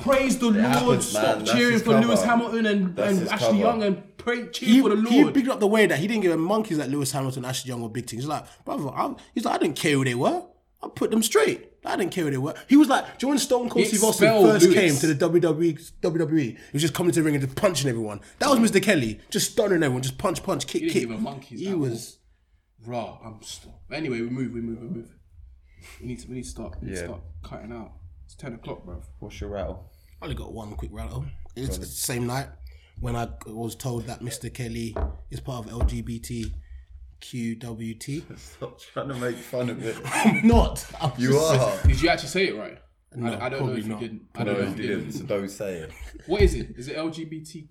Speaker 5: Praise the Lord.
Speaker 4: happens, man.
Speaker 5: Stop
Speaker 4: That's
Speaker 5: cheering
Speaker 4: his
Speaker 5: for Lewis
Speaker 4: cover.
Speaker 5: Hamilton and,
Speaker 4: That's
Speaker 5: and
Speaker 4: his
Speaker 5: Ashley
Speaker 4: cover.
Speaker 5: Young and pray cheer
Speaker 3: He,
Speaker 5: for the
Speaker 3: he
Speaker 5: Lord.
Speaker 3: picked up the way that he didn't give a monkeys like Lewis Hamilton, Ashley Young, or Big T. He's like, brother, I'm, he's like, I didn't care who they were. I put them straight. I didn't care who they were. He was like, do you know when Stone Cold
Speaker 5: He
Speaker 3: Steve Austin
Speaker 5: expelled
Speaker 3: first
Speaker 5: Lewis.
Speaker 3: came to the E, WWE, WWE? He was just coming to the ring and just punching everyone. That was Mr. Kelly, just stunning everyone, just punch, punch, kick,
Speaker 5: He didn't
Speaker 3: kick.
Speaker 5: give a monkey's
Speaker 3: he
Speaker 5: that
Speaker 3: was.
Speaker 5: Rah, I'm stop. Anyway, we move, we move, we move. We need to, we need to stop. We need to
Speaker 4: Yeah.
Speaker 5: start cutting out. It's ten o'clock, bruv.
Speaker 4: What's your rattle?
Speaker 3: I only got one quick rattle. It's the same night when I was told that Mr. Kelly is part of LGBTQWT.
Speaker 4: Stop trying to make fun of it.
Speaker 3: I'm not. I'm
Speaker 4: You
Speaker 3: just-
Speaker 4: are.
Speaker 5: Did you actually say it right? No, I, don't know
Speaker 3: probably
Speaker 5: if
Speaker 3: not.
Speaker 5: you didn't. I
Speaker 4: No,
Speaker 5: don't know
Speaker 4: you
Speaker 5: if you didn't.
Speaker 4: didn't. So don't say it.
Speaker 5: What is it? Is it LGBTQ?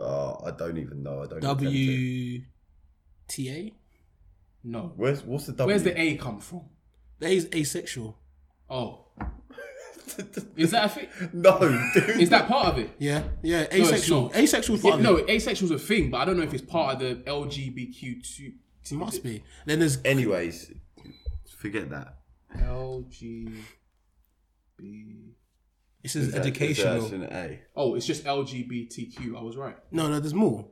Speaker 4: Oh, I don't even know. I don't. attempt it.
Speaker 3: W T A.
Speaker 5: No.
Speaker 4: Where's what's the W?
Speaker 5: Where's the A come from?
Speaker 3: That is asexual.
Speaker 5: Oh. Is that a thing?
Speaker 4: No, dude.
Speaker 5: Is that part of it?
Speaker 3: Yeah, yeah,
Speaker 5: it's
Speaker 3: asexual.
Speaker 5: not.
Speaker 3: asexual is
Speaker 5: Yeah,
Speaker 3: part of
Speaker 5: no,
Speaker 3: it.
Speaker 5: asexual's a thing, but I don't know if it's part of the LGBTQ2.
Speaker 3: It must be. Then there's
Speaker 4: Anyways, forget that.
Speaker 5: LG.
Speaker 3: this is
Speaker 4: That-
Speaker 3: educational.
Speaker 4: That's an A.
Speaker 5: Oh, it's just LGBTQ. I was right.
Speaker 3: no, no, there's more.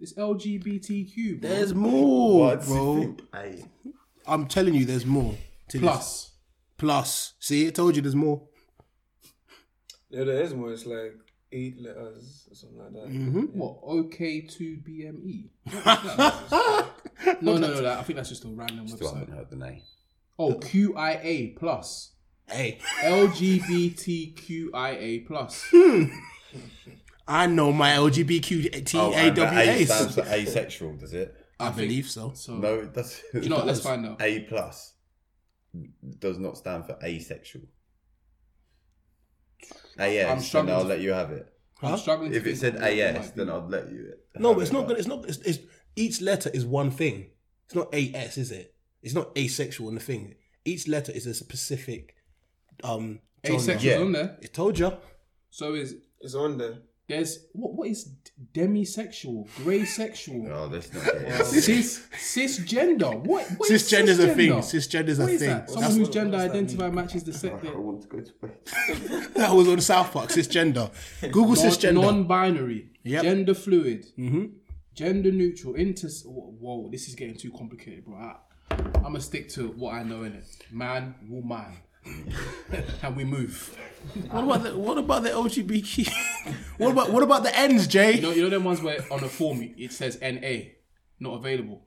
Speaker 5: It's LGBTQ. Bro.
Speaker 3: There's more,
Speaker 4: Why does it
Speaker 3: bro.
Speaker 4: think A.
Speaker 3: I'm telling you, there's more. To this.
Speaker 5: plus.
Speaker 3: plus. See, I told you, there's more.
Speaker 10: Yeah, there is more. It's like eight letters or something like that.
Speaker 5: What? OK2BME? E? no, no, no, that, I think that's just a random
Speaker 4: Still
Speaker 5: website.
Speaker 4: haven't heard the name.
Speaker 5: Oh, QIA plus.
Speaker 3: Hey,
Speaker 5: LGBTQIA plus.
Speaker 3: I know my
Speaker 4: Oh, and the A stands
Speaker 3: LGBTQTAWAs.
Speaker 4: for asexual, does it?
Speaker 3: I believe so.
Speaker 5: So
Speaker 4: No, it doesn't.
Speaker 5: you know, what, let's find out.
Speaker 4: A plus does not stand for asexual. AS, then
Speaker 5: struggling
Speaker 4: I'll
Speaker 5: to-
Speaker 4: let you have it.
Speaker 5: I'm struggling. to
Speaker 4: If it
Speaker 5: think
Speaker 4: said
Speaker 5: what it
Speaker 4: AS,
Speaker 5: might
Speaker 4: then
Speaker 5: be.
Speaker 4: I'd let you.
Speaker 3: No,
Speaker 4: have
Speaker 3: but it's
Speaker 4: it,
Speaker 3: not good. It's not. It's, it's each letter is one thing. It's not AS, is it? It's not asexual in the thing. Each letter is a specific. Um, genre.
Speaker 5: asexual's
Speaker 4: Yeah.
Speaker 5: on there.
Speaker 3: I told you.
Speaker 5: So is
Speaker 10: It's on there.
Speaker 5: There's what what is d- demisexual, grey sexual,
Speaker 6: Oh, let's not get into this.
Speaker 5: cis cisgender? What, what is
Speaker 3: Cisgender's a thing.
Speaker 5: cisgender?
Speaker 3: Cisgender's a
Speaker 5: What is
Speaker 3: thing.
Speaker 5: that? Someone
Speaker 3: That's-
Speaker 5: whose gender identify matches the sex.
Speaker 6: I want to go to bed.
Speaker 3: That was on South Park. Cisgender. Google cisgender.
Speaker 5: non-binary,
Speaker 3: Yep. Mm-hmm.
Speaker 5: gender fluid, gender neutral, inter. Whoa, this is getting too complicated, bro. I, I'm gonna stick to what I know in it. Man, woman, and we move.
Speaker 3: What about the what about the LGBTQ? what about what about the ends, Jay?
Speaker 5: You know, you know them ones where on the form it says NA, not available.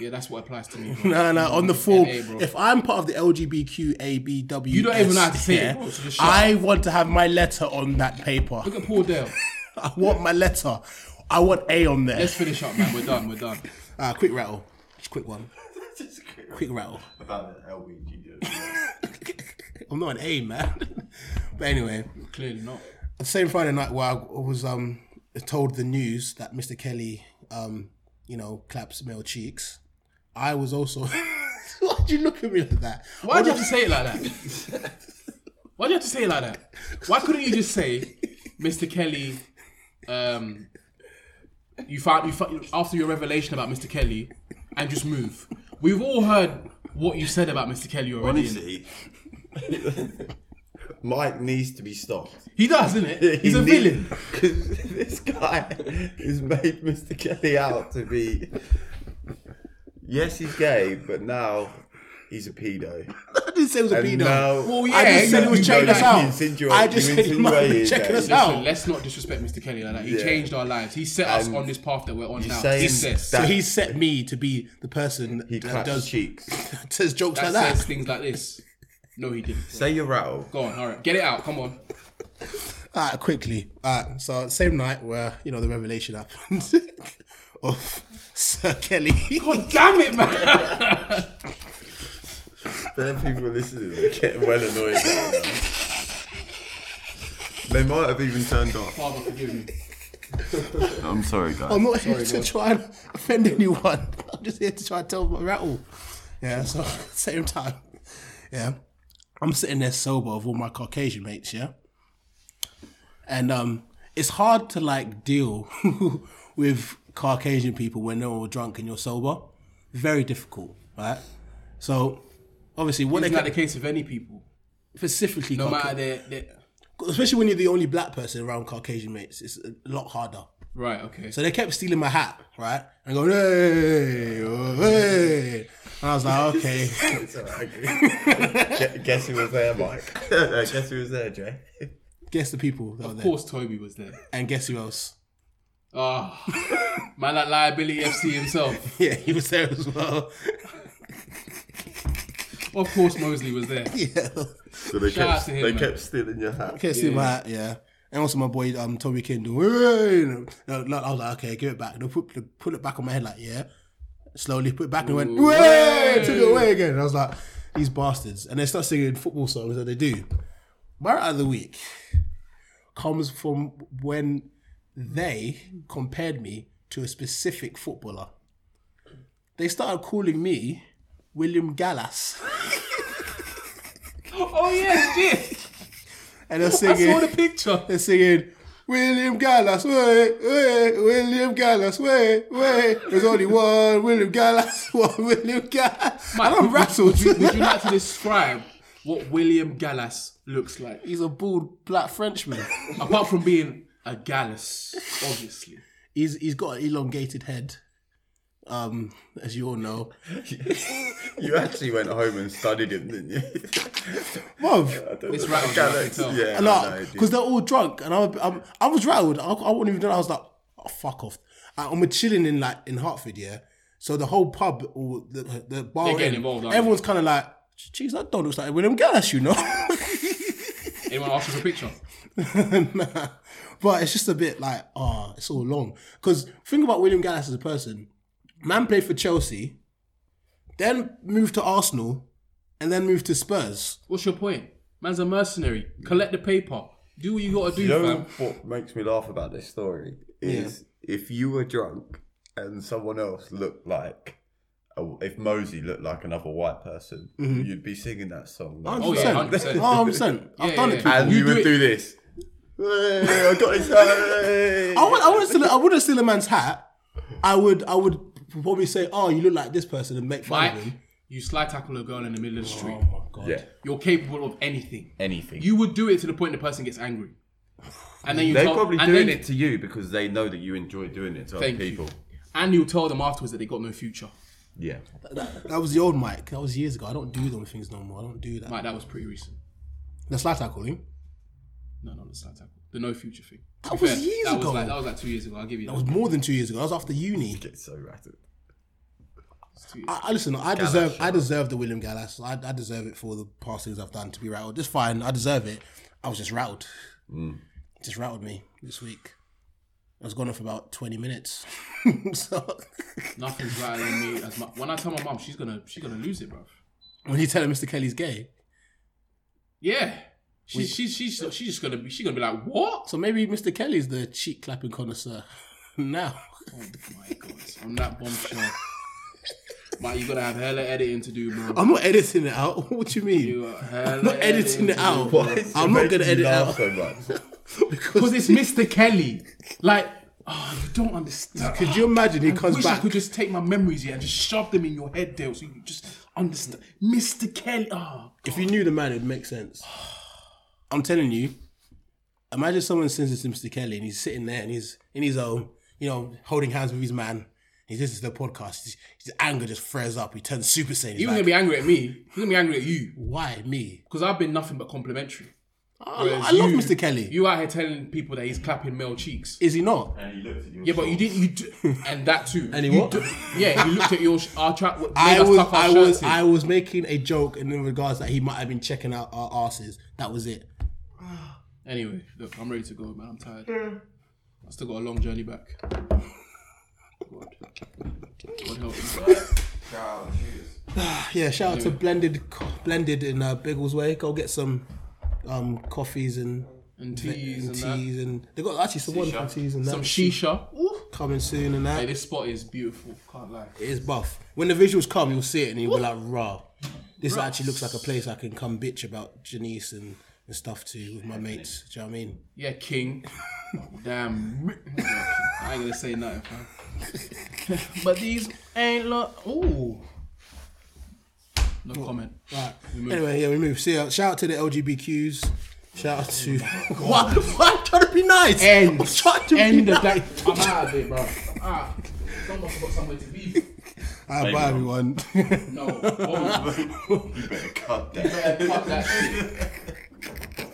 Speaker 5: Yeah, that's what applies to me. Bro.
Speaker 3: No, no, on the form.
Speaker 5: NA, bro.
Speaker 3: if I'm part of the LGBTQABW,
Speaker 5: You don't even know how to say it,
Speaker 3: yeah,
Speaker 5: bro, so just shut
Speaker 3: I want to have my letter on that paper.
Speaker 5: Look at Paul Dale.
Speaker 3: I want my letter. I want A on there.
Speaker 5: Let's finish up, man. We're done. We're done.
Speaker 3: Ah, quick rattle. Just quick one. Quick rattle.
Speaker 4: About the LBG.
Speaker 3: I'm not an A man. but anyway,
Speaker 5: Clearly not.
Speaker 3: the same Friday night where I was um told the news that Mr. Kelly um you know claps male cheeks, I was also. Why'd you look at me like that?
Speaker 5: Why do you have to say it like that? Why do you have to say it like that? Why couldn't you just say, Mr. Kelly, um, you found you found, after your revelation about Mr. Kelly, and just move? We've all heard what you said about Mr. Kelly already.
Speaker 6: Honestly, Mike needs to be stopped.
Speaker 5: He does, isn't it? He's
Speaker 6: He
Speaker 5: a
Speaker 6: need-
Speaker 5: villain.
Speaker 6: 'cause this guy has made Mr. Kelly out to be. Yes, he's gay, but now he's a pedo.
Speaker 3: I didn't say it was a
Speaker 6: And
Speaker 3: pedo.
Speaker 6: now-
Speaker 5: Well, yeah,
Speaker 3: I just said
Speaker 5: you-
Speaker 3: it was
Speaker 5: you
Speaker 3: checking
Speaker 5: know
Speaker 3: us
Speaker 5: that
Speaker 6: you
Speaker 3: out.
Speaker 6: insinuate-
Speaker 3: I just
Speaker 6: you
Speaker 3: said it might be
Speaker 6: insinuated
Speaker 3: checking
Speaker 6: that.
Speaker 3: us
Speaker 5: Listen,
Speaker 3: out.
Speaker 5: let's not disrespect Mr. Kelly like that. He
Speaker 6: Yeah.
Speaker 5: changed our lives. He set us
Speaker 6: And
Speaker 5: on this path that we're on now.
Speaker 6: saying
Speaker 5: He says
Speaker 3: So
Speaker 6: that-
Speaker 3: he set me to be the person
Speaker 6: He
Speaker 3: that
Speaker 6: claps
Speaker 3: does
Speaker 6: cheeks.
Speaker 3: says jokes
Speaker 5: that
Speaker 3: like
Speaker 5: says
Speaker 3: that.
Speaker 5: things like this. No, he didn't.
Speaker 6: Say your rattle.
Speaker 5: Go on, all right, get it out. Come on.
Speaker 3: Ah, quickly. Ah, so same night where you know the revelation happened of Sir Kelly.
Speaker 5: God damn it, man.
Speaker 6: Then people listening are getting well annoyed. now.
Speaker 4: They might have even turned off.
Speaker 5: Father, forgive me.
Speaker 6: I'm sorry, guys.
Speaker 3: I'm not here to try and offend anyone. I'm just here to try and tell my rattle. Yeah, so same time. Yeah. I'm sitting there sober of all my Caucasian mates, yeah. And um it's hard to like deal with Caucasian people when they're all drunk and you're sober. Very difficult, right? So obviously what
Speaker 5: It's
Speaker 3: they
Speaker 5: not the
Speaker 3: can,
Speaker 5: case of any people.
Speaker 3: specifically
Speaker 5: No
Speaker 3: Cauca-
Speaker 5: matter their, their
Speaker 3: especially when you're the only black person around Caucasian mates, it's a lot harder.
Speaker 5: right, okay.
Speaker 3: So they kept stealing my hat, right? And going, hey, oh, hey. And I was like, okay.
Speaker 6: Gu- Guess who was there, Mike?
Speaker 4: Uh, guess who was there, Jay?
Speaker 3: guess the people that were
Speaker 5: of
Speaker 3: there.
Speaker 5: course, Toby was there.
Speaker 3: And guess who else?
Speaker 5: Oh, man, like liability FC himself.
Speaker 3: Yeah, he was there as well.
Speaker 5: Of course, Mosley was there.
Speaker 3: yeah.
Speaker 4: So they
Speaker 5: Shout out
Speaker 4: kept,
Speaker 5: to him,
Speaker 4: they
Speaker 5: man.
Speaker 4: kept stealing your hat.
Speaker 3: Can't see my hat, yeah. And also my boy um Toby Kendall. Hey. And I was like, okay, give it back. And I put, put it back on my head like, yeah. Slowly put it back and went, way, took it away again. And I was like, these bastards. And they start singing football songs that they do. My rat of the week comes from when they compared me to a specific footballer. They started calling me William Gallas.
Speaker 5: Oh yeah, shit.
Speaker 3: And they're
Speaker 5: I
Speaker 3: singing
Speaker 5: saw the picture.
Speaker 3: They're singing William Gallas, way, way, William Gallas, way, way. There's only one William Gallas, one William Gallas.
Speaker 5: Mike,
Speaker 3: and I'm
Speaker 5: would-
Speaker 3: rattled.
Speaker 5: Would, would you like to describe what William Gallas looks like,
Speaker 3: He's a bald black Frenchman.
Speaker 5: apart from being a Gallas, obviously?
Speaker 3: he's he's got an elongated head. Um, as you all know,
Speaker 4: You actually went home and studied him, didn't you?
Speaker 3: Bruv,
Speaker 5: It's right. on you, I can tell.
Speaker 4: Yeah, I know,
Speaker 3: no,
Speaker 4: dude.
Speaker 3: because they're all drunk, and I, I'm, I was rattled. I, I wouldn't even know. I was like, oh, fuck off. I, I'm chilling in like in Hartford, yeah. So the whole pub or the, the bar,
Speaker 5: They're getting
Speaker 3: end,
Speaker 5: involved, aren't they?
Speaker 3: everyone's kind of like, "Jeez, that don't look like William Gallas," you know.
Speaker 5: Anyone ask you for a picture?
Speaker 3: Nah. but it's just a bit like, ah, it's all long. Because think about William Gallas as a person. Man played for Chelsea, then moved to Arsenal, and then moved to Spurs.
Speaker 5: What's your point? Man's a mercenary. Collect the paper. Do what you gotta do,
Speaker 4: You know
Speaker 5: fam.
Speaker 4: what makes me laugh about this story is if you were drunk and someone else looked like, if Mosey looked like another white person, you'd be singing that song.
Speaker 5: Oh yeah, 100%.
Speaker 3: Oh, I'm sent. I've
Speaker 5: Yeah,
Speaker 3: done
Speaker 5: yeah,
Speaker 3: it.
Speaker 5: yeah.
Speaker 3: people.
Speaker 4: and
Speaker 5: You
Speaker 4: you,
Speaker 5: do
Speaker 4: would
Speaker 5: it-
Speaker 4: do this. Hey, I got his hey.
Speaker 3: Oh, I would, I would steal, I wouldn't steal a man's hat. I would, I would probably say, "Oh, you look like this person," and make fun
Speaker 5: Mike,
Speaker 3: of him.
Speaker 5: you slide tackle a girl in the middle of the street.
Speaker 3: God.
Speaker 6: Yeah.
Speaker 5: You're capable of anything.
Speaker 6: Anything.
Speaker 5: You would do it to the point the person gets angry. And then you
Speaker 6: They're
Speaker 5: tell,
Speaker 6: probably
Speaker 5: and
Speaker 6: doing
Speaker 5: then-
Speaker 6: it to you because they know that you enjoy doing it to other
Speaker 5: Thank you.
Speaker 6: people.
Speaker 5: And you'll tell them afterwards that they got no future.
Speaker 6: Yeah.
Speaker 3: That was the old Mike. That was years ago. I don't do those things no more. I don't do that.
Speaker 5: Mike, that was pretty recent.
Speaker 3: The slide tackle him.
Speaker 5: No, not the slide tackle. The no future thing. To
Speaker 3: That
Speaker 5: be
Speaker 3: was years
Speaker 5: that
Speaker 3: ago.
Speaker 5: Was like, that was like two years ago. I'll give you
Speaker 3: That
Speaker 5: that.
Speaker 3: was more than two years ago. That was after uni.
Speaker 6: Get so rattled.
Speaker 3: I, I listen. I deserve. I deserve the William Gallas. I, I deserve it for the past things I've done to be rattled. It's fine. I deserve it. I was just rattled.
Speaker 5: Mm.
Speaker 3: Just rattled me this week. I was gone on for about twenty minutes. so
Speaker 5: Nothing's right on me. As mu when I tell my mum, she's gonna she's gonna lose it, bro.
Speaker 3: when you tell her Mr. Kelly's gay,
Speaker 5: Yeah. She, she, she's, she's just gonna be she's gonna be like what?
Speaker 3: so maybe Mr. Kelly's the cheek clapping connoisseur now.
Speaker 5: Oh my god! On that bombshell, Mike, you gotta have hella editing to do, bro.
Speaker 3: I'm not editing it out. What do you mean?
Speaker 5: You got hella
Speaker 3: I'm not editing it
Speaker 5: to
Speaker 3: out.
Speaker 5: do, bro.
Speaker 3: I'm not gonna edit it out.
Speaker 4: so much.
Speaker 5: Because it's Mr. Kelly. Like, oh, you don't understand.
Speaker 3: Could you imagine he
Speaker 5: I
Speaker 3: comes
Speaker 5: wish I
Speaker 3: back?
Speaker 5: could just take my memories here and just shove them in your head, Dale, so you just understand. Mr. Kelly. Oh,
Speaker 3: If you knew the man, it'd make sense. I'm telling you. Imagine someone sends this to Mr. Kelly and he's sitting there and he's in his own, you know, holding hands with his man. He listens to the podcast. His, his anger just flares up. He turns super saiyan. He's
Speaker 5: he
Speaker 3: like,
Speaker 5: was gonna be angry at me. He's gonna be angry at you
Speaker 3: Why me?
Speaker 5: because I've been nothing but complimentary.
Speaker 3: I, I love Mr. Kelly.
Speaker 5: You out here telling people that he's clapping male cheeks.
Speaker 3: Is he not?
Speaker 4: And he looked at you.
Speaker 5: Yeah, but you didn't. You d- and that too.
Speaker 3: And he
Speaker 5: you
Speaker 3: what?
Speaker 5: d- yeah, you looked at your sh- our trap.
Speaker 3: I was, I was, I
Speaker 5: I,
Speaker 3: was making a joke in regards that he might have been checking out our asses. That was it.
Speaker 5: anyway, look, I'm ready to go, man. I'm tired. I still got a long journey back. God, God help me.
Speaker 3: Yeah, shout out to Blended, Co- Blended in uh, Biggles Way. Go get some um, coffees and
Speaker 5: And teas
Speaker 3: and
Speaker 5: and, that.
Speaker 3: teas and they got actually some wonderful teas and that.
Speaker 5: Some shisha.
Speaker 3: coming soon and
Speaker 5: Hey,
Speaker 3: that.
Speaker 5: this spot is beautiful. Can't lie.
Speaker 3: It is buff. When the visuals come, you'll see it and you'll be like, "Raw, this actually looks like a place I can come bitch about Janice and, and stuff to with my mates." Do you know what I mean?
Speaker 5: Yeah, king. Damn. I ain't gonna say nothing, fam. but these ain't lo- Ooh. No comment.
Speaker 3: Right. Anyway, yeah, we move. See, ya. shout out to the LGBTQs. Shout out to what? What? I'm trying to be nice.
Speaker 5: End.
Speaker 3: I'm trying to
Speaker 5: End
Speaker 3: be
Speaker 5: of
Speaker 3: nice.
Speaker 5: that. I'm out of it, bro. Ah, someone got somewhere to be.
Speaker 3: All right, bye everyone.
Speaker 5: No. Oh,
Speaker 4: You better cut
Speaker 5: you
Speaker 4: that.
Speaker 5: better cut that shit.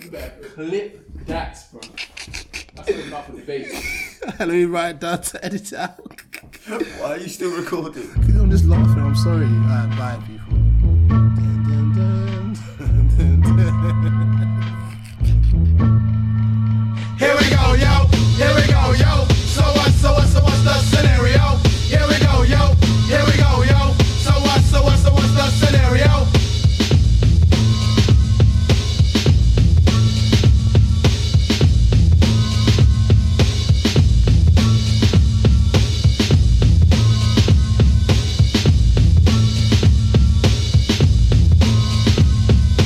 Speaker 5: You better clip that, bro. That's enough of the base.
Speaker 3: Let me write down to edit it out.
Speaker 4: Why are you still recording?
Speaker 3: I'm Uh, just laughing. I'm sorry. All right, bye people. Dun, dun, dun. Dun, dun, dun.